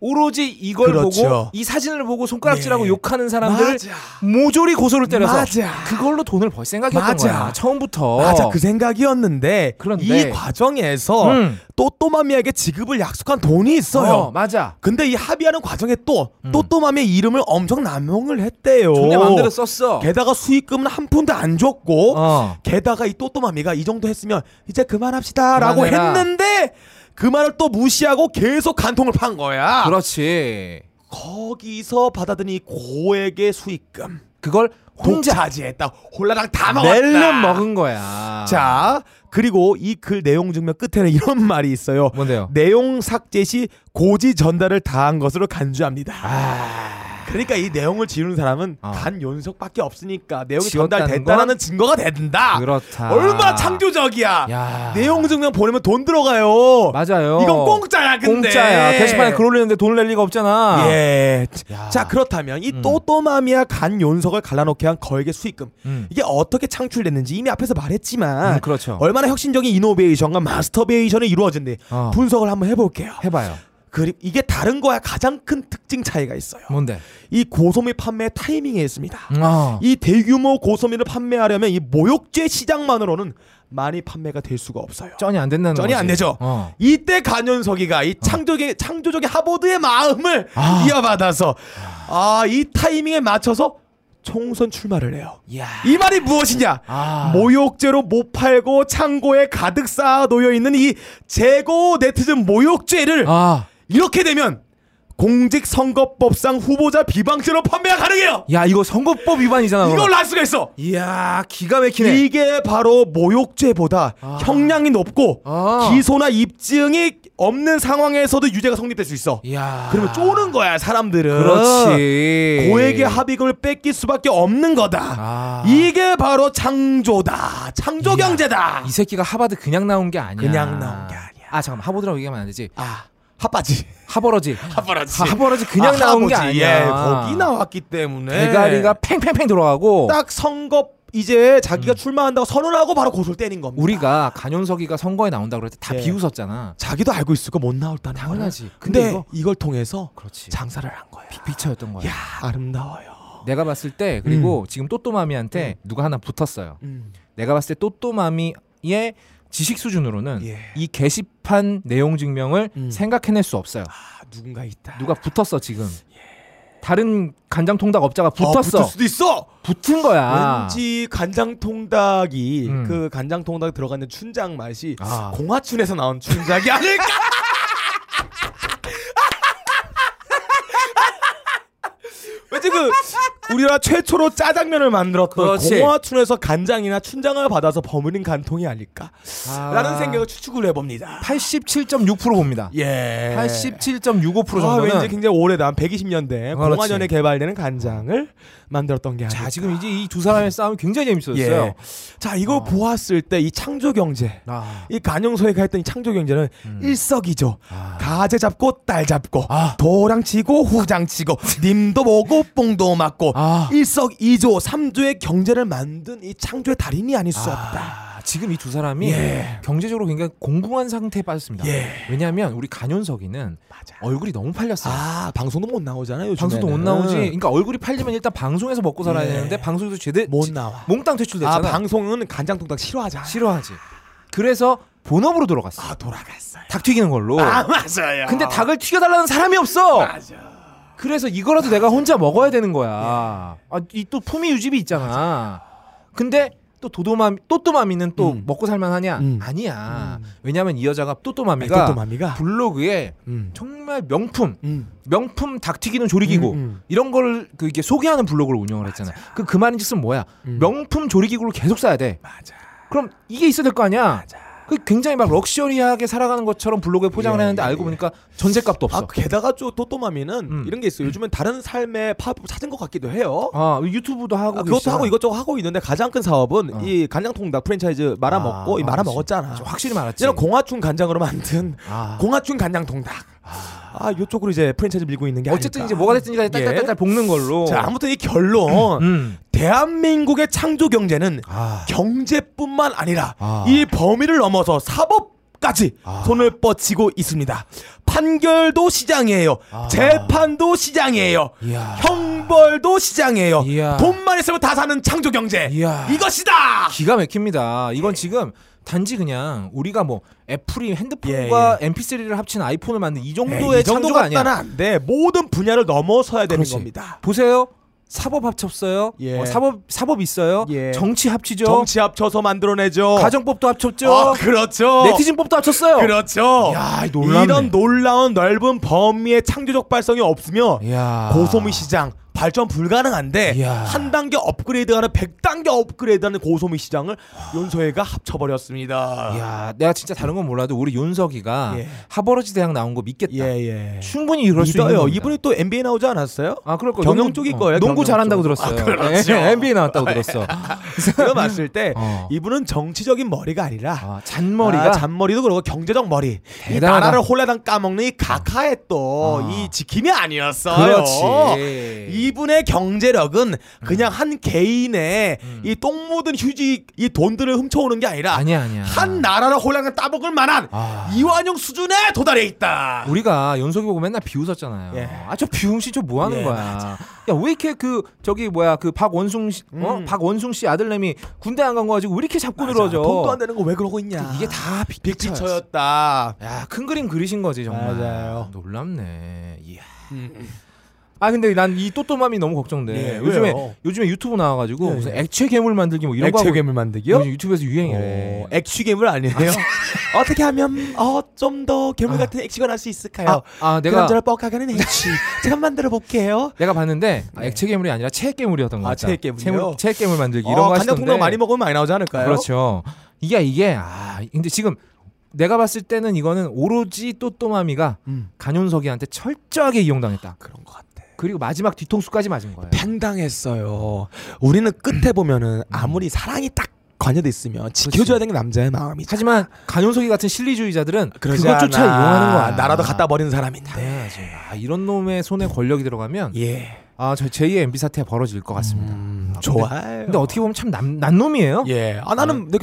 [SPEAKER 1] 오로지 이걸
[SPEAKER 2] 그렇죠.
[SPEAKER 1] 보고 이 사진을 보고 손가락질하고
[SPEAKER 2] 예.
[SPEAKER 1] 욕하는 사람들을
[SPEAKER 2] 맞아.
[SPEAKER 1] 모조리 고소를 때려서
[SPEAKER 2] 맞아.
[SPEAKER 1] 그걸로 돈을 벌 생각이었던
[SPEAKER 2] 맞아.
[SPEAKER 1] 거야. 처음부터.
[SPEAKER 2] 맞아 그 생각이었는데
[SPEAKER 1] 어. 그런데
[SPEAKER 2] 이 과정에서
[SPEAKER 1] 음.
[SPEAKER 2] 또또마미에게 지급을 약속한 돈이 있어요.
[SPEAKER 1] 어, 맞아.
[SPEAKER 2] 근데 이 합의하는 과정에 또 또또마미의 이름을 엄청 남용을 했대요.
[SPEAKER 1] 음. 존내 마음대로 썼어.
[SPEAKER 2] 게다가 수익금은 한 푼도 안 줬고
[SPEAKER 1] 어.
[SPEAKER 2] 게다가 이 또또마미가 이 정도 했으면 이제 그만합시다라고
[SPEAKER 1] 그만해라.
[SPEAKER 2] 했는데 그 말을 또 무시하고 계속 간통을 판 거야.
[SPEAKER 1] 그렇지.
[SPEAKER 2] 거기서 받아든 이 고액의 수익금
[SPEAKER 1] 그걸 혼자
[SPEAKER 2] 독차지했다. 홀라당 다 먹었다.
[SPEAKER 1] 멜론 먹은 거야.
[SPEAKER 2] 자, 그리고 이 글 내용 증명 끝에는 이런 말이 있어요.
[SPEAKER 1] 뭔데요?
[SPEAKER 2] 내용 삭제 시 고지 전달을 다한 것으로 간주합니다.
[SPEAKER 1] 아,
[SPEAKER 2] 그러니까 이 내용을 지우는 사람은
[SPEAKER 1] 어.
[SPEAKER 2] 간 연속밖에 없으니까 내용이
[SPEAKER 1] 지웠다는
[SPEAKER 2] 전달됐다라는
[SPEAKER 1] 건?
[SPEAKER 2] 증거가 된다.
[SPEAKER 1] 그렇다.
[SPEAKER 2] 얼마나 창조적이야.
[SPEAKER 1] 야.
[SPEAKER 2] 내용 증명 보내면 돈 들어가요.
[SPEAKER 1] 맞아요.
[SPEAKER 2] 이건 공짜야, 근데.
[SPEAKER 1] 공짜야. 게시판에 글 올리는데 돈을 낼 리가 없잖아.
[SPEAKER 2] 예.
[SPEAKER 1] 야.
[SPEAKER 2] 자 그렇다면 이
[SPEAKER 1] 음.
[SPEAKER 2] 또또마미와 간 연속을 갈라놓게 한 거액의 수익금
[SPEAKER 1] 음.
[SPEAKER 2] 이게 어떻게 창출됐는지 이미 앞에서 말했지만
[SPEAKER 1] 음, 그렇죠.
[SPEAKER 2] 얼마나 혁신적인 이노베이션과 마스터베이션이 이루어진대
[SPEAKER 1] 어.
[SPEAKER 2] 분석을 한번 해볼게요.
[SPEAKER 1] 해봐요.
[SPEAKER 2] 그리 이게 다른 거와 가장 큰 특징 차이가 있어요.
[SPEAKER 1] 뭔데?
[SPEAKER 2] 이 고소미 판매 타이밍에 있습니다.
[SPEAKER 1] 어.
[SPEAKER 2] 이 대규모 고소미를 판매하려면 이 모욕죄 시장만으로는 많이 판매가 될 수가 없어요.
[SPEAKER 1] 전이 안 된다는
[SPEAKER 2] 전이
[SPEAKER 1] 거지.
[SPEAKER 2] 안 되죠.
[SPEAKER 1] 어.
[SPEAKER 2] 이때 간현석이가 이 창조적인 창조적인 하버드의 마음을
[SPEAKER 1] 아.
[SPEAKER 2] 이어받아서 아 이 타이밍에 맞춰서 총선 출마를 해요.
[SPEAKER 1] 이야.
[SPEAKER 2] 이 말이 무엇이냐?
[SPEAKER 1] 아.
[SPEAKER 2] 모욕죄로 못 팔고 창고에 가득 쌓아 놓여 있는 이 재고 네티즌 모욕죄를
[SPEAKER 1] 아.
[SPEAKER 2] 이렇게 되면 공직선거법상 후보자 비방죄로 판매가 가능해요.
[SPEAKER 1] 야 이거 선거법 위반이잖아. 그럼.
[SPEAKER 2] 이걸 알 수가 있어.
[SPEAKER 1] 이야 기가 막히네.
[SPEAKER 2] 이게 바로 모욕죄보다
[SPEAKER 1] 아.
[SPEAKER 2] 형량이 높고
[SPEAKER 1] 아.
[SPEAKER 2] 기소나 입증이 없는 상황에서도 유죄가 성립될 수 있어.
[SPEAKER 1] 이야.
[SPEAKER 2] 그러면 쪼는 거야 사람들은.
[SPEAKER 1] 그렇지.
[SPEAKER 2] 고액의 합의금을 뺏길 수밖에 없는 거다.
[SPEAKER 1] 아.
[SPEAKER 2] 이게 바로 창조다. 창조 경제다.
[SPEAKER 1] 이 새끼가 하버드 그냥 나온 게 아니야.
[SPEAKER 2] 그냥 나온 게 아니야.
[SPEAKER 1] 아 잠깐만 하버드라고 얘기하면 안 되지.
[SPEAKER 2] 아 하빠지.
[SPEAKER 1] 하버러지.
[SPEAKER 2] 하빠라지.
[SPEAKER 1] 하- 하버러지 그냥 나온 게 아니야.
[SPEAKER 2] 예, 거기 나왔기 때문에
[SPEAKER 1] 대가리가 팽팽팽 들어가고 음.
[SPEAKER 2] 딱 선거 이제 자기가 출마한다고 선언하고 바로 고소를 때린 겁니다.
[SPEAKER 1] 우리가 간현석이가 선거에 나온다 그럴 때 다
[SPEAKER 2] 예.
[SPEAKER 1] 비웃었잖아.
[SPEAKER 2] 자기도 알고 있을 거 못 나올다는 거를.
[SPEAKER 1] 당연하지. 근데
[SPEAKER 2] 근데,
[SPEAKER 1] 이거-
[SPEAKER 2] 이걸 통해서
[SPEAKER 1] 그렇지.
[SPEAKER 2] 장사를 한 거야.
[SPEAKER 1] 빅피처였던 거야.
[SPEAKER 2] 야 음. 아름다워요.
[SPEAKER 1] 내가 봤을 때 그리고 지금 또또마미한테 누가 하나 붙었어요.
[SPEAKER 2] 음.
[SPEAKER 1] 내가 봤을 때 또또마미의 지식 수준으로는
[SPEAKER 2] 예.
[SPEAKER 1] 이 게시판 내용 증명을
[SPEAKER 2] 음.
[SPEAKER 1] 생각해낼 수 없어요.
[SPEAKER 2] 아 누군가 있다.
[SPEAKER 1] 누가 붙었어 지금. 다른 간장 통닭 업자가
[SPEAKER 2] 어,
[SPEAKER 1] 붙었어.
[SPEAKER 2] 붙을 수도 있어.
[SPEAKER 1] 붙은 거야.
[SPEAKER 2] 왠지 간장통닭이
[SPEAKER 1] 아. 음.
[SPEAKER 2] 그 간장통닭 들어가는 춘장 맛이
[SPEAKER 1] 아.
[SPEAKER 2] 공화춘에서 나온 춘장이 아닐까? 왠지 그 우리나라 최초로 짜장면을 만들었던
[SPEAKER 1] 그렇지.
[SPEAKER 2] 공화춘에서 간장이나 춘장을 받아서 버무린 간통이 아닐까?
[SPEAKER 1] 아.
[SPEAKER 2] 라는 생각을 추측을 해봅니다.
[SPEAKER 1] 87.6% 봅니다. 네.
[SPEAKER 2] 예.
[SPEAKER 1] 87.65%
[SPEAKER 2] 아,
[SPEAKER 1] 정도는
[SPEAKER 2] 왠지 굉장히 오래된
[SPEAKER 1] 그렇지.
[SPEAKER 2] 120년대 공화년에 개발되는 간장을 만들었던 게 아닐까?
[SPEAKER 1] 자 지금 이제 이 두 사람의 싸움이 굉장히 재밌어졌어요.
[SPEAKER 2] 예. 자 이걸 보았을 때 이 창조 경제
[SPEAKER 1] 아, 음.
[SPEAKER 2] 이 간영소에가 했던 이 창조 경제는 일석이조
[SPEAKER 1] 아.
[SPEAKER 2] 가재 잡고 딸 잡고 도랑 치고 후장 치고 님도 보고 뽕도 맞고
[SPEAKER 1] 아.
[SPEAKER 2] 일석이조 삼조의 경제를 만든 이 창조의 달인이 아닐 수 없다
[SPEAKER 1] 아, 지금 이 두 사람이
[SPEAKER 2] 예.
[SPEAKER 1] 경제적으로 굉장히 공공한 상태에 빠졌습니다.
[SPEAKER 2] 예.
[SPEAKER 1] 왜냐하면 우리 간현석이는
[SPEAKER 2] 맞아
[SPEAKER 1] 얼굴이 너무 팔렸어요.
[SPEAKER 2] 아 방송도 못 나오잖아요 요즘에는.
[SPEAKER 1] 방송도 못 나오지. 그러니까 얼굴이 팔리면 일단 방송에서 먹고 살아야 되는데 방송에서 제대
[SPEAKER 2] 못
[SPEAKER 1] 지-
[SPEAKER 2] 나와
[SPEAKER 1] 몽땅
[SPEAKER 2] 뭐, 아
[SPEAKER 1] 퇴출됐잖아.
[SPEAKER 2] 방송은 간장통닭 싫어하잖아
[SPEAKER 1] 싫어하지. 그래서 본업으로 돌아갔어.
[SPEAKER 2] 아 돌아갔어요
[SPEAKER 1] 닭 튀기는 걸로.
[SPEAKER 2] 아 맞아요
[SPEAKER 1] 근데 닭을 튀겨달라는 사람이 없어.
[SPEAKER 2] 맞아
[SPEAKER 1] 그래서 이거라도 내가 혼자 먹어야 되는
[SPEAKER 2] 예.
[SPEAKER 1] 거야. 아, 이 또 품위 유지비 있잖아. 근데 또 도도맘 또또맘이는 또
[SPEAKER 2] 음.
[SPEAKER 1] 먹고 살만하냐?
[SPEAKER 2] 음.
[SPEAKER 1] 아니야. 왜냐면 이 여자가 또또맘이가
[SPEAKER 2] 또또 마미가
[SPEAKER 1] 블로그에
[SPEAKER 2] 음.
[SPEAKER 1] 정말 명품
[SPEAKER 2] 음.
[SPEAKER 1] 명품 닭튀기는 조리기구
[SPEAKER 2] 음, 음.
[SPEAKER 1] 이런 걸 그 이게 소개하는 블로그를 운영을 했잖아. 그 그 말인즉슨 뭐야? 명품 조리기구를 계속 사야 돼.
[SPEAKER 2] 맞아
[SPEAKER 1] 그럼 이게 있어야 될 거 아니야? 그 굉장히 막 럭셔리하게 살아가는 것처럼 블로그에 포장을
[SPEAKER 2] 예,
[SPEAKER 1] 했는데
[SPEAKER 2] 예,
[SPEAKER 1] 알고
[SPEAKER 2] 예.
[SPEAKER 1] 보니까 전셋값도
[SPEAKER 2] 아
[SPEAKER 1] 없어.
[SPEAKER 2] 게다가 저 또또마미는
[SPEAKER 1] 음.
[SPEAKER 2] 이런 게 있어요. 요즘엔 다른 삶의 파업을 찾은 것 같기도 해요.
[SPEAKER 1] 아, 유튜브도 하고
[SPEAKER 2] 아, 그것도
[SPEAKER 1] 계시잖아.
[SPEAKER 2] 하고 이것저것 하고 있는데 가장 큰 사업은
[SPEAKER 1] 어.
[SPEAKER 2] 이 간장통닭 프랜차이즈 말아먹고
[SPEAKER 1] 아,
[SPEAKER 2] 이
[SPEAKER 1] 아,
[SPEAKER 2] 말아먹었잖아.
[SPEAKER 1] 그렇지. 확실히 말았지.
[SPEAKER 2] 이제는 공화춘 간장으로 만든
[SPEAKER 1] 아.
[SPEAKER 2] 공화춘 간장통닭. 아 요쪽으로 이제 프랜차이즈 밀고 있는 게
[SPEAKER 1] 어쨌든
[SPEAKER 2] 아닐까. 예.
[SPEAKER 1] 이제 뭐가 됐든 간에 딸딸딸딸 복는 걸로.
[SPEAKER 2] 자 아무튼 이 결론
[SPEAKER 1] 음.
[SPEAKER 2] 대한민국의 창조 경제는
[SPEAKER 1] 아.
[SPEAKER 2] 경제뿐만 아니라
[SPEAKER 1] 아.
[SPEAKER 2] 이 범위를 넘어서 사법까지 손을 뻗치고 있습니다. 판결도 시장이에요. 재판도 시장이에요.
[SPEAKER 1] 아. 이야.
[SPEAKER 2] 형벌도 시장이에요.
[SPEAKER 1] 이야.
[SPEAKER 2] 돈만 있으면 다 사는 창조 경제.
[SPEAKER 1] 이야.
[SPEAKER 2] 이것이다.
[SPEAKER 1] 기가 막힙니다. 이건 지금 단지 그냥 우리가 뭐 애플이 핸드폰과 MP3를 합친 아이폰을 만든 예. 네, 이 정도의
[SPEAKER 2] 이 정도
[SPEAKER 1] 창조가 아니야.
[SPEAKER 2] 갖다는 안 돼. 모든 분야를 넘어서야 되는
[SPEAKER 1] 그렇지.
[SPEAKER 2] 겁니다.
[SPEAKER 1] 보세요. 사법 합쳤어요.
[SPEAKER 2] 예.
[SPEAKER 1] 어, 사법 사법 있어요.
[SPEAKER 2] 예.
[SPEAKER 1] 정치 합치죠.
[SPEAKER 2] 정치 합쳐서 만들어내죠.
[SPEAKER 1] 그렇죠. 가정법도 합쳤죠.
[SPEAKER 2] 어, 그렇죠.
[SPEAKER 1] 네티즌법도 합쳤어요.
[SPEAKER 2] 그렇죠.
[SPEAKER 1] 이야, 놀랍네.
[SPEAKER 2] 이런 놀라운 넓은 범위의 창조적 발성이 없으며
[SPEAKER 1] 이야.
[SPEAKER 2] 고소미 시장 발전 불가능한데
[SPEAKER 1] 아. 이야.
[SPEAKER 2] 한 단계 업그레이드하는 100단계 업그레이드하는 고소미 시장을 연소회가 합쳐버렸습니다.
[SPEAKER 1] 야, 내가 진짜 다른 건 몰라도 우리 윤석이가
[SPEAKER 2] 예.
[SPEAKER 1] 하버러지 대학 나온 거 믿겠다.
[SPEAKER 2] 예예.
[SPEAKER 1] 충분히 이럴 수 있는
[SPEAKER 2] 믿어요.
[SPEAKER 1] 겁니다.
[SPEAKER 2] 이분이 또 NBA 나오지 않았어요?
[SPEAKER 1] 아 그럴 거
[SPEAKER 2] 경영 쪽일 거예요,
[SPEAKER 1] 농구
[SPEAKER 2] 경영
[SPEAKER 1] 잘한다고
[SPEAKER 2] 쪽.
[SPEAKER 1] 들었어요.
[SPEAKER 2] 아, 그렇죠.
[SPEAKER 1] 예, NBA 나왔다고 들었어.
[SPEAKER 2] 들어봤을 때
[SPEAKER 1] 어.
[SPEAKER 2] 이분은 정치적인 머리가 아니라
[SPEAKER 1] 아, 잔머리가
[SPEAKER 2] 아, 잔머리도 그렇고 경제적 머리 이
[SPEAKER 1] 대단하다.
[SPEAKER 2] 나라를 홀라당 까먹는 이 각하의 또
[SPEAKER 1] 아.
[SPEAKER 2] 이 지킴이 아니었어요.
[SPEAKER 1] 그렇지.
[SPEAKER 2] 이분의 경제력은 그냥 한 개인의 이 똥 묻은 휴지 이 돈들을 훔쳐오는 게 아니라
[SPEAKER 1] 음. 아니야 아니야.
[SPEAKER 2] 한 나라를 홀랑을 따먹을 만한
[SPEAKER 1] 아.
[SPEAKER 2] 이완용 수준에 도달해 있다.
[SPEAKER 1] 우리가 연석이 보고 맨날 비웃었잖아요.
[SPEAKER 2] 아. 예.
[SPEAKER 1] 아저 비웅 씨 저 뭐 하는
[SPEAKER 2] 예,
[SPEAKER 1] 거야? 야 왜 이렇게 그 저기 뭐야 그 박원숭 씨, 어?
[SPEAKER 2] 음.
[SPEAKER 1] 박원숭 씨 아들내미 군대 안 간 거 가지고 왜 이렇게 잡고
[SPEAKER 2] 맞아.
[SPEAKER 1] 늘어져?
[SPEAKER 2] 돈도 안 되는 거 왜 그러고 있냐?
[SPEAKER 1] 이게 다 빅- 빅피처였어.
[SPEAKER 2] 빅피처였다.
[SPEAKER 1] 야큰 그림 그리신 거지 정말.
[SPEAKER 2] 맞아요. 음,
[SPEAKER 1] 놀랍네. 이야. 아 근데 난 이 또또맘이 너무 걱정돼.
[SPEAKER 2] 예,
[SPEAKER 1] 요즘에
[SPEAKER 2] 왜요?
[SPEAKER 1] 요즘에 유튜브 나와가지고
[SPEAKER 2] 예,
[SPEAKER 1] 무슨 액체 괴물 만들기 뭐 이런 거 하고
[SPEAKER 2] 액체괴물 만들기요?
[SPEAKER 1] 요즘 유튜브에서 유행이래.
[SPEAKER 2] 어, 액취괴물 아니에요? 어떻게 하면 어, 좀 더 괴물 같은 액취가 날 수
[SPEAKER 1] 아,
[SPEAKER 2] 있을까요?
[SPEAKER 1] 아
[SPEAKER 2] 그
[SPEAKER 1] 내가
[SPEAKER 2] 남자를 뻑하게는 액취. 제가 만들어 볼게요.
[SPEAKER 1] 내가 봤는데 아, 액체 괴물이 아니라 체액 괴물이었던 것
[SPEAKER 2] 예. 아,
[SPEAKER 1] 같다.
[SPEAKER 2] 체액 괴물이요?
[SPEAKER 1] 체물- 체액 괴물 만들기
[SPEAKER 2] 어,
[SPEAKER 1] 이런 거
[SPEAKER 2] 간장
[SPEAKER 1] 하시던데.
[SPEAKER 2] 통닭 많이 먹으면 많이 나오지 않을까요?
[SPEAKER 1] 그렇죠. 이게 이게 아 근데 지금 내가 봤을 때는 이거는 오로지 또또마미가
[SPEAKER 2] 음.
[SPEAKER 1] 간윤석이한테 철저하게 이용당했다.
[SPEAKER 2] 그런 것 같아.
[SPEAKER 1] 그리고 마지막 뒤통수까지 맞은 거예요.
[SPEAKER 2] 팽당했어요. 우리는 끝에 보면은 아무리 사랑이 딱 관여돼 있으면 지켜줘야 되는 게 남자의 마음이지.
[SPEAKER 1] 하지만 간윤석이 같은 실리주의자들은
[SPEAKER 2] 그러지
[SPEAKER 1] 그것조차
[SPEAKER 2] 않아.
[SPEAKER 1] 이용하는 거야.
[SPEAKER 2] 나라도 갖다 버리는 사람인데.
[SPEAKER 1] 당연하지. 아, 이런 놈의 손에 권력이 들어가면
[SPEAKER 2] 예.
[SPEAKER 1] 아, 저 제2의 MB 사태 벌어질 것 같습니다.
[SPEAKER 2] 음,
[SPEAKER 1] 아,
[SPEAKER 2] 좋아요.
[SPEAKER 1] 근데 어떻게 보면 참난 놈이에요.
[SPEAKER 2] 예. 아 나는 되게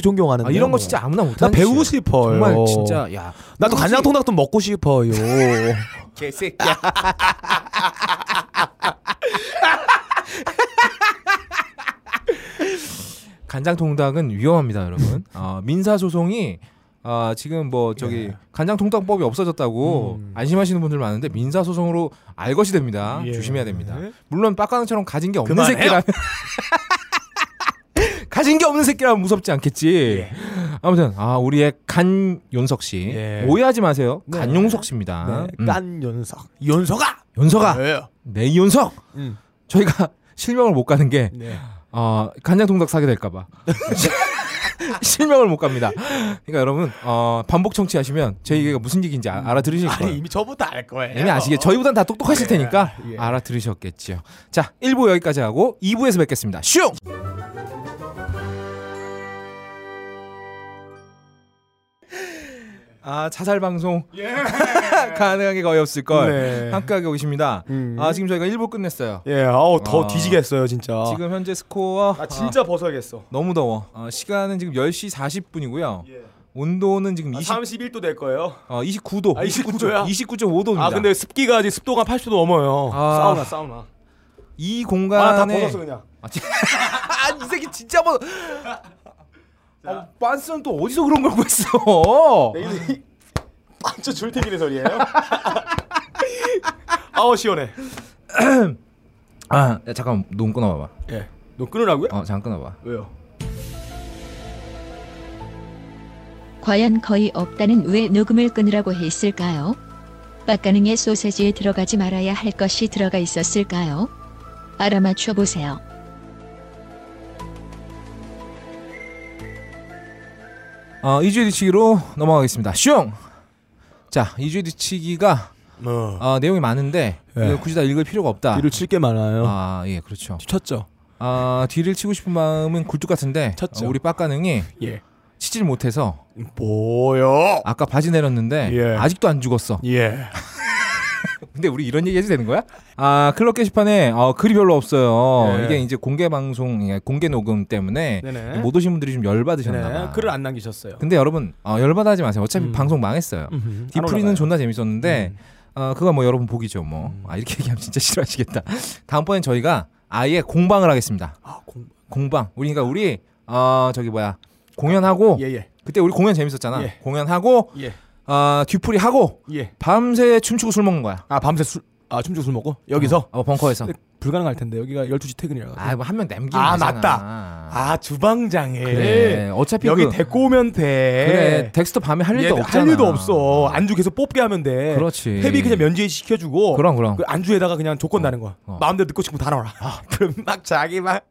[SPEAKER 1] 아,
[SPEAKER 2] 존경하는데.
[SPEAKER 1] 이런 거 진짜 아무나
[SPEAKER 2] 나
[SPEAKER 1] 못하는 짓이에요.
[SPEAKER 2] 배우고 싶어요.
[SPEAKER 1] 정말 진짜 야
[SPEAKER 2] 나도 간장통닭도 먹고 싶어요. 예.
[SPEAKER 1] 개새끼야. 간장통닭은 위험합니다, 여러분. 어, 민사 소송이 아, 지금 뭐 저기 간장통닭법이 없어졌다고
[SPEAKER 2] 예. 음.
[SPEAKER 1] 안심하시는 분들 많은데 민사 소송으로 알 것이 됩니다.
[SPEAKER 2] 예.
[SPEAKER 1] 조심해야 됩니다. 물론 빡가능처럼 가진 게 없는
[SPEAKER 2] 그만해요.
[SPEAKER 1] 새끼라면 가진 게 없는 새끼라면 무섭지 않겠지. 아무튼 아 우리의 간윤석 씨
[SPEAKER 2] 예.
[SPEAKER 1] 오해하지 마세요.
[SPEAKER 2] 네.
[SPEAKER 1] 간용석 씨입니다.
[SPEAKER 2] 네.
[SPEAKER 1] 음.
[SPEAKER 2] 깐 연석. 연석아.
[SPEAKER 1] 윤석아 네.
[SPEAKER 2] 왜요?
[SPEAKER 1] 내 윤석
[SPEAKER 2] 음.
[SPEAKER 1] 저희가 실명을 못 가는 게
[SPEAKER 2] 네.
[SPEAKER 1] 어, 간장통닭 사게 될까봐 실명을 못 갑니다. 그러니까 여러분 어, 반복 청취하시면 제 얘기가 무슨 얘기인지 아- 알아들으실
[SPEAKER 2] 아니
[SPEAKER 1] 거예요.
[SPEAKER 2] 이미 저부터 알 거예요.
[SPEAKER 1] 이미 아시겠 저희보단 다 똑똑하실 테니까
[SPEAKER 2] 예.
[SPEAKER 1] 알아들으셨겠지요. 자 1부 여기까지 하고 2부에서 뵙겠습니다. 슝 아, 자살 방송 가능한 게 거의 없을 걸.
[SPEAKER 2] 예. 네.
[SPEAKER 1] 함께하고 계십니다.
[SPEAKER 2] 음.
[SPEAKER 1] 아 지금 저희가 1부 끝냈어요.
[SPEAKER 2] 예, 아우 더
[SPEAKER 1] 아.
[SPEAKER 2] 뒤지겠어요 진짜.
[SPEAKER 1] 지금 현재 스코어
[SPEAKER 2] 아 진짜 벗어야겠어.
[SPEAKER 1] 아, 너무 더워. 어, 시간은 지금 10시 40분이고요.
[SPEAKER 2] 예.
[SPEAKER 1] 온도는 지금
[SPEAKER 2] 아,
[SPEAKER 1] 20,
[SPEAKER 2] 31도 될 거예요.
[SPEAKER 1] 어, 29도,
[SPEAKER 2] 아, 29도 야?
[SPEAKER 1] 29.5도입니다.
[SPEAKER 2] 아 근데 습기가 아직 습도가 80도 넘어요.
[SPEAKER 1] 아.
[SPEAKER 2] 사우나 사우나.
[SPEAKER 1] 이
[SPEAKER 2] 아나
[SPEAKER 1] 공간에
[SPEAKER 2] 벗었어 그냥.
[SPEAKER 1] 아, 지- 아, 이 새끼 진짜 뭐 아, 반스는 또 어디서 그런 걸 구했어?
[SPEAKER 2] 내일 완전 줄태기네 소리예요. 아우 시원해.
[SPEAKER 1] 아, 야, 잠깐 눈 끊어봐봐.
[SPEAKER 2] 예. 너 끊으라고요?
[SPEAKER 1] 어, 잠깐 끊어봐.
[SPEAKER 2] 왜요?
[SPEAKER 3] 과연 거의 없다는 왜 녹음을 끊으라고 했을까요? 빡가능의 소세지에 들어가지 말아야 할 것이 들어가 있었을까요? 알아맞혀 보세요.
[SPEAKER 1] 어, 2주의 뒤치기로 넘어가겠습니다. 슝! 자, 2주의 뒤치기가
[SPEAKER 2] 뭐
[SPEAKER 1] 어, 내용이 많은데
[SPEAKER 2] 예.
[SPEAKER 1] 이걸 굳이 다 읽을 필요가 없다.
[SPEAKER 2] 뒤를 칠게 많아요.
[SPEAKER 1] 아, 예, 그렇죠.
[SPEAKER 2] 쳤죠.
[SPEAKER 1] 아 뒤를 치고 싶은 마음은 굴뚝 같은데
[SPEAKER 2] 쳤죠.
[SPEAKER 1] 어, 우리 빡가능이
[SPEAKER 2] 예.
[SPEAKER 1] 치질 못해서
[SPEAKER 2] 뭐요?
[SPEAKER 1] 아까 바지 내렸는데
[SPEAKER 2] 예.
[SPEAKER 1] 아직도 안 죽었어.
[SPEAKER 2] 예.
[SPEAKER 1] 근데 우리 이런 얘기 해도 되는 거야? 아 클럽 게시판에 어, 글이 별로 없어요.
[SPEAKER 2] 예.
[SPEAKER 1] 이게 이제 공개 방송, 예, 공개 녹음 때문에
[SPEAKER 2] 네네.
[SPEAKER 1] 못 오신 분들이 좀 열받으셨나 봐.
[SPEAKER 2] 네. 글을 안 남기셨어요.
[SPEAKER 1] 근데 여러분 어, 열받아하지 마세요. 어차피
[SPEAKER 2] 음.
[SPEAKER 1] 방송 망했어요.
[SPEAKER 2] 음, 안
[SPEAKER 1] 디프리는
[SPEAKER 2] 올라가요. 음.
[SPEAKER 1] 존나 재밌었는데 어, 그건 뭐 여러분 보기죠 뭐. 아 이렇게 얘기하면 진짜 싫어하시겠다. 다음번엔 저희가 아예 공방을 하겠습니다.
[SPEAKER 2] 아, 공...
[SPEAKER 1] 공방. 우리 그러니까 우리 어 저기 뭐야 공연하고
[SPEAKER 2] 예, 예.
[SPEAKER 1] 그때 우리 공연 재밌었잖아.
[SPEAKER 2] 예.
[SPEAKER 1] 공연하고
[SPEAKER 2] 예.
[SPEAKER 1] 어, 뒤풀이 하고
[SPEAKER 2] 예.
[SPEAKER 1] 밤새 춤추고 술 먹는 거야.
[SPEAKER 2] 아, 밤새 술 아, 춤추고 술 먹고 여기서
[SPEAKER 1] 어, 벙커에서.
[SPEAKER 2] 근데 불가능할 텐데. 여기가 12시 퇴근이라. 서
[SPEAKER 1] 아 뭐 한 명 남기면
[SPEAKER 2] 아,
[SPEAKER 1] 되잖아.
[SPEAKER 2] 맞다. 아, 주방장에.
[SPEAKER 1] 그래. 어차피
[SPEAKER 2] 여기
[SPEAKER 1] 그,
[SPEAKER 2] 데리고 오면 돼.
[SPEAKER 1] 그래. 덱스터 밤에 예. 할
[SPEAKER 2] 얘
[SPEAKER 1] 일도 없잖아.
[SPEAKER 2] 할 일도 없어. 안주 계속 뽑게 하면 돼.
[SPEAKER 1] 그렇지.
[SPEAKER 2] 회비 그냥 면제 시켜주고.
[SPEAKER 1] 그럼 그럼.
[SPEAKER 2] 그 안주에다가 그냥 조건 나는 거야.
[SPEAKER 1] 어. 아,
[SPEAKER 2] 마음대로 넣고 싶은 거다 넣어라. 그럼 막 자기 막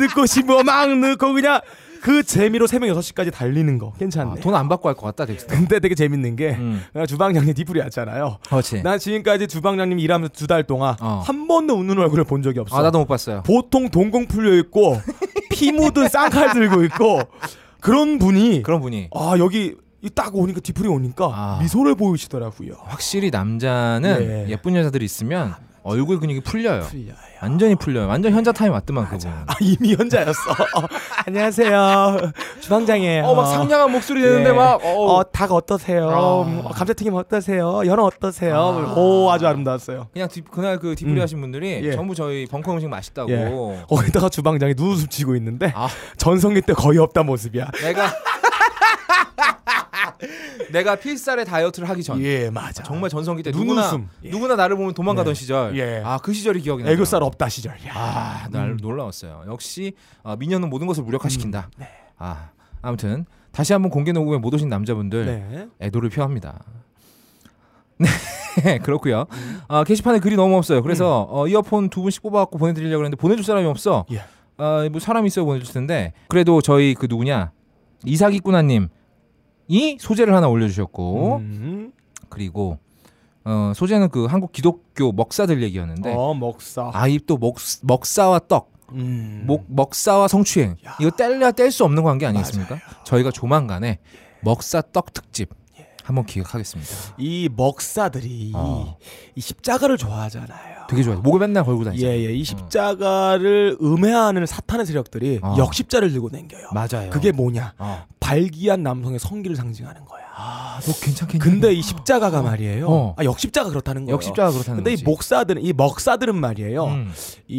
[SPEAKER 2] 넣고 싶은 거막 넣고 그냥 그 재미로 새벽 6시까지 달리는 거. 괜찮네.
[SPEAKER 1] 아, 돈안 받고 할 것 같다 덱스터.
[SPEAKER 2] 근데 되게 재밌는 게
[SPEAKER 1] 음. 어,
[SPEAKER 2] 내가 주방장님 디프리 왔잖아요.
[SPEAKER 1] 그렇지.
[SPEAKER 2] 난 지금까지 주방장님 일하면서 두 달 동안
[SPEAKER 1] 어.
[SPEAKER 2] 한 번도 웃는 얼굴을 본 적이 없어.
[SPEAKER 1] 아 나도 못 봤어요.
[SPEAKER 2] 보통 동공 풀려 있고 피 묻은 쌍칼 들고 있고 그런 분이
[SPEAKER 1] 그런 분이
[SPEAKER 2] 아 여기 이딱 오니까 뒤풀이 오니까
[SPEAKER 1] 아.
[SPEAKER 2] 미소를 보이시더라고요.
[SPEAKER 1] 확실히 남자는
[SPEAKER 2] 예.
[SPEAKER 1] 예쁜 여자들이 있으면 얼굴 근육이 풀려요.
[SPEAKER 2] 풀려요.
[SPEAKER 1] 완전히 풀려요. 완전 현자 타임 왔더만 그분.
[SPEAKER 2] 아 이미 현자였어. 어, 안녕하세요. 주방장이에요.
[SPEAKER 1] 어막 상냥한 목소리
[SPEAKER 2] 예.
[SPEAKER 1] 내는데 막 어,
[SPEAKER 2] 어, 닭 어떠세요?
[SPEAKER 1] 아.
[SPEAKER 2] 음, 어, 감자튀김 어떠세요? 연어 어떠세요? 뭐,
[SPEAKER 1] 아.
[SPEAKER 2] 오 아주 아름다웠어요.
[SPEAKER 1] 그냥 뒷- 그날 그 디프리
[SPEAKER 2] 음.
[SPEAKER 1] 하신 분들이
[SPEAKER 2] 예.
[SPEAKER 1] 전부 저희 벙커 음식 맛있다고
[SPEAKER 2] 예. 거기다가 주방장이 눈웃음 치고 있는데
[SPEAKER 1] 아.
[SPEAKER 2] 전성기 때 거의 없다 모습이야.
[SPEAKER 1] 내가 내가 필살의 다이어트를 하기 전
[SPEAKER 2] 예 맞아.
[SPEAKER 1] 정말 전성기 때
[SPEAKER 2] 눈웃음.
[SPEAKER 1] 누구나
[SPEAKER 2] 예.
[SPEAKER 1] 누구나 나를 보면 도망가던
[SPEAKER 2] 네.
[SPEAKER 1] 시절
[SPEAKER 2] 예.
[SPEAKER 1] 아 그 시절이 기억이 나요
[SPEAKER 2] 애교살 음. 없다 시절. 야.
[SPEAKER 1] 아날 놀라웠어요 역시 아, 미녀는 모든 것을 무력화시킨다
[SPEAKER 2] 음. 네.
[SPEAKER 1] 아 아무튼 다시 한번 공개 녹음에 못 오신 남자분들
[SPEAKER 2] 네.
[SPEAKER 1] 애도를 표합니다. 네 그렇고요.
[SPEAKER 2] 음.
[SPEAKER 1] 아, 게시판에 글이 너무 없어요. 그래서 어, 이어폰 두 분씩 뽑아갖고 보내드리려고 했는데 보내줄 사람이 없어.
[SPEAKER 2] 예.
[SPEAKER 1] 아, 뭐 사람 있어야 보내줄 텐데 그래도 저희 그 누구냐 이사기꾸나님 이 소재를 하나 올려주셨고
[SPEAKER 2] 음.
[SPEAKER 1] 그리고 어, 소재는 그 한국 기독교 먹사들 얘기였는데
[SPEAKER 2] 어 먹사.
[SPEAKER 1] 아입도 먹, 먹사와 떡,
[SPEAKER 2] 음.
[SPEAKER 1] 목, 먹사와 성추행
[SPEAKER 2] 야.
[SPEAKER 1] 이거 뗄래야 뗄 수 없는 관계 아니겠습니까? 저희가 조만간에 먹사 떡 특집
[SPEAKER 2] 예.
[SPEAKER 1] 한번 기획하겠습니다.
[SPEAKER 2] 이 먹사들이
[SPEAKER 1] 어.
[SPEAKER 2] 이 십자가를 좋아하잖아요.
[SPEAKER 1] 되게 좋아요. 음. 목에 맨날 걸고 다니죠.
[SPEAKER 2] 예예, 이 십자가를 음해하는 사탄의 세력들이
[SPEAKER 1] 어.
[SPEAKER 2] 역십자를 들고 댕겨요.
[SPEAKER 1] 맞아요.
[SPEAKER 2] 그게 뭐냐?
[SPEAKER 1] 어.
[SPEAKER 2] 발기한 남성의 성기를 상징하는 거야.
[SPEAKER 1] 너 괜찮겠냐?
[SPEAKER 2] 근데 이 십자가가 말이에요.
[SPEAKER 1] 아, 어.
[SPEAKER 2] 아, 역십자가 그렇다는 거예요.
[SPEAKER 1] 역십자가 그렇다는
[SPEAKER 2] 근데
[SPEAKER 1] 거지.
[SPEAKER 2] 이 목사들은 어. 이 먹사들은 말이에요.
[SPEAKER 1] 음,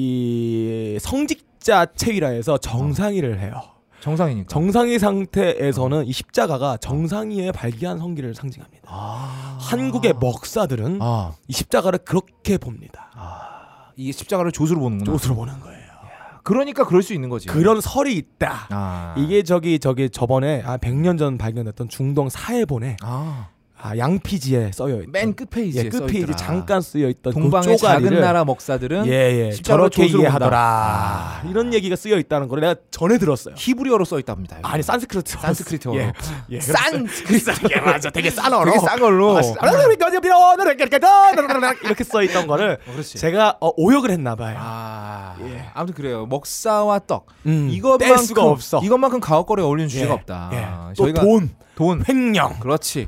[SPEAKER 2] 이 성직자 체위라 해서 정상이를 해요.
[SPEAKER 1] 정상이니까.
[SPEAKER 2] 정상의 상태에서는 이 십자가가 정상이의 발기한 성기를 상징합니다.
[SPEAKER 1] 아.
[SPEAKER 2] 한국의 먹사들은
[SPEAKER 1] 아.
[SPEAKER 2] 이 십자가를 그렇게 봅니다.
[SPEAKER 1] 이게 십자가를 조수로 보는구나.
[SPEAKER 2] 옷으로 보는 거예요.
[SPEAKER 1] 그러니까 그럴 수 있는 거지.
[SPEAKER 2] 그런 설이 있다.
[SPEAKER 1] 아.
[SPEAKER 2] 이게 저기 저기 저번에 아 100년 전 발견됐던 중동 사해본에
[SPEAKER 1] 아.
[SPEAKER 2] 아 양피지에 써여 있던
[SPEAKER 1] 맨 끝페이지에
[SPEAKER 2] 예,
[SPEAKER 1] 써
[SPEAKER 2] 끝 페이지
[SPEAKER 1] 있더라.
[SPEAKER 2] 잠깐 쓰여 있던
[SPEAKER 1] 동방의
[SPEAKER 2] 그 쪼가리를
[SPEAKER 1] 작은 나라 먹사들은
[SPEAKER 2] 예, 예.
[SPEAKER 1] 십자가로
[SPEAKER 2] 저렇게
[SPEAKER 1] 조수를
[SPEAKER 2] 이해하더라.
[SPEAKER 1] 본다. 아.
[SPEAKER 2] 이런 얘기가 쓰여 있다는 걸 내가 전에 들었어요.
[SPEAKER 1] 히브리어로 써 있답니다.
[SPEAKER 2] 아니 산스크리트.
[SPEAKER 1] 산스크리트어로.
[SPEAKER 2] 예. 예.
[SPEAKER 1] 싼
[SPEAKER 2] 예, 맞아. 되게 싼 어로.
[SPEAKER 1] 되게 싼 걸로. 음.
[SPEAKER 2] 아, 씨. 이렇게 써 있던 거를
[SPEAKER 1] 어, 그렇지.
[SPEAKER 2] 제가 어, 오역을 했나 봐요.
[SPEAKER 1] 아,
[SPEAKER 2] 예.
[SPEAKER 1] 아무튼 그래요. 먹사와 떡
[SPEAKER 2] 음, 뗄
[SPEAKER 1] 이것만큼
[SPEAKER 2] 수가 없어.
[SPEAKER 1] 이것만큼 가옥거리에 어울리는 주제가
[SPEAKER 2] 예,
[SPEAKER 1] 없다. 아,
[SPEAKER 2] 예. 또 아.
[SPEAKER 1] 저희가
[SPEAKER 2] 돈,
[SPEAKER 1] 돈.
[SPEAKER 2] 횡령.
[SPEAKER 1] 그렇지.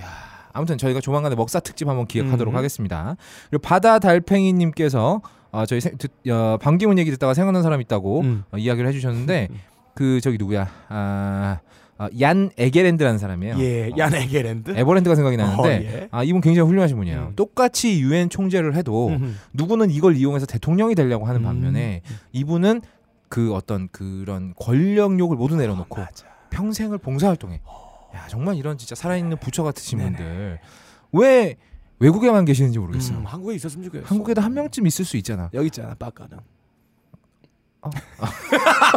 [SPEAKER 1] 야, 아무튼 저희가 조만간에 먹사 특집 한번 기획하도록
[SPEAKER 2] 음.
[SPEAKER 1] 하겠습니다. 그리고 바다 달팽이님께서 아, 저희 생, 듣, 어, 방기문 얘기 듣다가 생각난 사람 있다고
[SPEAKER 2] 음.
[SPEAKER 1] 어, 이야기를 해주셨는데 그 저기 누구야? 아, 아, 얀 에게랜드라는 사람이에요.
[SPEAKER 2] 예,
[SPEAKER 1] 어,
[SPEAKER 2] 야네게랜드.
[SPEAKER 1] 에버랜드가 생각이 나는데
[SPEAKER 2] 어, 예.
[SPEAKER 1] 아 이분 굉장히 훌륭하신 분이에요.
[SPEAKER 2] 음.
[SPEAKER 1] 똑같이 유엔 총재를 해도
[SPEAKER 2] 음.
[SPEAKER 1] 누구는 이걸 이용해서 대통령이 되려고 하는
[SPEAKER 2] 음.
[SPEAKER 1] 반면에 이분은 그 어떤 그런 권력욕을 모두 내려놓고
[SPEAKER 2] 맞아. 어.
[SPEAKER 1] 평생을 봉사활동해. 야 정말 이런 진짜 살아있는
[SPEAKER 2] 네.
[SPEAKER 1] 부처 같으신 분들 왜 외국에만 계시는지 모르겠어요.
[SPEAKER 2] 음, 한국에 있었으면 좋겠어.
[SPEAKER 1] 한국에도 한 명쯤 있을 수 있잖아.
[SPEAKER 2] 여기 있잖아, 빠까는.
[SPEAKER 1] 어.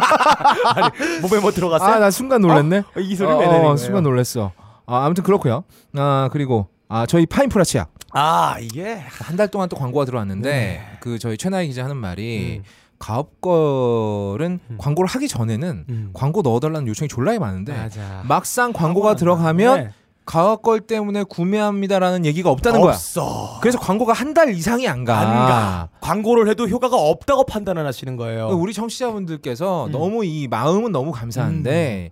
[SPEAKER 2] 아니, 몸에 뭐 들어갔어요?
[SPEAKER 1] 아 나 순간 놀랐네.
[SPEAKER 2] 어, 이 소리
[SPEAKER 1] 어,
[SPEAKER 2] 매내는
[SPEAKER 1] 어,
[SPEAKER 2] 거예요.
[SPEAKER 1] 순간 놀랐어. 아 아무튼 그렇고요. 아 그리고 아 저희 파인프라 치약
[SPEAKER 2] 아, 이게
[SPEAKER 1] 한 달 동안 또 광고가 들어왔는데
[SPEAKER 2] 네.
[SPEAKER 1] 그 저희 최나희 기자 하는 말이
[SPEAKER 2] 음.
[SPEAKER 1] 가업걸은
[SPEAKER 2] 음.
[SPEAKER 1] 광고를 하기 전에는
[SPEAKER 2] 음.
[SPEAKER 1] 광고 넣어달라는 요청이 졸라게 많은데
[SPEAKER 2] 맞아. 네.
[SPEAKER 1] 막상 광고가 들어가면 가업걸 때문에 구매합니다라는 얘기가 없다는 거야.
[SPEAKER 2] 없어.
[SPEAKER 1] 그래서 아. 광고가 한 달 이상이 안 가.
[SPEAKER 2] 안 가. 광고를 해도 효과가 없다고 판단을 하시는 거예요.
[SPEAKER 1] 그 그러니까 우리 청취자분들께서
[SPEAKER 2] 음.
[SPEAKER 1] 너무 이 마음은 너무 감사한데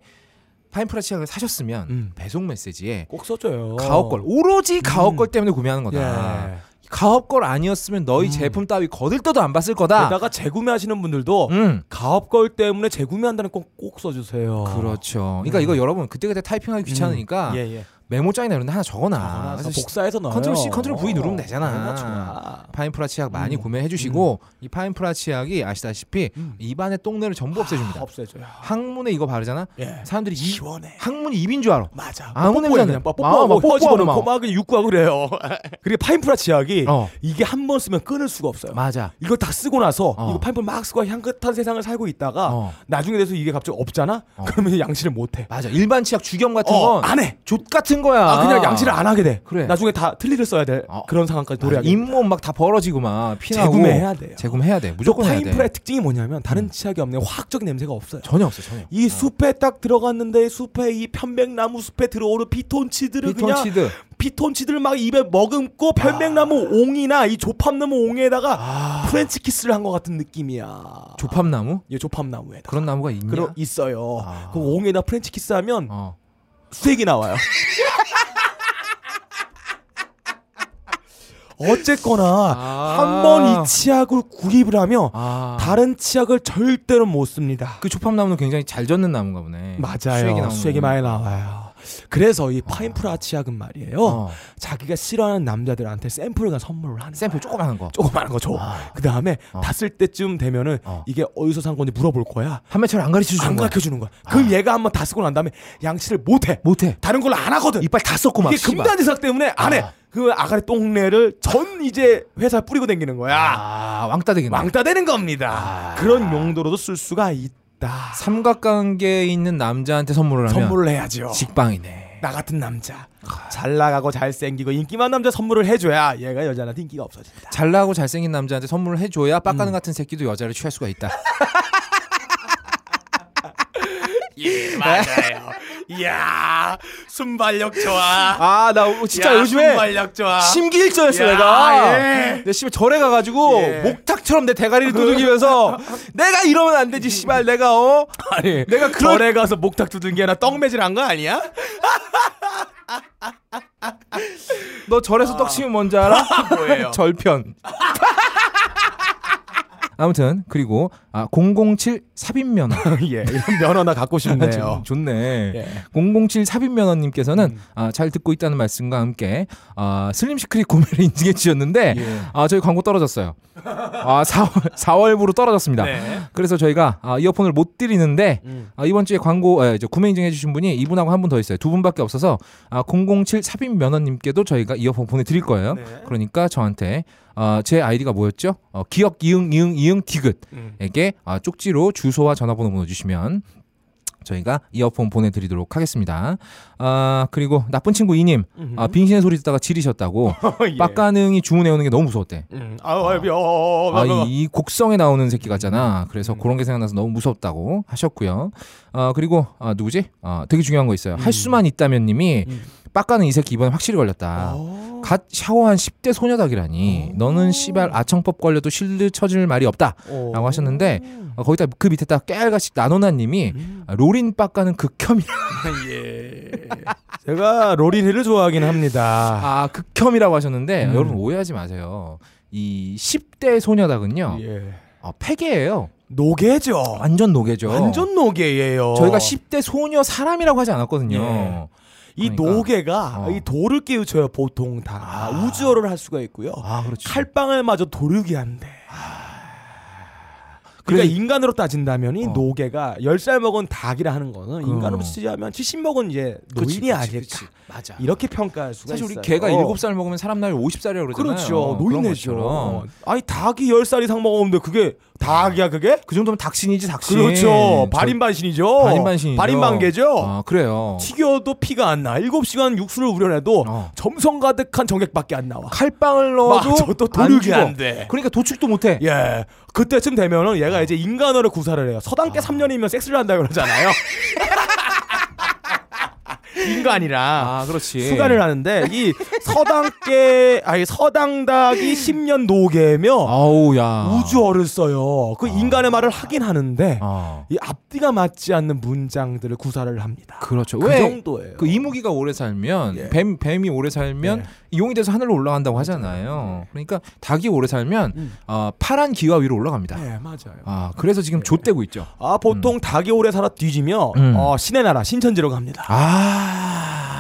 [SPEAKER 1] 파인프라 치약을 사셨으면
[SPEAKER 2] 음.
[SPEAKER 1] 배송 메시지에
[SPEAKER 2] 꼭 써줘요.
[SPEAKER 1] 가업걸 오로지 가업걸 때문에 구매하는 거다.
[SPEAKER 2] 예.
[SPEAKER 1] 가업걸 아니었으면 너희
[SPEAKER 2] 음.
[SPEAKER 1] 제품 따위 거들떠도 안 봤을 거다.
[SPEAKER 2] 게다가 재구매하시는 분들도
[SPEAKER 1] 음.
[SPEAKER 2] 가업걸 때문에 재구매한다는 건 꼭 써주세요.
[SPEAKER 1] 그렇죠. 그러니까
[SPEAKER 2] 음.
[SPEAKER 1] 이거 여러분 그때그때 타이핑하기 귀찮으니까
[SPEAKER 2] 예, 예.
[SPEAKER 1] 메모장에 내는데 하나 음. 적어놔.
[SPEAKER 2] 적어놔서
[SPEAKER 1] 그래서
[SPEAKER 2] 복사해서 넣어요.
[SPEAKER 1] 아, 컨트롤 C, 컨트롤 V 누르면 되잖아.
[SPEAKER 2] 얼마나 좋아.
[SPEAKER 1] 파인프라 치약 많이
[SPEAKER 2] 음.
[SPEAKER 1] 구매해 주시고 이 파인프라 치약이 아시다시피
[SPEAKER 2] 음.
[SPEAKER 1] 입안의 똥내를 전부 없애줍니다.
[SPEAKER 2] 아, 없애줘요.
[SPEAKER 1] 항문에 이거 바르잖아.
[SPEAKER 2] 예.
[SPEAKER 1] 사람들이 이
[SPEAKER 2] 시원해.
[SPEAKER 1] 항문이 입인 줄 알아.
[SPEAKER 2] 맞아.
[SPEAKER 1] 아무
[SPEAKER 2] 뽀뽀해,
[SPEAKER 1] 냄새나.
[SPEAKER 2] 그냥 막
[SPEAKER 1] 아,
[SPEAKER 2] 뽀뽀하고
[SPEAKER 1] 막 뽀뽀하고
[SPEAKER 2] 퍼지고
[SPEAKER 1] 막.
[SPEAKER 2] 막 그냥 육구하고 그래요. 그리고 파인프라 치약이
[SPEAKER 1] 어.
[SPEAKER 2] 이게 한 번 쓰면 끊을 수가 없어요.
[SPEAKER 1] 맞아.
[SPEAKER 2] 이걸 다 쓰고 나서
[SPEAKER 1] 어.
[SPEAKER 2] 이거 파인프라 막 쓰고 향긋한 세상을 살고 있다가
[SPEAKER 1] 어.
[SPEAKER 2] 나중에 돼서 이게 갑자기 없잖아.
[SPEAKER 1] 어.
[SPEAKER 2] 그러면 양치를 못 해.
[SPEAKER 1] 맞아. 일반 치약 주경 같은
[SPEAKER 2] 어,
[SPEAKER 1] 건
[SPEAKER 2] 안 해.
[SPEAKER 1] 족 같은 거야.
[SPEAKER 2] 아, 그냥 양치를 안 하게 돼.
[SPEAKER 1] 그래.
[SPEAKER 2] 나중에 다 틀니를 써야 돼.
[SPEAKER 1] 어.
[SPEAKER 2] 그런 상황까지
[SPEAKER 1] 맞아.
[SPEAKER 2] 노래하기.
[SPEAKER 1] 잇몸 막 다 벌어지고 막 피나고
[SPEAKER 2] 재구매해야 돼요.
[SPEAKER 1] 재구매해야 돼. 무조건 해야 돼. 음.
[SPEAKER 2] 파인프라의 특징이 뭐냐면 다른 치약이 없는 화학적인 냄새가 없어요.
[SPEAKER 1] 전혀 없어. 전혀.
[SPEAKER 2] 이 숲에 딱 들어갔는데 숲에 이 편백나무 숲에 들어오는 피톤치드를 그냥
[SPEAKER 1] 비톤치드.
[SPEAKER 2] 피톤치드를 막 입에 머금고 편백나무 옹이나 이 조팝나무 옹에다가
[SPEAKER 1] 아.
[SPEAKER 2] 프렌치 키스를 한 것 같은 느낌이야.
[SPEAKER 1] 조팝나무?
[SPEAKER 2] 예, 조팝나무에다.
[SPEAKER 1] 그런 나무가 있냐?
[SPEAKER 2] 그러 있어요.
[SPEAKER 1] 아.
[SPEAKER 2] 그 옹에다 프렌치 키스하면
[SPEAKER 1] 어.
[SPEAKER 2] 수액이 나와요. 어쨌거나
[SPEAKER 1] 아.
[SPEAKER 2] 한 번 이 치약을 구입을 하며
[SPEAKER 1] 아.
[SPEAKER 2] 다른 치약을 절대로 못 씁니다.
[SPEAKER 1] 그 조팝나무는 굉장히 잘 젖는 나무인가 보네. 수액이
[SPEAKER 2] 맞아요.
[SPEAKER 1] 나오는
[SPEAKER 2] 수액이
[SPEAKER 1] 거구나.
[SPEAKER 2] 많이 나와요. 그래서 이 파인프라 치약은 말이에요.
[SPEAKER 1] 어.
[SPEAKER 2] 자기가 싫어하는 남자들한테 샘플을 그냥 선물을 하는
[SPEAKER 1] 샘플
[SPEAKER 2] 거야.
[SPEAKER 1] 조그만한 거.
[SPEAKER 2] 조그마한 거 줘.
[SPEAKER 1] 아.
[SPEAKER 2] 그 다음에
[SPEAKER 1] 어.
[SPEAKER 2] 다 쓸 때쯤 되면은
[SPEAKER 1] 어.
[SPEAKER 2] 이게 어디서 산 건지 물어볼 거야.
[SPEAKER 1] 한매처럼 안 가르쳐 주는
[SPEAKER 2] 안
[SPEAKER 1] 거야. 아.
[SPEAKER 2] 가르쳐 주는 거야. 그럼 얘가 한번 다 쓰고 난 다음에 양치를 못 해.
[SPEAKER 1] 못해.
[SPEAKER 2] 다른 걸로 안 하거든.
[SPEAKER 1] 이빨 다 썩고 막.
[SPEAKER 2] 이게
[SPEAKER 1] 씨발.
[SPEAKER 2] 금단지석 때문에 안 해.
[SPEAKER 1] 아.
[SPEAKER 2] 그 아가리 똥내를 전 이제 회사 뿌리고 다니는 거야.
[SPEAKER 1] 아 왕따 되겠네.
[SPEAKER 2] 왕따 되는 겁니다. 그런 용도로도 쓸 수가 있다.
[SPEAKER 1] 삼각관계에 있는 남자한테 선물을 하면
[SPEAKER 2] 선물을 해야죠.
[SPEAKER 1] 직방이네.
[SPEAKER 2] 나 같은 남자 잘 나가고 잘 생기고 인기 많은 남자 선물을 해줘야 얘가 여자한테 음. 인기가 없어진다.
[SPEAKER 1] 잘나고 잘생긴 남자한테 선물을 해줘야 빡가는 같은 새끼도 여자를 취할 수가 있다.
[SPEAKER 2] 맞아요. 이야 순발력 좋아.
[SPEAKER 1] 아 나 진짜
[SPEAKER 2] 야,
[SPEAKER 1] 요즘에
[SPEAKER 2] 순발력 좋아.
[SPEAKER 1] 심기일전했어
[SPEAKER 2] 야,
[SPEAKER 1] 내가.
[SPEAKER 2] 예.
[SPEAKER 1] 내 씨발 절에 가가지고
[SPEAKER 2] 예.
[SPEAKER 1] 목탁처럼 내 대가리를 두들기면서 내가 이러면 안 되지 씨발 내가 어
[SPEAKER 2] 아니
[SPEAKER 1] 내가 그런
[SPEAKER 2] 절에 가서 목탁 두든 게 아니라 떡 매질한 거 아니야?
[SPEAKER 1] 너 절에서 떡치면 뭔지 알아?
[SPEAKER 2] 뭐예요?
[SPEAKER 1] 절편. 아무튼 그리고 아, 007 삽입 면허.
[SPEAKER 2] 아,
[SPEAKER 4] 예, 이런 면허나 갖고 싶네요.
[SPEAKER 1] 좋네.
[SPEAKER 4] 예.
[SPEAKER 1] 007 삽입 면허님께서는
[SPEAKER 2] 음.
[SPEAKER 1] 아, 잘 듣고 있다는 말씀과 함께 아, 슬림 시크릿 구매를 인증해 주셨는데
[SPEAKER 4] 예.
[SPEAKER 1] 아, 저희 광고 떨어졌어요. 아, 4월 4월부로 떨어졌습니다.
[SPEAKER 2] 네.
[SPEAKER 1] 그래서 저희가 아, 이어폰을 못 드리는데 아, 이번 주에 광고 아, 이제 구매 인증해 주신 분이 이분하고 한 분 더 있어요. 두 분밖에 없어서 아, 007 삽입 면허님께도 저희가 이어폰 보내드릴 거예요.
[SPEAKER 2] 네.
[SPEAKER 1] 그러니까 저한테 어, 제 아이디가 뭐였죠? 어, 기억 이응 이응 이응
[SPEAKER 2] 음.
[SPEAKER 1] 디귿에게 아, 쪽지로 주소와 전화번호 보내주시면 저희가 이어폰 보내드리도록 하겠습니다. 아 그리고 나쁜 친구 이님
[SPEAKER 2] 음.
[SPEAKER 1] 아, 빙신의 소리 듣다가 지리셨다고
[SPEAKER 4] 예.
[SPEAKER 1] 빡가능이 주문해 오는 게 너무 무서웠대.
[SPEAKER 2] 음. 아유 아유 어,
[SPEAKER 1] 아, 이, 이 곡성에 나오는 새끼 같잖아. 그래서 그런 게 생각나서 너무 무섭다고 하셨고요. 아, 그리고 아, 누구지? 아, 되게 중요한 거 있어요. 할 수만 있다면 님이 빡가는 이 새끼 이번에 확실히 걸렸다.
[SPEAKER 2] 어.
[SPEAKER 1] 갓 샤워한 10대 소녀닭이라니. 너는 씨발 아청법 걸려도 실드 쳐줄 말이 없다.
[SPEAKER 2] 어.
[SPEAKER 1] 라고 하셨는데 어, 거기다 그 밑에다 깨알같이 나노나 님이 아, 로린 빡가는 극혐이라.
[SPEAKER 2] 예.
[SPEAKER 4] 제가 로리를 좋아하긴 합니다.
[SPEAKER 1] 아, 극혐이라고 하셨는데
[SPEAKER 4] 음.
[SPEAKER 1] 여러분 오해하지 마세요. 이 10대 소녀닭은요.
[SPEAKER 4] 예.
[SPEAKER 1] 어, 폐계예요.
[SPEAKER 2] 노계죠.
[SPEAKER 1] 완전 노계죠.
[SPEAKER 2] 완전 노계예요.
[SPEAKER 1] 저희가 10대 소녀 사람이라고 하지 않았거든요.
[SPEAKER 2] 예. 이
[SPEAKER 1] 그러니까.
[SPEAKER 2] 노계가
[SPEAKER 1] 어.
[SPEAKER 2] 이 돌을 깨우쳐요 보통 다 아, 우주어를 할 수가 있고요.
[SPEAKER 1] 아, 그렇죠.
[SPEAKER 2] 칼방을 마저 도르게 한대.
[SPEAKER 1] 아.
[SPEAKER 2] 그러니까
[SPEAKER 1] 그래.
[SPEAKER 2] 인간으로 따진다면 이
[SPEAKER 1] 어.
[SPEAKER 2] 노계가 10살 먹은 닭이라 하는 거는 인간으로 치자면 70 먹은 이제
[SPEAKER 1] 그치, 그치,
[SPEAKER 2] 노인이 아닐까.
[SPEAKER 1] 그치. 맞아.
[SPEAKER 2] 이렇게 평가할 수가
[SPEAKER 1] 사실
[SPEAKER 2] 있어요.
[SPEAKER 1] 우리 개가
[SPEAKER 2] 어.
[SPEAKER 1] 7살 먹으면 사람 나이 50살이라고 그러잖아요.
[SPEAKER 2] 그렇죠.
[SPEAKER 1] 그런
[SPEAKER 2] 노인네죠.
[SPEAKER 1] 것처럼.
[SPEAKER 2] 아니 닭이 10살 이상 먹었는데 그게 닭이야 그게?
[SPEAKER 1] 그 정도면 닥신이지 닥신.
[SPEAKER 2] 그렇죠.
[SPEAKER 1] 저-
[SPEAKER 2] 발인반신이죠.
[SPEAKER 1] 어. 발인반신이죠.
[SPEAKER 2] 발인반개죠.
[SPEAKER 1] 아, 그래요.
[SPEAKER 2] 어. 튀겨도 피가 안 나. 7시간 육수를 우려내도
[SPEAKER 1] 어.
[SPEAKER 2] 점성 가득한 정액밖에 안 나와.
[SPEAKER 1] 칼빵을 넣어도
[SPEAKER 2] 맞아, 또
[SPEAKER 1] 안
[SPEAKER 2] 도륙이
[SPEAKER 1] 죽어.
[SPEAKER 2] 안 돼.
[SPEAKER 1] 그러니까 도축도 못 해.
[SPEAKER 2] 예. 그때쯤 되면은 얘가 이제 인간으로 구사를 해요. 서당께
[SPEAKER 1] 아.
[SPEAKER 2] 3년이면 섹스를 한다 그러잖아요. 인간이라.
[SPEAKER 1] 아, 그렇지.
[SPEAKER 2] 수간을 하는데 이 서당께 아니 서당닭이 10년 노계며
[SPEAKER 1] 음. 아우 야.
[SPEAKER 2] 우주어를 써요. 그 인간의 말을 하긴 하는데
[SPEAKER 1] 아.
[SPEAKER 2] 이 앞뒤가 맞지 않는 문장들을 구사를 합니다.
[SPEAKER 1] 그렇죠. 예.
[SPEAKER 2] 그
[SPEAKER 1] 왜?
[SPEAKER 2] 정도예요.
[SPEAKER 1] 그 이무기가 오래 살면 뱀 뱀이 오래 살면 용이 돼서 하늘로 올라간다고 하잖아요. 그러니까 닭이 오래 살면 어, 파란 기와 위로 올라갑니다.
[SPEAKER 2] 네, 맞아요.
[SPEAKER 1] 아 그래서 지금 좆대고 있죠.
[SPEAKER 2] 아 보통 닭이 오래 살아 뒤지며
[SPEAKER 1] 음.
[SPEAKER 2] 어, 신의 나라 신천지로 갑니다.
[SPEAKER 1] 아,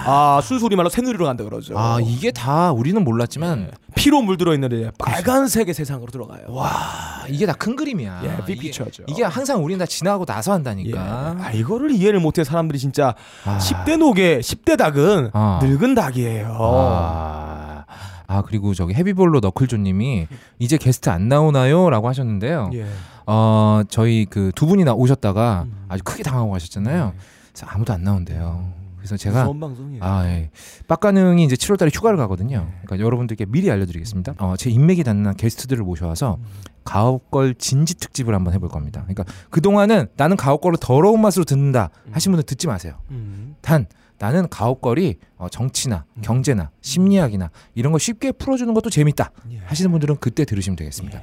[SPEAKER 2] 아 순수리 말로 새누리로 간다 그러죠.
[SPEAKER 1] 아 네. 이게 다 우리는 몰랐지만
[SPEAKER 2] 피로 물들어 있는 이제 빨간색의 세상으로 들어가요.
[SPEAKER 1] 아, 이게 다 큰 그림이야.
[SPEAKER 2] 예, 빅
[SPEAKER 1] 이게,
[SPEAKER 2] 피처죠.
[SPEAKER 1] 이게 항상 우리는 다 지나고 나서
[SPEAKER 2] 예.
[SPEAKER 1] 한다니까.
[SPEAKER 2] 아 이거를 이해를 못해 사람들이 진짜
[SPEAKER 1] 아.
[SPEAKER 2] 10대 노게 10대 닭은
[SPEAKER 1] 아.
[SPEAKER 2] 늙은 닭이에요.
[SPEAKER 1] 어. 아, 아 그리고 저기 헤비볼로 너클조님이 이제 게스트 안 나오나요?라고 하셨는데요.
[SPEAKER 2] 예.
[SPEAKER 1] 어 저희 그 두 분이 나 오셨다가 아주 크게 당하고 가셨잖아요. 그래서 아무도 안 나온대요. 그래서 제가
[SPEAKER 2] 무서운 방송이에요.
[SPEAKER 1] 아, 예. 빡가능이 이제 7월달에 휴가를 가거든요. 그러니까 여러분들께 미리 알려드리겠습니다. 어, 제 인맥이 닿는 게스트들을 모셔와서 가옥걸 진지 특집을 한번 해볼 겁니다. 그러니까 그 동안은 나는 가옥걸을 더러운 맛으로 듣는다 하신 분들 듣지 마세요.
[SPEAKER 2] 음.
[SPEAKER 1] 단 나는 가옥걸이 어, 정치나 경제나 심리학이나 이런 걸 쉽게 풀어주는 것도 재밌다
[SPEAKER 2] 예.
[SPEAKER 1] 하시는 분들은 그때 들으시면 되겠습니다.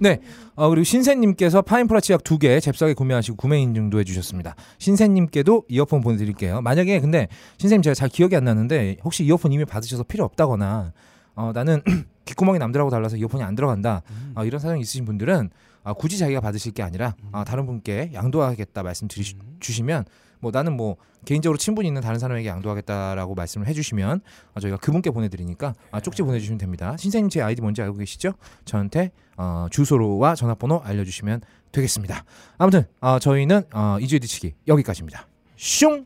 [SPEAKER 1] 네, 어, 그리고 신세님께서 파인프라치 약 두 개 잽싸게 구매하시고 구매 인증도 해주셨습니다. 신세님께도 이어폰 보내드릴게요. 만약에 근데 신세님 제가 잘 기억이 안 나는데 혹시 이어폰 이미 받으셔서 필요 없다거나 어, 나는 귓구멍이 남들하고 달라서 이어폰이 안 들어간다 어, 이런 사정이 있으신 분들은 아, 굳이 자기가 받으실 게 아니라 아, 다른 분께 양도하겠다 말씀 드리, 주시면 뭐 나는 뭐 개인적으로 친분이 있는 다른 사람에게 양도하겠다라고 말씀을 해주시면 아, 저희가 그분께 보내드리니까 아, 쪽지 보내주시면 됩니다. 신세님 제 아이디 뭔지 알고 계시죠? 저한테 어, 주소로와 전화번호 알려주시면 되겠습니다. 아무튼 아, 저희는 어, 2주의 뒤치기 여기까지입니다. 슝!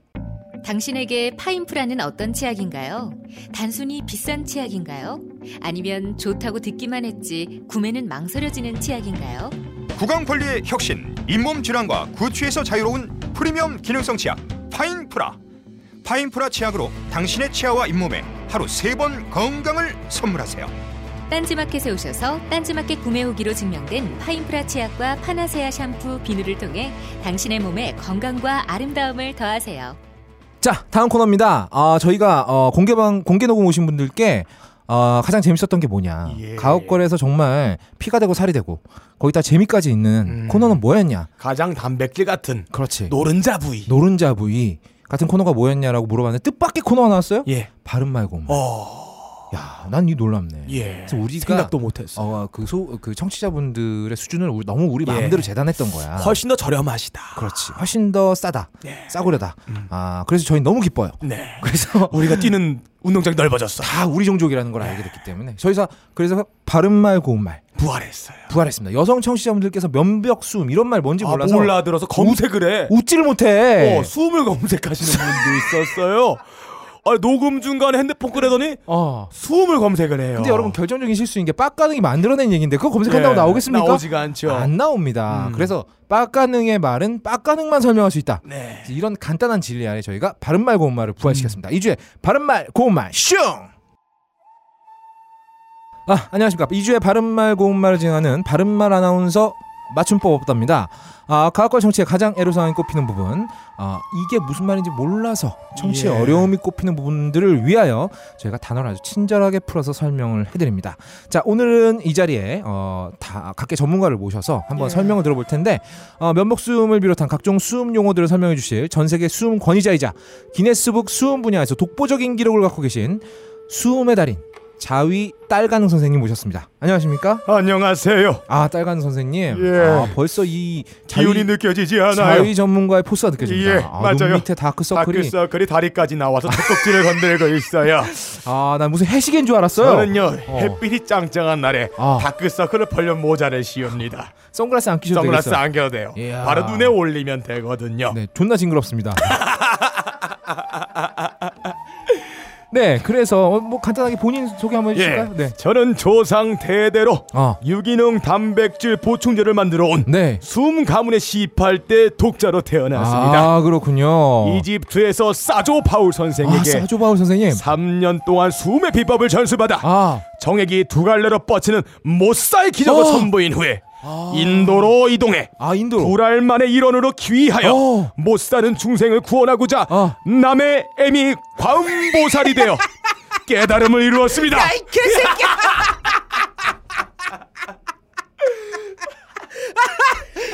[SPEAKER 3] 당신에게 파인프라는 어떤 치약인가요? 단순히 비싼 치약인가요? 아니면 좋다고 듣기만 했지 구매는 망설여지는 치약인가요?
[SPEAKER 5] 구강 관리의 혁신, 잇몸 질환과 구취에서 자유로운 프리미엄 기능성 치약 파인프라. 파인프라 치약으로 당신의 치아와 잇몸에 하루 세 번 건강을 선물하세요.
[SPEAKER 6] 딴지마켓에 오셔서 딴지마켓 구매 후기로 증명된 파인프라 치약과 파나세아 샴푸, 비누를 통해 당신의 몸에 건강과 아름다움을 더하세요.
[SPEAKER 1] 자, 다음 코너입니다. 아, 저희가 어, 공개방 공개 녹음 오신 분들께 어, 가장 재밌었던 게 뭐냐?
[SPEAKER 2] 예.
[SPEAKER 1] 가옥걸에서 정말 피가 되고 살이 되고 거기다 재미까지 있는
[SPEAKER 2] 음.
[SPEAKER 1] 코너는 뭐였냐?
[SPEAKER 2] 가장 단백질 같은
[SPEAKER 1] 그렇지.
[SPEAKER 2] 노른자 부위.
[SPEAKER 1] 예. 노른자 부위 같은 코너가 뭐였냐라고 물어봤는데 뜻밖의 코너가 나왔어요?
[SPEAKER 2] 예.
[SPEAKER 1] 발음 말고. 뭐.
[SPEAKER 2] 어.
[SPEAKER 1] 야, 난 이 놀랍네.
[SPEAKER 2] 예.
[SPEAKER 1] 그래서 우리가
[SPEAKER 7] 생각도 못했어.
[SPEAKER 1] 어, 그, 소, 그 청취자분들의 수준을 우리- 너무 우리 마음대로
[SPEAKER 2] 예.
[SPEAKER 1] 재단했던 거야.
[SPEAKER 2] 훨씬 더 저렴하시다.
[SPEAKER 1] 아. 그렇지. 훨씬 더 싸다.
[SPEAKER 2] 예.
[SPEAKER 1] 싸구려다. 아, 그래서 저희 너무 기뻐요.
[SPEAKER 2] 네.
[SPEAKER 1] 그래서
[SPEAKER 2] 우리가 뛰는 운동장이 넓어졌어.
[SPEAKER 1] 다 우리 종족이라는 걸 알게 됐기
[SPEAKER 2] 예.
[SPEAKER 1] 때문에 저희가 그래서 바른말 고운말
[SPEAKER 2] 부활했어요.
[SPEAKER 1] 부활했습니다. 여성 청취자분들께서 면벽숨 이런 말 뭔지
[SPEAKER 2] 아,
[SPEAKER 1] 몰라서
[SPEAKER 2] 몰라 들어서 검색을 해.
[SPEAKER 1] 웃지를 못해.
[SPEAKER 2] 어, 숨을 검색하시는 분도 있었어요. 아, 녹음 중간에 핸드폰 끄려더니
[SPEAKER 1] 어.
[SPEAKER 2] 숨을 검색을 해요.
[SPEAKER 1] 근데 여러분 결정적인 실수인 게 빡가능이 만들어낸 얘기인데 그거 검색한다고
[SPEAKER 2] 어. 예,
[SPEAKER 1] 나오겠습니까?
[SPEAKER 2] 나오지가 않죠.
[SPEAKER 1] 안 나옵니다.
[SPEAKER 2] 음.
[SPEAKER 1] 그래서 빡가능의 말은 빡가능만 설명할 수 있다.
[SPEAKER 2] 네.
[SPEAKER 1] 이런 간단한 진리 아래 저희가 바른말 고운말을 부활시켰습니다. 이주의 바른말 고운말 슝! 아 안녕하십니까 이주의 바른말 고운말을 진행하는 바른말 아나운서 맞춤법 없답니다. 아 가학과 정치에 가장 애로사항이 꼽히는 부분 아 이게 무슨 말인지 몰라서 정치에
[SPEAKER 2] 예.
[SPEAKER 1] 어려움이 꼽히는 부분들을 위하여 저희가 단어를 아주 친절하게 풀어서 설명을 해드립니다. 자 오늘은 이 자리에 어, 다 각계 전문가를 모셔서 한번 설명을 들어볼 텐데 어, 면목수음을 비롯한 각종 수음 용어들을 설명해 주실 전 세계 수음 권위자이자 기네스북 수음 분야에서 독보적인 기록을 갖고 계신 수음의 달인 자위 딸가능 선생님 모셨습니다. 안녕하십니까?
[SPEAKER 2] 안녕하세요.
[SPEAKER 1] 아 딸가능 선생님,
[SPEAKER 2] 예.
[SPEAKER 1] 아, 벌써 이
[SPEAKER 2] 기운이
[SPEAKER 1] 자위,
[SPEAKER 2] 느껴지지 않아요.
[SPEAKER 1] 자위 전문가의 포스가 느껴집니다.
[SPEAKER 2] 예,
[SPEAKER 1] 아, 눈
[SPEAKER 2] 맞아요.
[SPEAKER 1] 밑에 다크 서클이
[SPEAKER 2] 다크서클이 다리까지 나와서 젖꼭지를 건들고 있어요.
[SPEAKER 1] 아난 무슨 해시계인 줄 알았어요.
[SPEAKER 2] 그 저는요
[SPEAKER 1] 어.
[SPEAKER 2] 햇빛이 짱짱한 날에
[SPEAKER 1] 아.
[SPEAKER 2] 다크서클을 벌려 모자를 씌웁니다.
[SPEAKER 1] 선글라스 안 끼셔도
[SPEAKER 2] 선글라스
[SPEAKER 1] 되겠어요.
[SPEAKER 2] 안 껴도 돼요.
[SPEAKER 1] 이야.
[SPEAKER 2] 바로 눈에 올리면 되거든요.
[SPEAKER 1] 네, 존나 징그럽습니다. 네, 그래서 어, 뭐 간단하게 본인 소개 한번
[SPEAKER 2] 예,
[SPEAKER 1] 해주실까요? 네.
[SPEAKER 2] 저는 조상 대대로
[SPEAKER 1] 아,
[SPEAKER 2] 유기농 단백질 보충제를 만들어 온
[SPEAKER 1] 네.
[SPEAKER 2] 숨 가문의 18대 독자로 태어났습니다.
[SPEAKER 1] 아, 그렇군요.
[SPEAKER 2] 이집트에서 사조 바울
[SPEAKER 1] 아,
[SPEAKER 2] 선생에게
[SPEAKER 1] 사조바울 선생님.
[SPEAKER 2] 3년 동안 숨의 비법을 전수받아
[SPEAKER 1] 아,
[SPEAKER 2] 정액이 두 갈래로 뻗치는 모사의 기적을
[SPEAKER 1] 어.
[SPEAKER 2] 선보인 후에 인도로 이동해
[SPEAKER 1] 아, 인도로.
[SPEAKER 2] 불알만의 일원으로 귀하여
[SPEAKER 1] 어.
[SPEAKER 2] 못 사는 중생을 구원하고자
[SPEAKER 1] 어.
[SPEAKER 2] 남의 애미 과음보살이 되어 깨달음을 이루었습니다.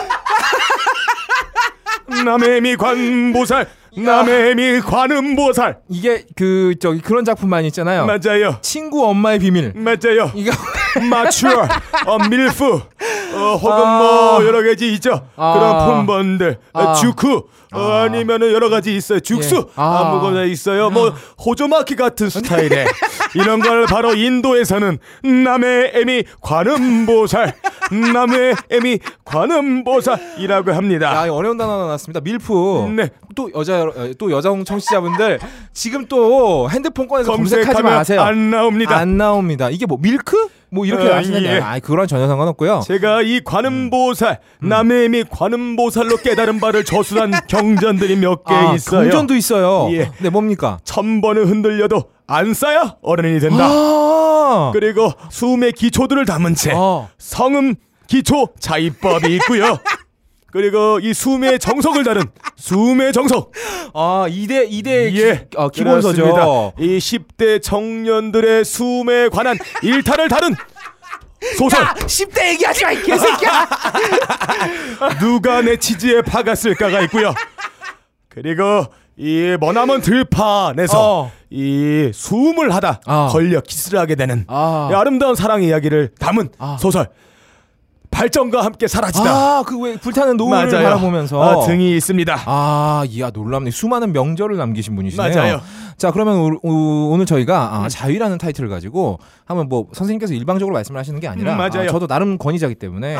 [SPEAKER 2] 남의 애미 관보살, 남의 애미 관음보살
[SPEAKER 1] 이게 그 저기 그런 작품 많이 있잖아요.
[SPEAKER 2] 맞아요, 음.
[SPEAKER 1] 친구 엄마의 비밀.
[SPEAKER 2] 맞아요.
[SPEAKER 1] 이거
[SPEAKER 2] 마추얼, 어, 밀프, 어, 혹은
[SPEAKER 1] 아.
[SPEAKER 2] 뭐 여러 가지 있죠.
[SPEAKER 1] 아.
[SPEAKER 2] 그런 품번들,
[SPEAKER 1] 아.
[SPEAKER 2] 아. 주크, 어, 아. 니면은 여러 가지 있어요. 죽수
[SPEAKER 1] 예. 아.
[SPEAKER 2] 아무거나 있어요. 뭐 호조마키 같은 스타일의 이런 걸 바로 인도에서는 남의 애미 관음보살, 남의 애미 관음보살이라고 합니다.
[SPEAKER 1] 아, 어려운 단어가 나왔습니다. 밀프.
[SPEAKER 2] 네.
[SPEAKER 1] 또 여자 어, 또 여성 청취자분들 지금 또 핸드폰 꺼내서 검색하지
[SPEAKER 2] 검색하면
[SPEAKER 1] 마세요.
[SPEAKER 2] 안 나옵니다.
[SPEAKER 1] 안 나옵니다. 이게 뭐 밀크? 뭐 이렇게
[SPEAKER 2] 어,
[SPEAKER 1] 하시는데
[SPEAKER 2] 예.
[SPEAKER 1] 아, 그런 전혀 상관없고요.
[SPEAKER 2] 제가 이 관음보살 남의 애미 관음보살로 깨달은 바를 저술한 경전들이 몇 개
[SPEAKER 1] 아,
[SPEAKER 2] 있어요.
[SPEAKER 1] 경전도 있어요.
[SPEAKER 2] 예.
[SPEAKER 1] 네, 뭡니까?
[SPEAKER 2] 천 번을 흔들려도 안 싸야 어른이 된다.
[SPEAKER 1] 아!
[SPEAKER 2] 그리고 수음의 기초들을 담은 채
[SPEAKER 1] 어.
[SPEAKER 2] 성음 기초 자입법이 있고요. 그리고 이 수음의 정석을 다룬 수음의 정석.
[SPEAKER 1] 아, 2대 2대
[SPEAKER 2] 예.
[SPEAKER 1] 아, 기본서죠.
[SPEAKER 2] 그렇습니다. 이 10대 청년들의 수음에 관한 일탈을 다룬 소설
[SPEAKER 1] 아, 10대 얘기하지 마, 이
[SPEAKER 2] 아.
[SPEAKER 1] 개새끼야.
[SPEAKER 2] 누가 내 치즈에 박았을까가 있고요. 그리고 이 머나먼 들판에서
[SPEAKER 1] 어.
[SPEAKER 2] 이 수음을 하다
[SPEAKER 1] 아.
[SPEAKER 2] 걸려 키스를 하게 되는
[SPEAKER 1] 아.
[SPEAKER 2] 이 아름다운 사랑 이야기를 담은
[SPEAKER 1] 아.
[SPEAKER 2] 소설 발전과 함께 사라지다.
[SPEAKER 1] 아, 그 왜 불타는 노을을 바라보면서
[SPEAKER 2] 아, 등이 있습니다.
[SPEAKER 1] 아, 이야 놀랍네. 수많은 명절을 남기신 분이시네요.
[SPEAKER 2] 맞아요. 음.
[SPEAKER 1] 자, 그러면 오, 늘 저희가 아, 자위라는 타이틀을 가지고 한번 뭐 선생님께서 일방적으로 말씀을 하시는 게 아니라
[SPEAKER 2] 음, 맞아요.
[SPEAKER 1] 아, 저도 나름 권위자기 때문에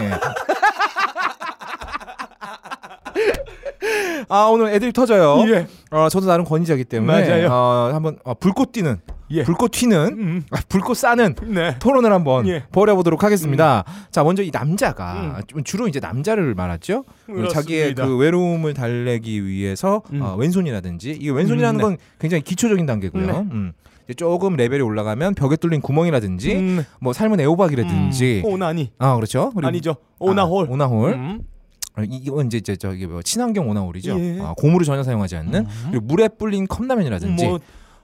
[SPEAKER 1] 아 오늘 애들이 터져요.
[SPEAKER 2] 예.
[SPEAKER 1] 어, 저도 나름 권위자기 때문에
[SPEAKER 2] 맞아요.
[SPEAKER 1] 어, 한번 어, 불꽃 튀는
[SPEAKER 2] 예.
[SPEAKER 1] 불꽃 튀는
[SPEAKER 2] 음.
[SPEAKER 1] 아, 불꽃 싸는
[SPEAKER 2] 네.
[SPEAKER 1] 토론을 한번
[SPEAKER 2] 예. 음.
[SPEAKER 1] 벌여보도록 하겠습니다. 자, 먼저 이 남자가 주로 이제 남자를 말하죠.
[SPEAKER 2] 그렇습니다.
[SPEAKER 1] 자기의 그 외로움을 달래기 위해서
[SPEAKER 2] 음.
[SPEAKER 1] 어, 왼손이라든지 이게 왼손이라는
[SPEAKER 2] 음, 네.
[SPEAKER 1] 건 굉장히 기초적인 단계고요. 음. 이제 조금 레벨이 올라가면 벽에 뚫린 구멍이라든지
[SPEAKER 2] 음.
[SPEAKER 1] 뭐 삶은 애호박이라든지
[SPEAKER 2] 오나니
[SPEAKER 1] 아 그렇죠 그리고-
[SPEAKER 2] 아니죠
[SPEAKER 1] 아,
[SPEAKER 2] 오나홀
[SPEAKER 1] 오나홀
[SPEAKER 2] 음.
[SPEAKER 1] 아, 이건 이제 이제 저기 뭐 친환경 오나홀이죠
[SPEAKER 2] 예. 음.
[SPEAKER 1] 아, 고무를 전혀 사용하지 않는 그리고 물에 불린 컵라면이라든지
[SPEAKER 2] 뭐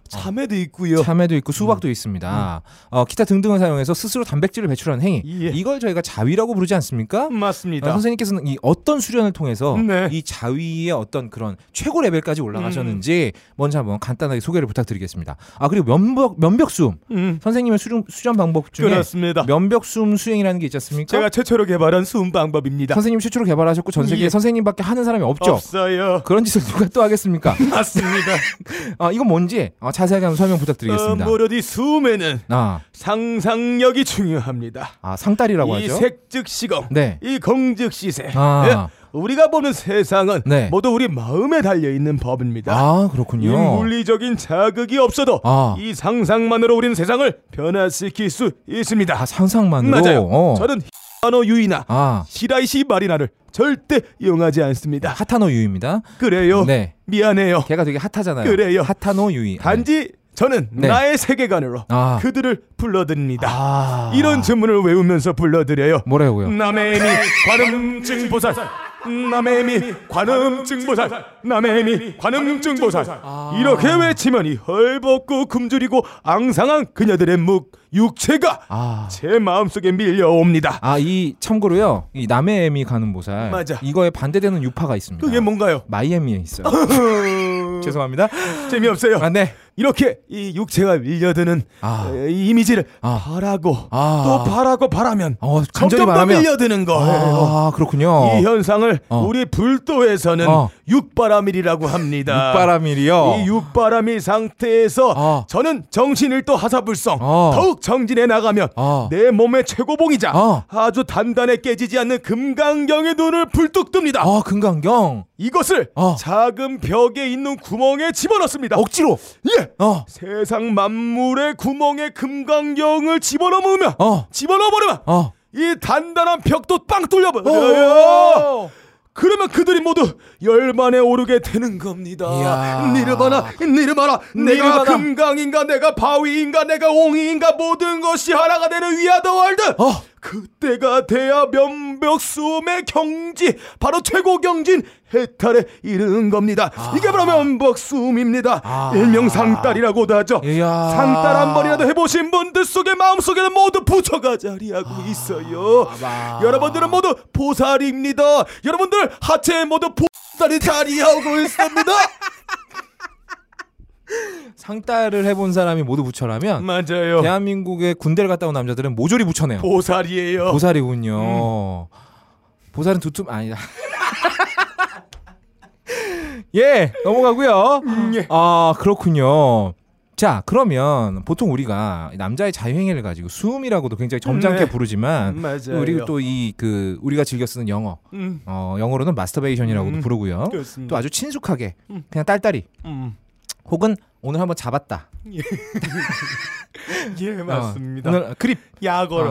[SPEAKER 2] 참외도 있고요 음.
[SPEAKER 1] 참외도 있고 수박도 있습니다. 어, 기타 등등을 사용해서 스스로 단백질을 배출하는 행위.
[SPEAKER 2] 예.
[SPEAKER 1] 이걸 저희가 자위라고 부르지 않습니까? 어,
[SPEAKER 2] 음, 맞습니다
[SPEAKER 1] 선생님께서는 이 어떤 수련을 통해서
[SPEAKER 2] 네.
[SPEAKER 1] 이 자위의 어떤 그런 최고 레벨까지 올라가셨는지
[SPEAKER 2] 음.
[SPEAKER 1] 먼저 한번 간단하게 소개를 부탁드리겠습니다. 아 그리고 면벽 면벽숨
[SPEAKER 2] 음.
[SPEAKER 1] 선생님의 수련, 수련 방법 중에
[SPEAKER 2] 그렇습니다
[SPEAKER 1] 면벽숨 수행이라는 게 있지 않습니까?
[SPEAKER 2] 제가 최초로 개발한 수음 방법입니다
[SPEAKER 1] 선생님 최초로 개발하셨고 전 세계 에
[SPEAKER 2] 예.
[SPEAKER 1] 선생님밖에 하는 사람이 없죠.
[SPEAKER 2] 없어요
[SPEAKER 1] 그런 짓을 누가 또 하겠습니까?
[SPEAKER 2] 맞습니다
[SPEAKER 1] 아 이건 뭔지 어, 자세하게 한번 설명 부탁드리겠습니다.
[SPEAKER 2] 아무래도 이 수음에는
[SPEAKER 1] 아,
[SPEAKER 2] 상상력이 중요합니다
[SPEAKER 1] 아 상다리라고
[SPEAKER 2] 이
[SPEAKER 1] 하죠.
[SPEAKER 2] 색즉시검
[SPEAKER 1] 네.
[SPEAKER 2] 이 공즉시세
[SPEAKER 1] 아.
[SPEAKER 2] 예? 우리가 보는 세상은
[SPEAKER 1] 네.
[SPEAKER 2] 모두 우리 마음에 달려있는 법입니다
[SPEAKER 1] 아
[SPEAKER 2] 이
[SPEAKER 1] 그렇군요.
[SPEAKER 2] 물리적인 자극이 없어도
[SPEAKER 1] 아.
[SPEAKER 2] 이 상상만으로 우리는 세상을 변화시킬 수 있습니다
[SPEAKER 1] 아 상상만으로.
[SPEAKER 2] 맞아요.
[SPEAKER 1] 어.
[SPEAKER 2] 저는 히라노 유이나
[SPEAKER 1] 아
[SPEAKER 2] 시라이시 마리나를 절대 이용하지 않습니다.
[SPEAKER 1] 하타노 유입니다.
[SPEAKER 2] 그래요.
[SPEAKER 1] 아. 네.
[SPEAKER 2] 미안해요.
[SPEAKER 1] 걔가 되게 핫하잖아요.
[SPEAKER 2] 그래요.
[SPEAKER 1] 하타노 유이.
[SPEAKER 2] 단지 저는
[SPEAKER 1] 네.
[SPEAKER 2] 나의 세계관으로
[SPEAKER 1] 아.
[SPEAKER 2] 그들을 불러드립니다.
[SPEAKER 1] 아
[SPEAKER 2] 이런 음. 주문을 외우면서 불러드려요.
[SPEAKER 1] 뭐라고요?
[SPEAKER 2] 남의 미 관음증 보살. 남의 미 관음증 보살. 남의 미 관음증 보살.
[SPEAKER 1] 아.
[SPEAKER 2] 이렇게 외치면 이 헐벗고 굶주리고 앙상한 그녀들의 묵 육체가
[SPEAKER 1] 아.
[SPEAKER 2] 제 마음속에 밀려옵니다.
[SPEAKER 1] 아 이 참고로요 이 남의 애미 가는 보살
[SPEAKER 2] 맞아.
[SPEAKER 1] 이거에 반대되는 유파가 있습니다.
[SPEAKER 2] 그게 뭐- 뭔가요?
[SPEAKER 1] 마이애미에 있어요. 죄송합니다.
[SPEAKER 2] 재미없어요.
[SPEAKER 1] 아네
[SPEAKER 2] 이렇게 이 육체가 밀려드는
[SPEAKER 1] 아.
[SPEAKER 2] 에, 이 이미지를
[SPEAKER 1] 아.
[SPEAKER 2] 바라고
[SPEAKER 1] 아.
[SPEAKER 2] 또 바라고 바라면
[SPEAKER 1] 어, 간절히
[SPEAKER 2] 점점 더
[SPEAKER 1] 바라면
[SPEAKER 2] 밀려드는 거예요.
[SPEAKER 1] 아 그렇군요.
[SPEAKER 2] 이 현상을
[SPEAKER 1] 어.
[SPEAKER 2] 우리 불도에서는
[SPEAKER 1] 어.
[SPEAKER 2] 육바람일이라고 합니다.
[SPEAKER 1] 육바람일이요.
[SPEAKER 2] 아. 이 육바람일 상태에서
[SPEAKER 1] 어.
[SPEAKER 2] 저는 정신을 또 하사불성
[SPEAKER 1] 어.
[SPEAKER 2] 더욱 정진해 나가면
[SPEAKER 1] 어.
[SPEAKER 2] 내 몸의 최고봉이자
[SPEAKER 1] 어.
[SPEAKER 2] 아주 단단해 깨지지 않는 금강경의 눈을 불뚝 뜹니다.
[SPEAKER 1] 아 금강경
[SPEAKER 2] 이것을
[SPEAKER 1] 어.
[SPEAKER 2] 작은 벽에 있는 구멍에 집어넣습니다.
[SPEAKER 1] 억지로
[SPEAKER 2] 예.
[SPEAKER 1] 어
[SPEAKER 2] 세상 만물의 구멍에 금강경을 집어넣으면
[SPEAKER 1] 어.
[SPEAKER 2] 집어넣어버리면
[SPEAKER 1] 어.
[SPEAKER 2] 이 단단한 벽도 빵 뚫려버려요.
[SPEAKER 1] 오.
[SPEAKER 2] 그러면 그들이 모두 열반에 오르게 되는 겁니다.
[SPEAKER 1] 이야.
[SPEAKER 2] 니르바나, 니르바나, 내가
[SPEAKER 1] 니르바나.
[SPEAKER 2] 금강인가, 내가 바위인가, 내가 옹이인가 모든 것이 하나가 되는 위아더 월드.
[SPEAKER 1] 어.
[SPEAKER 2] 그때가 돼야 면벽숨의 경지, 바로 최고 경진 해탈에 이르는 겁니다. 이게 바로 면벽숨입니다.
[SPEAKER 1] 아.
[SPEAKER 2] 일명 상달이라고도 하죠.
[SPEAKER 1] 이야.
[SPEAKER 2] 상달 한 번이라도 해보신 분들 속에 마음속에는 모두 부처가 자리하고
[SPEAKER 1] 아,
[SPEAKER 2] 있어요. 여러분들은 모두 보살입니다. 여러분들 하체에 모두 보살이 자리하고 있습니다.
[SPEAKER 1] 상달을 해본 사람이 모두 부처라면
[SPEAKER 2] 맞아요.
[SPEAKER 1] 대한민국의 군대를 갔다 온 남자들은 모조리 부처네요.
[SPEAKER 2] 음. 보살이에요. 음.
[SPEAKER 1] 보살이군요. 보살은 두툼 아니다. 예 넘어가고요.
[SPEAKER 2] 음, 예.
[SPEAKER 1] 아 그렇군요. 자 그러면 보통 우리가 남자의 자유행위를 가지고 수음이라고도 굉장히 점잖게
[SPEAKER 2] 네.
[SPEAKER 1] 부르지만
[SPEAKER 2] 맞아요.
[SPEAKER 1] 그리고 또 이 그 우리가 즐겨 쓰는 영어
[SPEAKER 2] 음.
[SPEAKER 1] 어, 영어로는 마스터베이션이라고도
[SPEAKER 2] 음.
[SPEAKER 1] 부르고요.
[SPEAKER 2] 그렇습니다.
[SPEAKER 1] 또 아주 친숙하게 그냥 딸딸이
[SPEAKER 2] 음.
[SPEAKER 1] 혹은 오늘 한번 잡았다.
[SPEAKER 2] 예 맞습니다.
[SPEAKER 1] 어, 오늘 그립
[SPEAKER 2] 약어로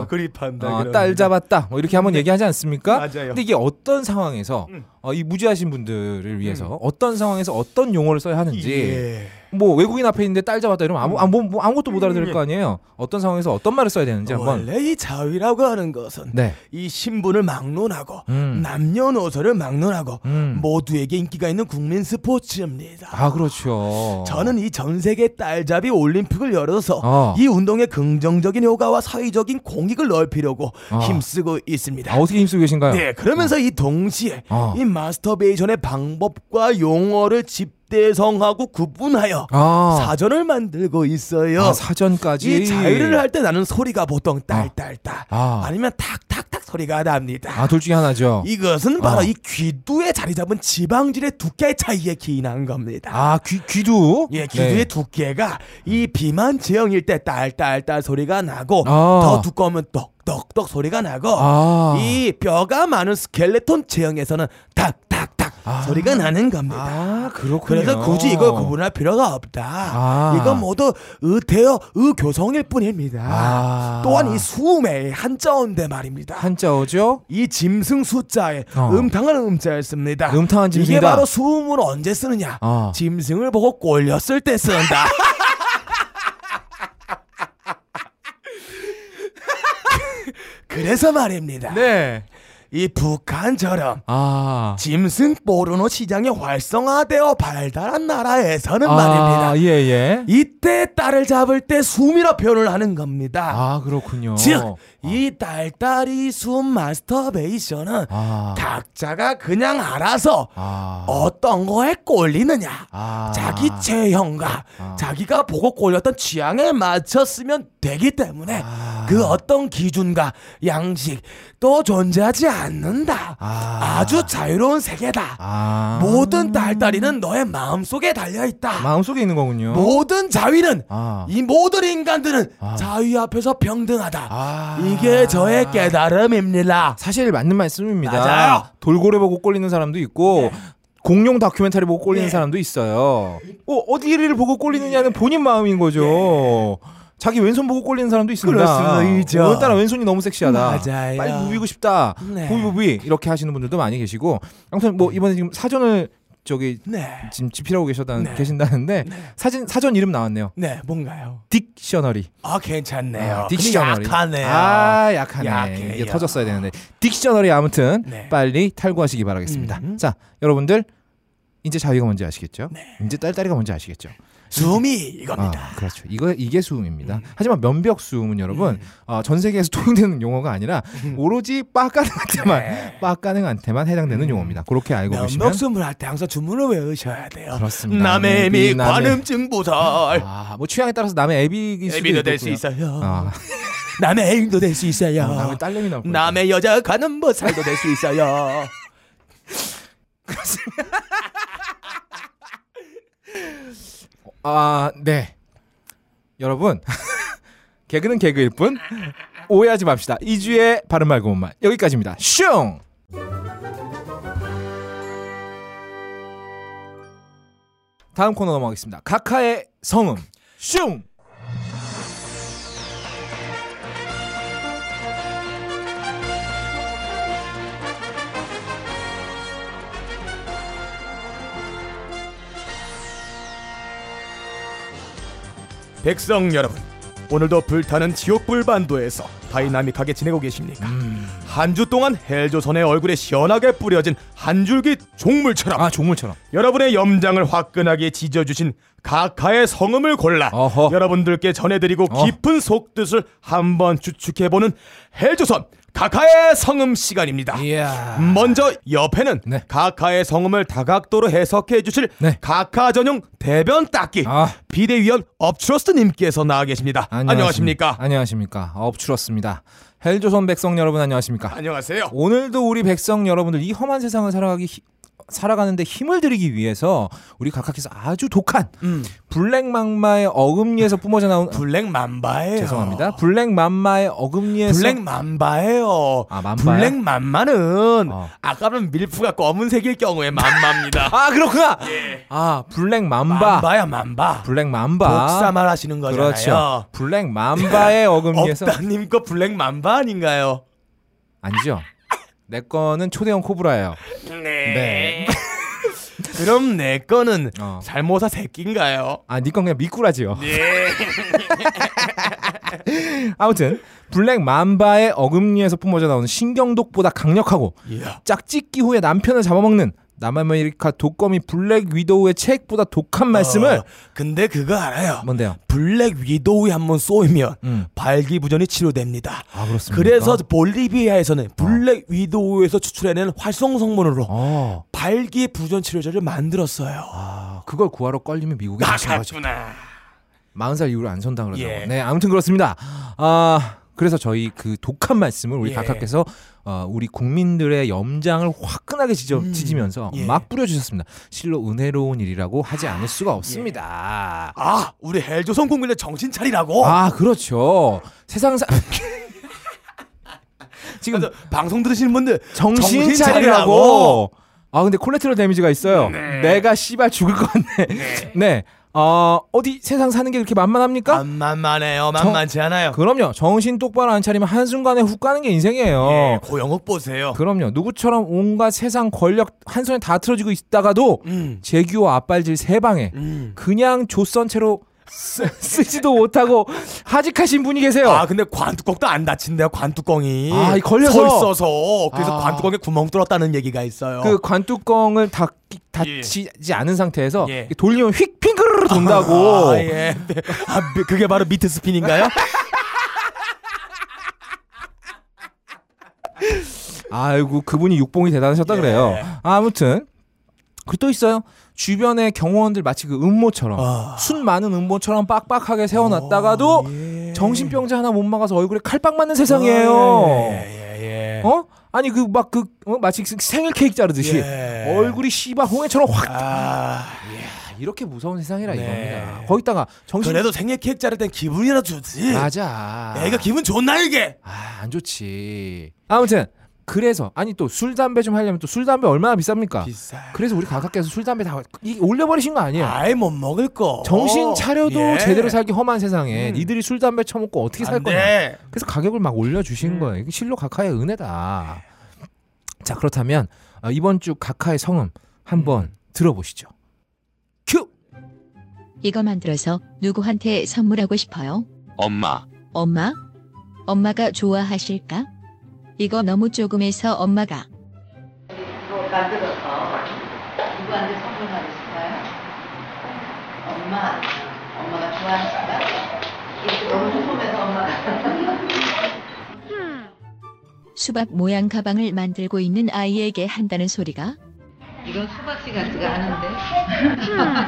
[SPEAKER 1] 어.
[SPEAKER 2] 네, 그립한다.
[SPEAKER 1] 어,
[SPEAKER 2] 그럽니다.
[SPEAKER 1] 딸 잡았다 뭐 이렇게 한번 얘기하지 않습니까?
[SPEAKER 2] 네. 맞아요. 음.
[SPEAKER 1] 근데 이게 어떤 상황에서 어, 이 무지하신 분들을 위해서 어떤 상황에서 어떤 용어를 써야 하는지
[SPEAKER 2] 예. 음.
[SPEAKER 1] 뭐 외국인 앞에 있는데 딸 잡았다 이러면 아무, 아무 뭐 아무것도 못 알아들을 거 아니에요. 어떤 상황에서 어떤 말을 써야 되는지 한번
[SPEAKER 2] 원래 이 자위라고 하는 것은
[SPEAKER 1] 네.
[SPEAKER 2] 이 신분을 막론하고
[SPEAKER 1] 음.
[SPEAKER 2] 남녀노소를 막론하고
[SPEAKER 1] 음.
[SPEAKER 2] 모두에게 인기가 있는 국민 스포츠입니다.
[SPEAKER 1] 아 그렇죠.
[SPEAKER 2] 저는 이 전 세계 딸잡이 올림픽을 열어서
[SPEAKER 1] 어.
[SPEAKER 2] 이 운동의 긍정적인 효과와 사회적인 공익을 넓히려고
[SPEAKER 1] 어.
[SPEAKER 2] 힘쓰고 있습니다.
[SPEAKER 1] 아, 어떻게 힘쓰고 계신가요?
[SPEAKER 2] 네, 그러면서 이 동시에
[SPEAKER 1] 어.
[SPEAKER 2] 이 마스터베이션의 방법과 용어를 집대성하고 구분하여
[SPEAKER 1] 아,
[SPEAKER 2] 사전을 만들고 있어요.
[SPEAKER 1] 아, 사전까지 어.
[SPEAKER 2] 이 자유를 할 때 나는 소리가 보통 딸딸딸
[SPEAKER 1] 아.
[SPEAKER 2] 아. 니면 탁탁탁 소리가 납니다.
[SPEAKER 1] 아둘 중에 하나죠.
[SPEAKER 2] 이것은 바로
[SPEAKER 1] 어.
[SPEAKER 2] 이 귀두에 자리 잡은 지방질의 두께 차이에 기인한 겁니다.
[SPEAKER 1] 아 귀, 귀두.
[SPEAKER 2] 예, 귀두의
[SPEAKER 1] 네.
[SPEAKER 2] 두께가 이 비만 제형일 때 딸딸딸 소리가 나고
[SPEAKER 1] 아.
[SPEAKER 2] 더 두꺼우면 떡떡떡 소리가 나고
[SPEAKER 1] 아.
[SPEAKER 2] 이 뼈가 많은 스켈레톤 제형에서는 탁탁탁 소리가 나는 겁니다.
[SPEAKER 1] 아 그렇군요.
[SPEAKER 2] 그래서 굳이 이걸 구분할 필요가 없다.
[SPEAKER 1] 아.
[SPEAKER 2] 이건 모두 의태어 의교성일 뿐입니다.
[SPEAKER 1] 아.
[SPEAKER 2] 또한 이 수음의 한자어인데 말입니다.
[SPEAKER 1] 한자어죠.
[SPEAKER 2] 이 짐승 숫자에
[SPEAKER 1] 어.
[SPEAKER 2] 음탕한 음자였습니다.
[SPEAKER 1] 음탕한
[SPEAKER 2] 이게
[SPEAKER 1] 짐승이다.
[SPEAKER 2] 바로 수음을 언제 쓰느냐?
[SPEAKER 1] 어.
[SPEAKER 2] 짐승을 보고 꼴렸을 때 쓴다. 그래서 말입니다.
[SPEAKER 1] 네.
[SPEAKER 2] 이 북한처럼
[SPEAKER 1] 아.
[SPEAKER 2] 짐승 포르노 시장이 활성화되어 발달한 나라에서는
[SPEAKER 1] 아,
[SPEAKER 2] 말입니다.
[SPEAKER 1] 예, 예.
[SPEAKER 2] 이때 딸을 잡을 때 숨이라 표현을 하는 겁니다.
[SPEAKER 1] 아, 그렇군요.
[SPEAKER 2] 즉, 이 딸딸이 숨 마스터베이션은
[SPEAKER 1] 아.
[SPEAKER 2] 각자가 그냥 알아서
[SPEAKER 1] 아.
[SPEAKER 2] 어떤 거에 꼴리느냐.
[SPEAKER 1] 아.
[SPEAKER 2] 어, 자기 체형과 자기가 보고 꼴렸던 취향에 맞춰 쓰면 되기 때문에
[SPEAKER 1] 아.
[SPEAKER 2] 그 어떤 기준과 양식 또 존재하지 않는다.
[SPEAKER 1] 아.
[SPEAKER 2] 아. 주 자유로운 세계다.
[SPEAKER 1] 아.
[SPEAKER 2] 모든 딸딸이는 너의 마음속에 달려있다.
[SPEAKER 1] 마음속에 있는 거군요.
[SPEAKER 2] 모든 자위는
[SPEAKER 1] 아.
[SPEAKER 2] 이 모든 인간들은 자위 앞에서 평등하다.
[SPEAKER 1] 아.
[SPEAKER 2] 이게 저의 깨달음입니다.
[SPEAKER 1] 사실 맞는 말씀입니다.
[SPEAKER 2] 맞아요.
[SPEAKER 1] 돌고래 보고 꼴리는 사람도 있고 공룡 다큐멘터리 보고 꼴리는 사람도 있어요. 네. 어, 어디를 보고 꼴리느냐는 본인 마음인 거죠. 자기 왼손 보고 꼴리는 사람도 있습니다. 어,
[SPEAKER 2] 그렇습니다.
[SPEAKER 1] 오늘따라 왼손이 너무 섹시하다.
[SPEAKER 2] 맞아요.
[SPEAKER 1] 빨리 부비고 싶다.
[SPEAKER 2] 네.
[SPEAKER 1] 부비 부비 이렇게 하시는 분들도 많이 계시고 아무튼 뭐 이번에 지금 사전을 저기
[SPEAKER 2] 네.
[SPEAKER 1] 지금 집필하고 계셨다는
[SPEAKER 2] 네.
[SPEAKER 1] 계신다는데 사진 사전 이름 나왔네요.
[SPEAKER 2] 네, 뭔가요?
[SPEAKER 1] 딕셔너리.
[SPEAKER 2] 아, 괜찮네요.
[SPEAKER 1] 아,
[SPEAKER 2] 근데
[SPEAKER 1] 딕셔너리.
[SPEAKER 2] 약하네요.
[SPEAKER 1] 아, 약하네.
[SPEAKER 2] 약해요.
[SPEAKER 1] 이게 터졌어야 되는데. 딕셔너리 아무튼
[SPEAKER 2] 네.
[SPEAKER 1] 빨리 탈구하시기 바라겠습니다.
[SPEAKER 2] 음. 네.
[SPEAKER 1] 자, 여러분들 이제 자위가 뭔지 아시겠죠? 이제 딸딸이가 뭔지 아시겠죠?
[SPEAKER 2] 숨이 이겁니다.
[SPEAKER 1] 아, 그렇죠. 이거 이게 수음입니다. 하지만 면벽 수음은 여러분 어, 전 세계에서 통용되는 용어가 아니라
[SPEAKER 2] 음.
[SPEAKER 1] 오로지 빠가능한테만 빠가능한테만 해당되는 용어입니다. 그렇게 알고 계시면
[SPEAKER 2] 네. 음. 면목숨을 할 때 항상 주문을 외우셔야 돼요.
[SPEAKER 1] 그렇습니다. 네,
[SPEAKER 2] 남의
[SPEAKER 1] 미,
[SPEAKER 2] 미
[SPEAKER 1] 남의-
[SPEAKER 2] 관음증 보살.
[SPEAKER 1] 아, 뭐 취향에 따라서 남의 애비일 수도
[SPEAKER 2] 애비도 될 수
[SPEAKER 1] 있겠고요.
[SPEAKER 2] 있어요.
[SPEAKER 1] 아,
[SPEAKER 2] 남의 애인도 될 수 있어요.
[SPEAKER 1] 남의 딸내미 나올 뻔
[SPEAKER 2] 남의 여자 관음 보살도 될 수 있어요.
[SPEAKER 1] 아, 네. 여러분, 개그는 개그일 뿐 오해하지 맙시다. 2주의 바른 말 고운 말 여기까지입니다. 슝! 다음 코너 넘어가겠습니다. 카카의 성음. 슝!
[SPEAKER 7] 백성 여러분, 오늘도 불타는 지옥불 반도에서 다이나믹하게 지내고 계십니까?
[SPEAKER 1] 음.
[SPEAKER 7] 한 주 동안 헬조선의 얼굴에 시원하게 뿌려진 한 줄기 종물처럼
[SPEAKER 1] 아, 종물처럼.
[SPEAKER 7] 여러분의 염장을 화끈하게 지져주신 각하의 성음을 골라
[SPEAKER 1] 어허.
[SPEAKER 7] 여러분들께 전해드리고
[SPEAKER 1] 어.
[SPEAKER 7] 깊은 속뜻을 한번 추측해보는 헬조선 각하의 성음 시간입니다.
[SPEAKER 1] 이야.
[SPEAKER 7] 먼저 옆에는
[SPEAKER 1] 아. 네.
[SPEAKER 7] 각하의 성음을 다각도로 해석해 주실
[SPEAKER 1] 네.
[SPEAKER 7] 각하 전용 대변 닦기
[SPEAKER 1] 아.
[SPEAKER 7] 비대위원 업트러스트님께서 나와 계십니다. 안녕하십니까?
[SPEAKER 1] 안녕하십니까. 업추렀습니다. 헬조선 백성 여러분 안녕하십니까.
[SPEAKER 7] 안녕하세요.
[SPEAKER 1] 오늘도 우리 백성 여러분들 이 험한 세상을 살아가기 히- 살아가는데 힘을 들이기 위해서 우리 각하께서 아주 독한 블랙 막마의 어금니에서 뿜어져 나온
[SPEAKER 2] 블랙 맘바예요.
[SPEAKER 1] 죄송합니다. 블랙 아. 막마의 어금니에서
[SPEAKER 2] 블랙 맘바예요.
[SPEAKER 1] 아, 맘바야?
[SPEAKER 2] 블랙 맘마는
[SPEAKER 1] 어.
[SPEAKER 2] 아까는 밀프가 검은색일 경우에 맘마입니다. 예.
[SPEAKER 1] 아 그렇구나. 아 블랙 맘바.
[SPEAKER 2] 맘바야 맘바.
[SPEAKER 1] 블랙 맘바.
[SPEAKER 2] 복사 말하시는 거잖아요.
[SPEAKER 1] 그렇죠. 블랙 맘바의 어금니에서
[SPEAKER 2] 업다님 거 블랙 맘바 아닌가요?
[SPEAKER 1] 아니죠. 내 거는 초대형 코브라예요. 네.
[SPEAKER 2] 그럼 내 거는
[SPEAKER 1] 어.
[SPEAKER 2] 살모사 새끼인가요?
[SPEAKER 1] 아, 니건 그냥 미꾸라지요. 아무튼 블랙 맘바의 어금니에서 뿜어져 나오는 신경독보다 강력하고 짝짓기 후에 남편을 잡아먹는 남아메리카 독거미 블랙 위도우의 책보다 독한 말씀을
[SPEAKER 2] 어, 근데 그거 알아요. 뭐
[SPEAKER 1] 뭔데요?
[SPEAKER 2] 블랙 위도우에 한번 쏘이면
[SPEAKER 1] 음.
[SPEAKER 2] 발기부전이 치료됩니다.
[SPEAKER 1] 아, 그렇습니까?
[SPEAKER 2] 그래서 볼리비아에서는 블랙 위도우에서 추출해낸 활성 성분으로
[SPEAKER 1] 어,
[SPEAKER 2] 발기부전 치료제를 만들었어요.
[SPEAKER 1] 아, 그걸 구하러 걸리면 미국에 가신 거죠.
[SPEAKER 2] 나갔구나.
[SPEAKER 1] 40살 이후로 안 선다 그러더라고요.
[SPEAKER 2] 예.
[SPEAKER 1] 네, 아무튼 그렇습니다. 아, 그래서 저희 그 독한 말씀을 우리
[SPEAKER 2] 예.
[SPEAKER 1] 각하께서 어, 우리 국민들의 염장을 화끈하게 지져, 지지면서
[SPEAKER 2] 예.
[SPEAKER 1] 막 뿌려주셨습니다. 실로 은혜로운 일이라고 하지 않을 수가 없습니다.
[SPEAKER 2] 아, 우리 헬조선 국민의 정신 차리라고.
[SPEAKER 1] 아, 그렇죠. 세상 사... 지금
[SPEAKER 2] 그래서 방송 들으시는 분들
[SPEAKER 1] 음. 정신, 차리라고. 아 근데 콜레트럴 데미지가 있어요. 내가 씨발 죽을 것 같네. 네. 어, 어디 세상 사는 게 그렇게 만만합니까?
[SPEAKER 2] 안 만만해요. 만만치 않아요.
[SPEAKER 1] 그럼요. 정신 똑바로 안 차리면 한순간에 훅 가는 게 인생이에요.
[SPEAKER 2] 예, 고영욱 보세요.
[SPEAKER 1] 어. 그럼요. 누구처럼 온갖 세상 권력 한 손에 다 틀어지고 있다가도
[SPEAKER 2] 음.
[SPEAKER 1] 재규와 앞발질 세 방에
[SPEAKER 2] 음.
[SPEAKER 1] 그냥 조선 채로 쓰지도 못하고 하직하신 분이 계세요.
[SPEAKER 2] 아 근데 관뚜껑도 안 다친대요 관뚜껑이
[SPEAKER 1] 아, 이 걸려서?
[SPEAKER 2] 서 있어서 그래서
[SPEAKER 1] 아.
[SPEAKER 2] 관뚜껑에 구멍 뚫었다는 얘기가 있어요
[SPEAKER 1] 그 관뚜껑을 다 닫히지 않은 상태에서
[SPEAKER 2] 예.
[SPEAKER 1] 돌리면 휙 핑크르르 돈다고.
[SPEAKER 2] 아, 예. 아, 미- 그게 바로 미트
[SPEAKER 1] 아,
[SPEAKER 2] 스핀인가요?
[SPEAKER 1] 아이고 그분이 육봉이
[SPEAKER 2] 예.
[SPEAKER 1] 대단하셨다 그래요. 아무튼 그 또 있어요. 주변의 경호원들 마치 그 음모처럼
[SPEAKER 2] 아. 어,
[SPEAKER 1] 순 많은 음모처럼 빡빡하게 세워놨다가도 정신병자 하나 못 막아서 얼굴에 칼빵 맞는 세상이에요.
[SPEAKER 2] 예, 예, 예.
[SPEAKER 1] 어? 아니 그 막 그 마치 생일 케이크 자르듯이
[SPEAKER 2] 예.
[SPEAKER 1] 얼굴이 씨바 홍해처럼 확
[SPEAKER 2] 아,
[SPEAKER 1] 이렇게 무서운 세상이라
[SPEAKER 2] 네.
[SPEAKER 1] 이겁니다. 거기다가 정신
[SPEAKER 2] 그래도 생일 케이크 자를 땐 기분이라도 좋지.
[SPEAKER 1] 맞아.
[SPEAKER 2] 애가 기분 좋나 이게?
[SPEAKER 1] 아, 안 좋지. 아무튼 그래서 아니 또 술 담배 좀 하려면 또 술 담배 얼마나 비쌉니까?
[SPEAKER 2] 비싸.
[SPEAKER 1] 그래서 우리 가깝게서 술 담배 다 이- 올려버리신 거 아니에요?
[SPEAKER 2] 아예 못 먹을 거.
[SPEAKER 1] 정신 차려도
[SPEAKER 2] 예.
[SPEAKER 1] 제대로 살기 험한 세상에 니들이 술 담배 처먹고 어떻게 살
[SPEAKER 2] 안
[SPEAKER 1] 거냐?
[SPEAKER 2] 돼.
[SPEAKER 1] 그래서 가격을 막 올려주신 거예요. 이게 실로 각하의 은혜다. 자 그렇다면 어, 이번 주 각하의 성음 한번 들어보시죠. 큐.
[SPEAKER 3] 이거 만들어서 누구한테 선물하고 싶어요?
[SPEAKER 8] 엄마,
[SPEAKER 3] 엄마? 엄마가 좋아하실까? 이거 너무 조금해서 엄마가
[SPEAKER 9] 이거 만들어서 누구한테 선물하고 싶어요? 엄마, 엄마가 좋아하실까? 이거 너무 조금해서 엄마가.
[SPEAKER 3] 수박 모양 가방을 만들고 있는 아이에게 한다는 소리가
[SPEAKER 9] 이건 수박씨 같지가 않은데.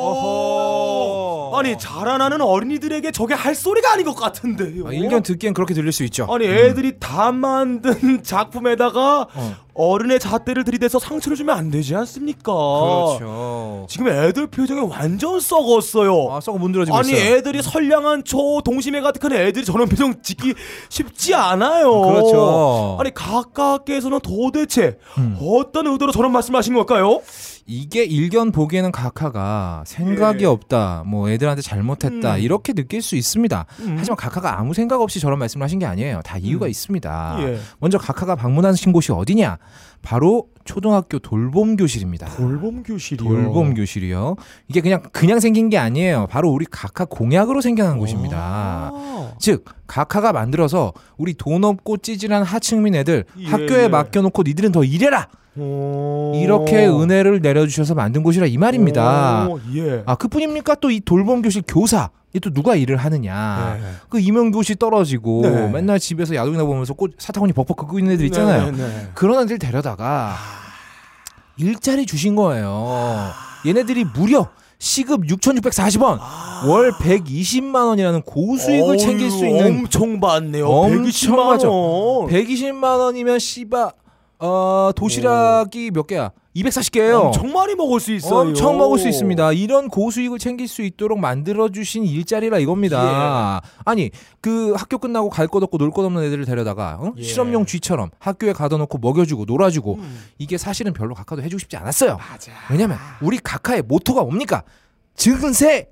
[SPEAKER 2] 오. 아니 자라나는 어린이들에게 저게 할 소리가 아닌 것 같은데요.
[SPEAKER 1] 아, 1년 듣기엔 그렇게 들릴 수 있죠.
[SPEAKER 2] 아니 애들이 다 만든 작품에다가
[SPEAKER 1] 음.
[SPEAKER 2] 어. 른의 잣대를 들이대서 상처를 주면 안 되지 않습니까? 어.
[SPEAKER 1] 그렇죠.
[SPEAKER 2] 지금 애들 표정이 완전 썩었어요.
[SPEAKER 1] 아 썩어 문드러지고
[SPEAKER 2] 아니
[SPEAKER 1] 있어요. 음.
[SPEAKER 2] 애들이 선량한 저 동심애 같은 큰 애들이 저런 표정 짓기 쉽지 않아요.
[SPEAKER 1] 그렇죠.
[SPEAKER 2] 어.
[SPEAKER 1] 음.
[SPEAKER 2] 아니 가까께서는 도대체 어떤 의도로 저런 말씀하신 걸까요?
[SPEAKER 1] 이게 일견 보기에는 각하가 생각이
[SPEAKER 2] 예.
[SPEAKER 1] 없다, 뭐 애들한테 잘못했다
[SPEAKER 2] 음.
[SPEAKER 1] 이렇게 느낄 수 있습니다.
[SPEAKER 2] 음.
[SPEAKER 1] 하지만 각하가 아무 생각 없이 저런 말씀을 하신 게 아니에요. 다 이유가
[SPEAKER 2] 음.
[SPEAKER 1] 있습니다.
[SPEAKER 2] 예.
[SPEAKER 1] 먼저 각하가 방문하신 곳이 어디냐? 바로 초등학교 돌봄 교실입니다.
[SPEAKER 2] 돌봄 교실이요.
[SPEAKER 1] 돌봄 교실이요. 이게 그냥 그냥 생긴 게 아니에요. 바로 우리 각하 공약으로 생겨난 곳입니다.
[SPEAKER 2] 아.
[SPEAKER 1] 즉 각하가 만들어서 우리 돈 없고 찌질한 하층민 애들
[SPEAKER 2] 예,
[SPEAKER 1] 학교에
[SPEAKER 2] 예.
[SPEAKER 1] 맡겨놓고 니들은 더 일해라
[SPEAKER 2] 오.
[SPEAKER 1] 이렇게 은혜를 내려주셔서 만든 곳이라 이 말입니다.
[SPEAKER 2] 오, 예.
[SPEAKER 1] 아 그뿐입니까? 또 이 돌봄 교실 교사 이 또 누가 일을 하느냐?
[SPEAKER 2] 네.
[SPEAKER 1] 그 임용교 씨 떨어지고
[SPEAKER 2] 네.
[SPEAKER 1] 맨날 집에서 야동이나 보면서 꽃 사타구니 벅벅 긁고 있는 애들 있잖아요.
[SPEAKER 2] 네, 아. 네.
[SPEAKER 1] 그런 애들 데려다가 일자리 주신
[SPEAKER 2] 아.
[SPEAKER 1] 거예요. 얘네들이 무려 시급 6,640원, 월 120만 원이라는 고수익을
[SPEAKER 2] 아. 어휴,
[SPEAKER 1] 챙길 수 있는
[SPEAKER 2] 엄청 받네요.
[SPEAKER 1] 엄청
[SPEAKER 2] 120만 원.
[SPEAKER 1] 120만 원이면 씨바 어 도시락이 몇 개야? 240개예요.
[SPEAKER 2] 엄청 많이 먹을 수 있어요.
[SPEAKER 1] 엄청 먹을 수 있습니다. 이런 고수익을 챙길 수 있도록 만들어 주신 일자리라 이겁니다.
[SPEAKER 2] 예.
[SPEAKER 1] 아니 그 학교 끝나고 갈 것 없고 놀 것 없는 애들을 데려다가 어?
[SPEAKER 2] 예.
[SPEAKER 1] 실험용 쥐처럼 학교에 가둬놓고 먹여주고 놀아주고
[SPEAKER 2] 음.
[SPEAKER 1] 이게 사실은 별로 각하도 해주고 싶지 않았어요.
[SPEAKER 2] 아.
[SPEAKER 1] 왜냐면 우리 각하의 모토가 뭡니까? 증세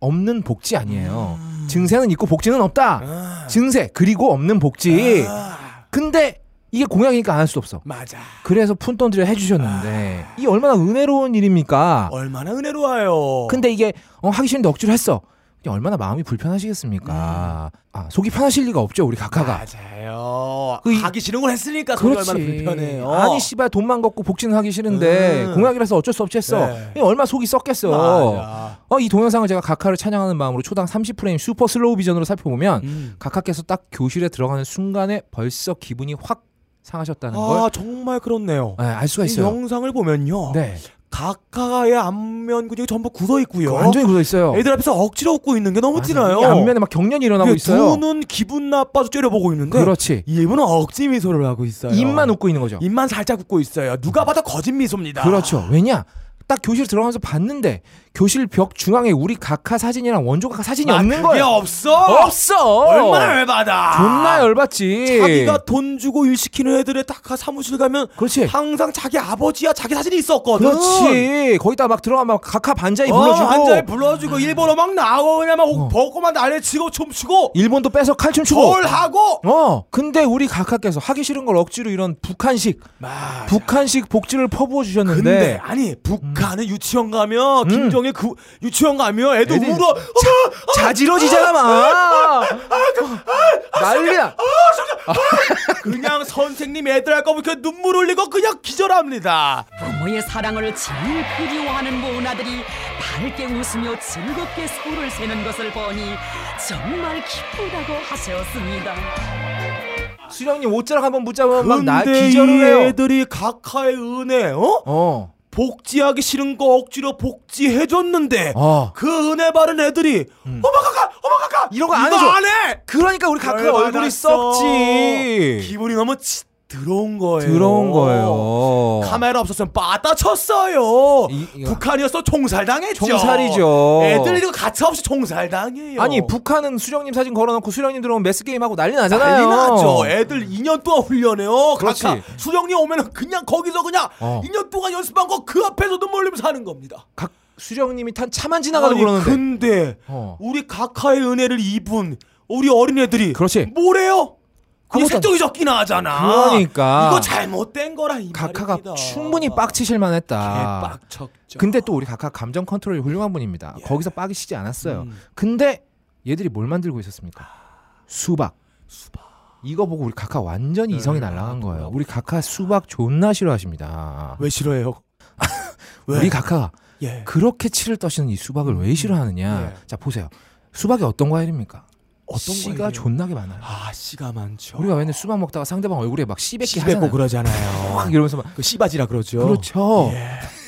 [SPEAKER 1] 없는 복지 아니에요. 증세는 있고 복지는 없다.
[SPEAKER 2] 음. 아.
[SPEAKER 1] 증세 그리고 없는 복지.
[SPEAKER 2] 아,
[SPEAKER 1] 근데 이게 공약이니까 안 할 수 없어.
[SPEAKER 2] 맞아.
[SPEAKER 1] 그래서 푼돈 들여 해주셨는데
[SPEAKER 2] 아.
[SPEAKER 1] 이 얼마나 은혜로운 일입니까?
[SPEAKER 2] 얼마나 은혜로워요.
[SPEAKER 1] 근데 이게 어, 하기 싫은데 억지로 했어. 이게 얼마나 마음이 불편하시겠습니까?
[SPEAKER 2] 음.
[SPEAKER 1] 아 속이 편하실 리가 없죠 우리 각하가.
[SPEAKER 2] 맞아요.
[SPEAKER 1] 그 이-
[SPEAKER 2] 하기 싫은 걸 했으니까 그게
[SPEAKER 1] 그렇지.
[SPEAKER 2] 아, 얼마나 불편해요.
[SPEAKER 1] 아니 씨발 돈만 걷고 복지는 하기 싫은데
[SPEAKER 2] 음.
[SPEAKER 1] 공약이라서 어쩔 수 없이 했어.
[SPEAKER 2] 네.
[SPEAKER 1] 이게 얼마 나 속이 썩겠어.
[SPEAKER 2] 맞아.
[SPEAKER 1] 어, 이 동영상을 제가 각하를 찬양하는 마음으로 초당 30프레임 슈퍼 슬로우 비전으로 살펴보면
[SPEAKER 2] 음.
[SPEAKER 1] 각하께서 딱 교실에 들어가는 순간에 벌써 기분이 확 상하셨다는
[SPEAKER 2] 아 정말 그렇네요.
[SPEAKER 1] 걸 알 수가
[SPEAKER 2] 이
[SPEAKER 1] 있어요.
[SPEAKER 2] 영상을 보면요.
[SPEAKER 1] 네,
[SPEAKER 2] 각하의 안면 근육이 전부 굳어 있고요.
[SPEAKER 1] 완전히 굳어 있어요.
[SPEAKER 2] 애들 앞에서 억지로 웃고 있는 게 너무 티나요. 그
[SPEAKER 1] 이 안면에 막 경련이 일어나고 있어요. 그렇죠.
[SPEAKER 2] 두는 기분 나빠서 째려보고 있는데
[SPEAKER 1] 그렇지.
[SPEAKER 2] 이분은 억지 미소를 하고 있어요.
[SPEAKER 1] 입만 웃고 있는 거죠.
[SPEAKER 2] 입만 살짝 웃고 있어요. 누가 봐도 거짓 미소입니다. 아,
[SPEAKER 1] 그렇죠. 왜냐? 딱 교실 들어가면서 봤는데 교실 벽 중앙에 우리 각하 사진이랑 원조 각하 사진이
[SPEAKER 2] 아,
[SPEAKER 1] 없는
[SPEAKER 2] 그게
[SPEAKER 1] 거예요.
[SPEAKER 2] 없어.
[SPEAKER 1] 없어.
[SPEAKER 2] 얼마나 열받아.
[SPEAKER 1] 존나 열받지.
[SPEAKER 2] 자기가 돈 주고 일 시키는 애들의 딱그 사무실 가면
[SPEAKER 1] 그렇지.
[SPEAKER 2] 항상 자기 아버지야 자기 사진이 있었거든.
[SPEAKER 1] 그렇지. 거기다 막 들어가면 각하 반자에
[SPEAKER 2] 어,
[SPEAKER 1] 불러주고 어.
[SPEAKER 2] 한자에 불러주고 일본어 막 나오고 그냥 막 벚꽃만 날려 치고 춤추고
[SPEAKER 1] 일본도 빼서 칼춤 추고.
[SPEAKER 2] 절하고
[SPEAKER 1] 어. 근데 우리 각하께서 하기 싫은 걸 억지로 이런 북한식 북한식 복지를 퍼부어 주셨는데
[SPEAKER 2] 근데 아니 북한 그 안에 유치원 가면 김정일 그 유치원 가면 애들
[SPEAKER 1] 음. 애들이
[SPEAKER 2] 울어. 어머!
[SPEAKER 1] 자지러지잖아 막
[SPEAKER 2] 아,
[SPEAKER 1] 난리야
[SPEAKER 2] 그냥 선생님 애들 할거 보니까 눈물 흘리고 그냥 기절합니다.
[SPEAKER 8] 부모의 사랑을 제일 그리워하는 모나들이 밝게 웃으며 즐겁게 소를 새는 것을 보니 정말 기쁘다고 하셨습니다.
[SPEAKER 1] 수령님 옷자락 한번 붙잡으면 막 나
[SPEAKER 2] 근데 이
[SPEAKER 1] 기절을 해요
[SPEAKER 2] 애들이 각하의 은혜, 어?
[SPEAKER 1] 어
[SPEAKER 2] 복지하기 싫은 거 억지로 복지해줬는데
[SPEAKER 1] 어.
[SPEAKER 2] 그 은혜 바른 애들이 어머 각하, 어머 각하
[SPEAKER 1] 음. 이런 거안
[SPEAKER 2] 이거
[SPEAKER 1] 해줘.
[SPEAKER 2] 안 해.
[SPEAKER 1] 그러니까 우리
[SPEAKER 2] 열
[SPEAKER 1] 각하 얼굴이
[SPEAKER 2] 받았어.
[SPEAKER 1] 썩지
[SPEAKER 2] 기분이 너무 치, 들어온 거예요.
[SPEAKER 1] 들어온 거예요
[SPEAKER 2] 카메라 없었으면 빠다쳤어요.
[SPEAKER 1] 이- 이거-
[SPEAKER 2] 북한이어서 총살당했죠.
[SPEAKER 1] 총살이죠.
[SPEAKER 2] 애들 이거 가차 없이 총살당해요.
[SPEAKER 1] 아니 북한은 수령님 사진 걸어놓고 수령님 들어오면 매스 게임하고 난리 나잖아요
[SPEAKER 2] 난리 나죠. 애들 2년 동안 훈련해요.
[SPEAKER 1] 그렇지.
[SPEAKER 2] 각하 수령님 오면은 그냥 거기서 그냥
[SPEAKER 1] 어.
[SPEAKER 2] 2년 동안 연습한 거 그 앞에서도 몰리면 사는 겁니다.
[SPEAKER 1] 각 수령님이 탄 차만 지나가도
[SPEAKER 2] 아니,
[SPEAKER 1] 그러는데
[SPEAKER 2] 근데
[SPEAKER 1] 어.
[SPEAKER 2] 우리 각하의 은혜를 입은 우리 어린애들이
[SPEAKER 1] 그렇지.
[SPEAKER 2] 뭐래요? 그냥
[SPEAKER 1] 아무것도
[SPEAKER 2] 색종이 적기나 하잖아.
[SPEAKER 1] 그러니까.
[SPEAKER 2] 이거 잘못된 거라 이
[SPEAKER 1] 각하가
[SPEAKER 2] 말입니다. 네,
[SPEAKER 1] 충분히 빡치실 만했다
[SPEAKER 2] 개빡쳤죠. 예.
[SPEAKER 1] 근데 또 우리 각하 감정 컨트롤이 훌륭한 분입니다. 거기서 빠지시지 않았어요.
[SPEAKER 2] 음.
[SPEAKER 1] 근데 얘들이 뭘 만들고 있었습니까? 수박. 이거 보고 우리 각하 완전히 이성이
[SPEAKER 2] 네.
[SPEAKER 1] 날아간 거예요. 우리 각하 수박 존나 싫어하십니다.
[SPEAKER 2] 왜 싫어해요? 왜?
[SPEAKER 1] 우리 각하가
[SPEAKER 2] 예.
[SPEAKER 1] 그렇게 치를 떠시는 이 수박을
[SPEAKER 2] 음.
[SPEAKER 1] 왜 싫어하느냐? 자 보세요. 수박이 어떤 과일입니까?
[SPEAKER 2] 네. 어떤
[SPEAKER 1] 씨가
[SPEAKER 2] 과일이에요?
[SPEAKER 1] 존나게 많아요.
[SPEAKER 2] 아 씨가 많죠.
[SPEAKER 1] 우리가 맨날 수박 먹다가 상대방 얼굴에 막 씨뱉기
[SPEAKER 2] 씨뱉고
[SPEAKER 1] 하잖아요. 막
[SPEAKER 2] 그러잖아요. 예.
[SPEAKER 1] 이러면서 막
[SPEAKER 2] 그 씨바지라 그러죠.
[SPEAKER 1] 그렇죠.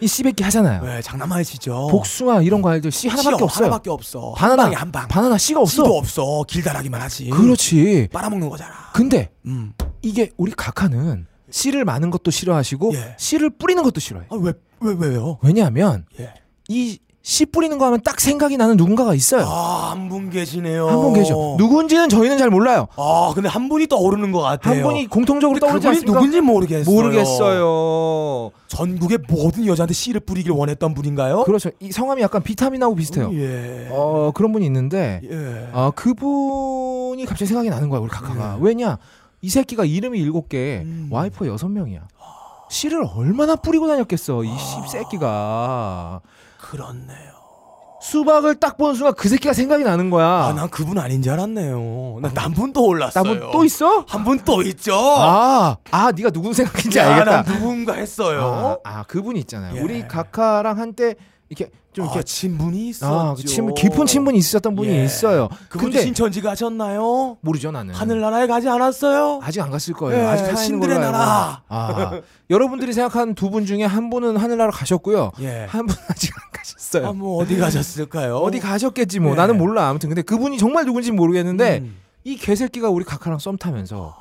[SPEAKER 1] 이 씨뱉기 하잖아요.
[SPEAKER 2] 왜 장난 많이 치죠.
[SPEAKER 1] 복숭아 이런 과일들 씨 하나밖에
[SPEAKER 2] 네. 어. 씨요,
[SPEAKER 1] 없어요.
[SPEAKER 2] 하나밖에 없어. 한 방에
[SPEAKER 1] 바나나
[SPEAKER 2] 한 방.
[SPEAKER 1] 바나나 씨가 없어.
[SPEAKER 2] 씨도 없어. 길다라기만 하지.
[SPEAKER 1] 그렇지.
[SPEAKER 2] 빨아먹는 거잖아.
[SPEAKER 1] 근데
[SPEAKER 2] 음.
[SPEAKER 1] 이게 우리 각하는 씨를 마는 것도 싫어하시고
[SPEAKER 2] 예.
[SPEAKER 1] 씨를 뿌리는 것도 싫어해. 요
[SPEAKER 2] 아왜 왜 왜, 왜요?
[SPEAKER 1] 왜냐하면
[SPEAKER 2] 예.
[SPEAKER 1] 이 씨 뿌리는 거 하면 딱 생각이 나는 누군가가 있어요.
[SPEAKER 2] 아한 분 계시네요.
[SPEAKER 1] 한 분 계셔. 누군지는 저희는 잘 몰라요.
[SPEAKER 2] 아 근데 한 분이 떠오르는 것 같아요.
[SPEAKER 1] 한 분이 공통적으로
[SPEAKER 2] 근데
[SPEAKER 1] 떠오르지
[SPEAKER 2] 그분이
[SPEAKER 1] 않습니까?
[SPEAKER 2] 누군지 모르겠어요.
[SPEAKER 1] 모르겠어요.
[SPEAKER 2] 전국의 모든 여자한테 씨를 뿌리길 원했던 분인가요?
[SPEAKER 1] 그렇죠. 이 성함이 약간 비타민하고 비슷해요.
[SPEAKER 2] 어? 예.
[SPEAKER 1] 어 그런 분이 있는데
[SPEAKER 2] 예.
[SPEAKER 1] 아 그분이 갑자기 생각이 나는 거야 우리 각하가 왜냐 이 새끼가 이름이 일곱 개
[SPEAKER 2] 음. 아.
[SPEAKER 1] 와이프 여섯 명이야 씨를 얼마나 뿌리고 다녔겠어 이 씨 새끼가
[SPEAKER 2] 그렇네요.
[SPEAKER 1] 수박을 딱 보는 순간 그 새끼가 생각이 나는 거야
[SPEAKER 2] 아 난 그분 아닌 줄 알았네요. 난 남분도 올랐어요.
[SPEAKER 1] 나뭐 아. 또 있어
[SPEAKER 2] 한 분 또 있죠.
[SPEAKER 1] 아아 네가 누군 생각인지
[SPEAKER 2] 야,
[SPEAKER 1] 알겠다
[SPEAKER 2] 난 누군가
[SPEAKER 1] 아,
[SPEAKER 2] 했어요.
[SPEAKER 1] 아, 그분이 있잖아요
[SPEAKER 2] 예.
[SPEAKER 1] 우리 각하랑 한때 이렇게 좀
[SPEAKER 2] 아,
[SPEAKER 1] 이렇게
[SPEAKER 2] 친분이 있었죠.
[SPEAKER 1] 아, 그 친분 깊은 친분이 있었던 분이
[SPEAKER 2] 예.
[SPEAKER 1] 있어요
[SPEAKER 2] 그분도
[SPEAKER 1] 근데 예.
[SPEAKER 2] 신천지 가셨나요?
[SPEAKER 1] 모르죠 나는
[SPEAKER 2] 하늘나라에 가지 않았어요?
[SPEAKER 1] 아직 안 갔을 거예요.
[SPEAKER 2] 예,
[SPEAKER 1] 아직 살아있는
[SPEAKER 2] 신들의
[SPEAKER 1] 걸로 알고.
[SPEAKER 2] 나라.
[SPEAKER 1] 아, 여러분들이 생각한 두 분 중에 한 분은 하늘나라 가셨고요.
[SPEAKER 2] 예.
[SPEAKER 1] 한 분은 아직 안 가셨어요.
[SPEAKER 2] 아, 뭐 어디 가셨을까요?
[SPEAKER 1] 어디 가셨겠지 뭐.
[SPEAKER 2] 예.
[SPEAKER 1] 나는 몰라. 아무튼 근데 그분이 정말 누군지 모르겠는데
[SPEAKER 2] 음.
[SPEAKER 1] 이 개새끼가 우리 각하랑 썸 타면서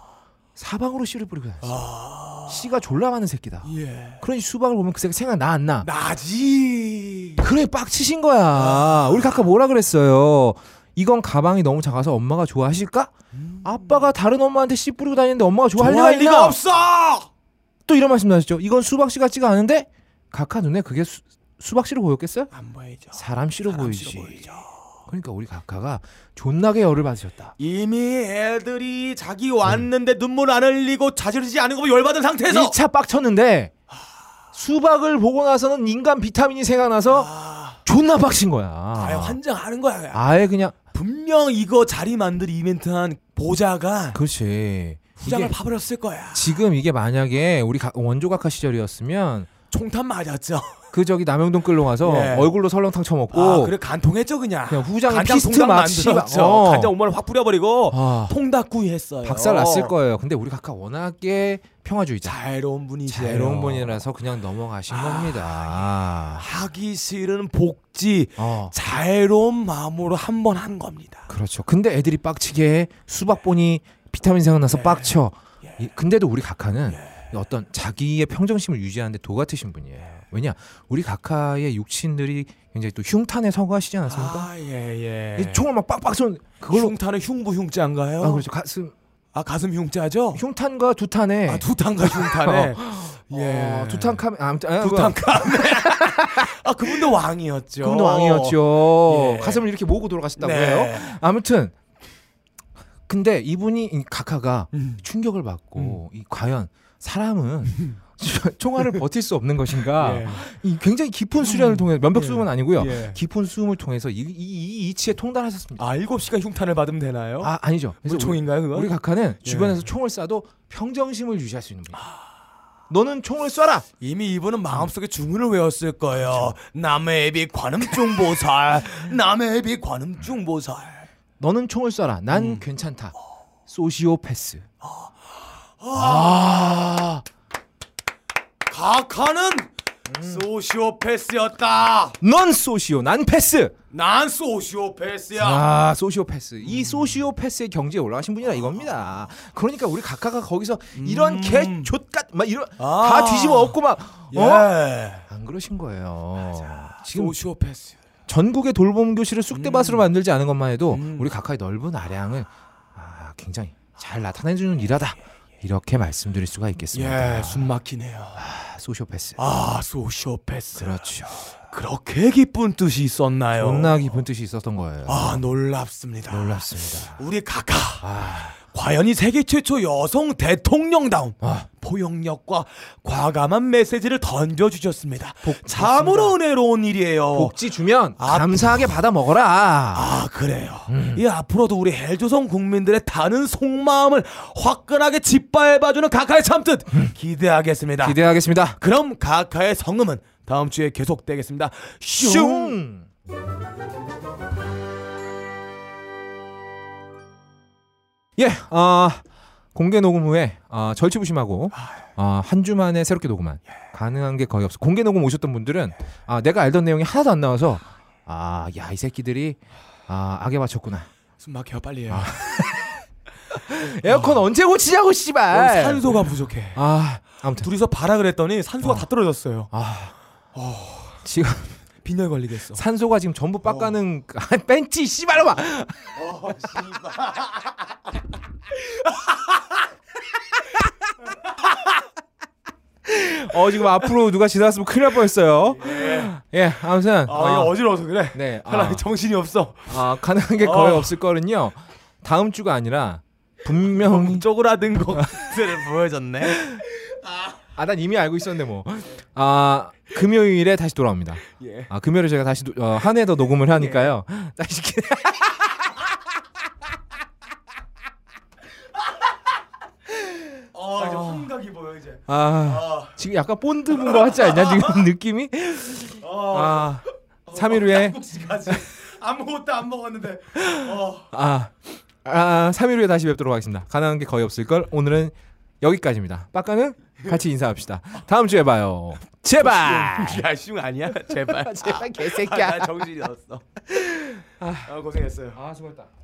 [SPEAKER 1] 사방으로 씨를 뿌리고 다녔어.
[SPEAKER 2] 아,
[SPEAKER 1] 씨가 졸라 많은 새끼다.
[SPEAKER 2] 예.
[SPEAKER 1] 그러니 수박을 보면 그 새끼 생각 나 안 나?
[SPEAKER 2] 나지.
[SPEAKER 1] 그래 빡치신 거야. 우리 각하 뭐라 그랬어요? 이건 가방이 너무 작아서 엄마가 좋아하실까? 아빠가 다른 엄마한테 씨 뿌리고 다니는데 엄마가 좋아할 리가
[SPEAKER 2] 음. 좋아할
[SPEAKER 1] 있나?
[SPEAKER 2] 리가 없어.
[SPEAKER 1] 또 이런 말씀 나셨죠. 이건 수박씨 같지가 않은데 각하 눈에 그게 수, 수박씨로 보였겠어요?
[SPEAKER 2] 안 보이죠.
[SPEAKER 1] 사람씨로
[SPEAKER 2] 사람
[SPEAKER 1] 보이지.
[SPEAKER 2] 싫어 보이죠.
[SPEAKER 1] 그러니까 우리 각하가 존나게 열을 받으셨다.
[SPEAKER 2] 이미 애들이 자기 왔는데 눈물 안 흘리고 자지르지 않은 거 보고 열받은 상태에서
[SPEAKER 1] 1차 빡쳤는데 수박을 보고 나서는 인간 비타민이 생각나서
[SPEAKER 2] 아,
[SPEAKER 1] 존나 빡친 거야.
[SPEAKER 2] 아예 환장하는 거야. 그냥.
[SPEAKER 1] 아예 그냥
[SPEAKER 2] 분명 이거 자리 만들 이벤트한 보자가
[SPEAKER 1] 그렇지.
[SPEAKER 2] 후장을
[SPEAKER 1] 이게
[SPEAKER 2] 파버렸을 거야.
[SPEAKER 1] 지금 이게 만약에 우리 가- 원조 각하 시절이었으면
[SPEAKER 2] 총탄 맞았죠.
[SPEAKER 1] 그 저기 남영동 끌러 가서
[SPEAKER 2] 예.
[SPEAKER 1] 얼굴로 설렁탕 쳐먹고
[SPEAKER 2] 아, 그래 간통했죠 그냥.
[SPEAKER 1] 그냥 후장
[SPEAKER 2] 간장
[SPEAKER 1] 피스트
[SPEAKER 2] 통닭
[SPEAKER 1] 막
[SPEAKER 2] 만들었죠.
[SPEAKER 1] 씹어. 어.
[SPEAKER 2] 간장 오만을 확 뿌려버리고
[SPEAKER 1] 아,
[SPEAKER 2] 통닭구이 했어요.
[SPEAKER 1] 박살 났을 거예요. 근데 우리 각하 워낙에 평화주의자.
[SPEAKER 2] 자애로운 분이세요. 아.
[SPEAKER 1] 자유로운 분이라서 그냥 넘어가신 겁니다.
[SPEAKER 2] 하기 싫은 복지
[SPEAKER 1] 어.
[SPEAKER 2] 자애로운 마음으로 한 번 한 겁니다.
[SPEAKER 1] 그렇죠. 근데 애들이 빡치게 수박 보니 비타민 생각나서 빡쳐.
[SPEAKER 2] 예.
[SPEAKER 1] 이- 근데도 우리 각하는 어떤 자기의 평정심을 유지하는데 도같으신
[SPEAKER 2] 예.
[SPEAKER 1] 분이에요. 왜냐? 우리 각하의 육친들이 굉장히 또 흉탄에 서거하시지 않았습니까?
[SPEAKER 2] 아 예예.
[SPEAKER 1] 이 총을 막 빡빡 쏜 그걸로
[SPEAKER 2] 흉탄은 흉부 흉자인가요?
[SPEAKER 1] 아 그렇죠. 가슴
[SPEAKER 2] 아, 가슴 흉자죠?
[SPEAKER 1] 흉탄과 두탄에
[SPEAKER 2] 아 두탄가 흉탄에. 예.
[SPEAKER 1] 어, 두탄카멘 아, 아무튼 아,
[SPEAKER 2] 두탄 아 그분도 왕이었죠.
[SPEAKER 1] 금도 왕이었죠.
[SPEAKER 2] 예.
[SPEAKER 1] 가슴을 이렇게 모으고 돌아가셨다고
[SPEAKER 2] 네.
[SPEAKER 1] 해요. 아무튼 근데 이분이 이 각하가
[SPEAKER 2] 음.
[SPEAKER 1] 충격을 받고 이 과연 사람은
[SPEAKER 2] 음.
[SPEAKER 1] 총알을 버틸 수 없는 것인가? 이 굉장히 깊은 수련을 통해 면벽 수음은 아니고요.
[SPEAKER 2] 예.
[SPEAKER 1] 깊은 수음을 통해서 이, 이, 이 이치에 통달하셨습니다.
[SPEAKER 2] 아 일곱 시간 흉탄을 받으면 되나요?
[SPEAKER 1] 아, 아니죠. 그래서
[SPEAKER 2] 어? 물총인가요 예.
[SPEAKER 1] 우리,
[SPEAKER 2] 그거?
[SPEAKER 1] 우리 각하는 주변에서 총을 쏴도 평정심을 유지할 수 있는 분이에요.
[SPEAKER 2] 아.
[SPEAKER 1] 너는 총을 쏴라.
[SPEAKER 2] 이미 이분은 마음속에 주문을 외웠을 거예요. 남의 애비 관음증 보살, 남의 애비 관음증 보살.
[SPEAKER 1] 너는 총을 쏴라. 난
[SPEAKER 2] 음.
[SPEAKER 1] 괜찮다. 소시오패스.
[SPEAKER 2] 아, 각하는 음. 소시오패스였다.
[SPEAKER 1] 넌 소시오, 난 패스.
[SPEAKER 2] 난 소시오패스야. 음.
[SPEAKER 1] 아, 소시오패스. 이 소시오패스의 경지에 올라가신 분이라 이겁니다. 그러니까 우리 각하가 거기서 이런 개 좆같 막 이런
[SPEAKER 2] 음. 아.
[SPEAKER 1] 다 뒤집어 엎고 막
[SPEAKER 2] 예.
[SPEAKER 1] 어? 안 그러신 거예요. 지금
[SPEAKER 2] 소시오패스. 음.
[SPEAKER 1] 전국의 돌봄 교실을 쑥대밭으로 만들지 않은 것만 해도 우리 각하의 넓은 아량을 아, 굉장히 잘 나타내주는 일하다. 이렇게 말씀드릴 수가 있겠습니다.
[SPEAKER 2] 예, 숨 막히네요.
[SPEAKER 1] 아, 소시오패스.
[SPEAKER 2] 아, 소시오패스.
[SPEAKER 1] 그렇죠.
[SPEAKER 2] 그렇게 기쁜 뜻이 있었나요?
[SPEAKER 1] 존나 깊은 뜻이 있었던 거예요.
[SPEAKER 2] 아, 놀랍습니다.
[SPEAKER 1] 놀랍습니다.
[SPEAKER 2] 우리 각하. 과연 이 세계 최초 여성 대통령다운 포용력과 과감한 메시지를 던져주셨습니다. 참으로 은혜로운 일이에요.
[SPEAKER 1] 복지 주면
[SPEAKER 2] 아,
[SPEAKER 1] 감사하게 받아 먹어라.
[SPEAKER 2] 아 그래요. 이 앞으로도 우리 헬조선 국민들의 다른 속마음을 화끈하게 짓밟아주는 각하의 참뜻 음. 기대하겠습니다.
[SPEAKER 1] 기대하겠습니다.
[SPEAKER 2] 그럼 각하의 성음은 다음 주에 계속되겠습니다. 슝.
[SPEAKER 1] 슝. 예, 아 공개 녹음 후에 아, 절치부심하고 아, 한 주만에 새롭게 녹음한 가능한 게 거의 없어. 공개 녹음 오셨던 분들은 아, 내가 알던 내용이 하나도 안 나와서 아, 야, 이 새끼들이 아, 악에 맞췄구나.
[SPEAKER 2] 숨 막혀 빨리 해요.
[SPEAKER 1] 에어컨 언제 고치냐고
[SPEAKER 2] 여기
[SPEAKER 1] 씨발.
[SPEAKER 2] 산소가 부족해.
[SPEAKER 1] 어, 아, 아무튼 아.
[SPEAKER 2] 둘이서 봐라 그랬더니 산소가 다 떨어졌어요.
[SPEAKER 1] 지금
[SPEAKER 2] 빈혈 걸리겠어.
[SPEAKER 1] 산소가 지금 전부 빡가는 아, 벤치 씨발 봐. 어 지금 앞으로 누가 지나갔으면 큰일 날 뻔했어요. 예, 아무튼
[SPEAKER 2] 아,
[SPEAKER 1] 아,
[SPEAKER 2] 이거 어지러워서 그래.
[SPEAKER 1] 네, 아,
[SPEAKER 2] 하나 정신이 없어.
[SPEAKER 1] 아, 가능한 게 거의
[SPEAKER 2] 어.
[SPEAKER 1] 없을 거는요. 다음 주가 아니라 분명히
[SPEAKER 2] 쪼그라든 것들을 보여줬네.
[SPEAKER 1] 아 난 이미 알고 있었는데 뭐 아 금요일에 다시 돌아옵니다.
[SPEAKER 2] 예.
[SPEAKER 1] 아 금요일에 제가 다시 노- 어, 한회 더 녹음을 하니까요. 다시 기-
[SPEAKER 2] 어, 이제 환각이 보여 이제.
[SPEAKER 1] 아 지금 약간 본드 본 거 같지 않냐 지금 느낌이?
[SPEAKER 2] 어,
[SPEAKER 1] 아 3일 후에
[SPEAKER 2] 혹시까지 어, 아무것도 안 먹었는데. 어.
[SPEAKER 1] 아, 아 3일 후에 다시 뵙도록 하겠습니다. 가능한 게 거의 없을 걸 오늘은 여기까지입니다. 빡가는 같이 인사합시다. 다음 주에 봐요. 제발.
[SPEAKER 2] 아, 야슝 아니야? 제발.
[SPEAKER 1] 제발
[SPEAKER 2] 아,
[SPEAKER 1] 개새끼야.
[SPEAKER 2] 나 정신이 없어. 아, 고생했어요.
[SPEAKER 1] 아 수고했다.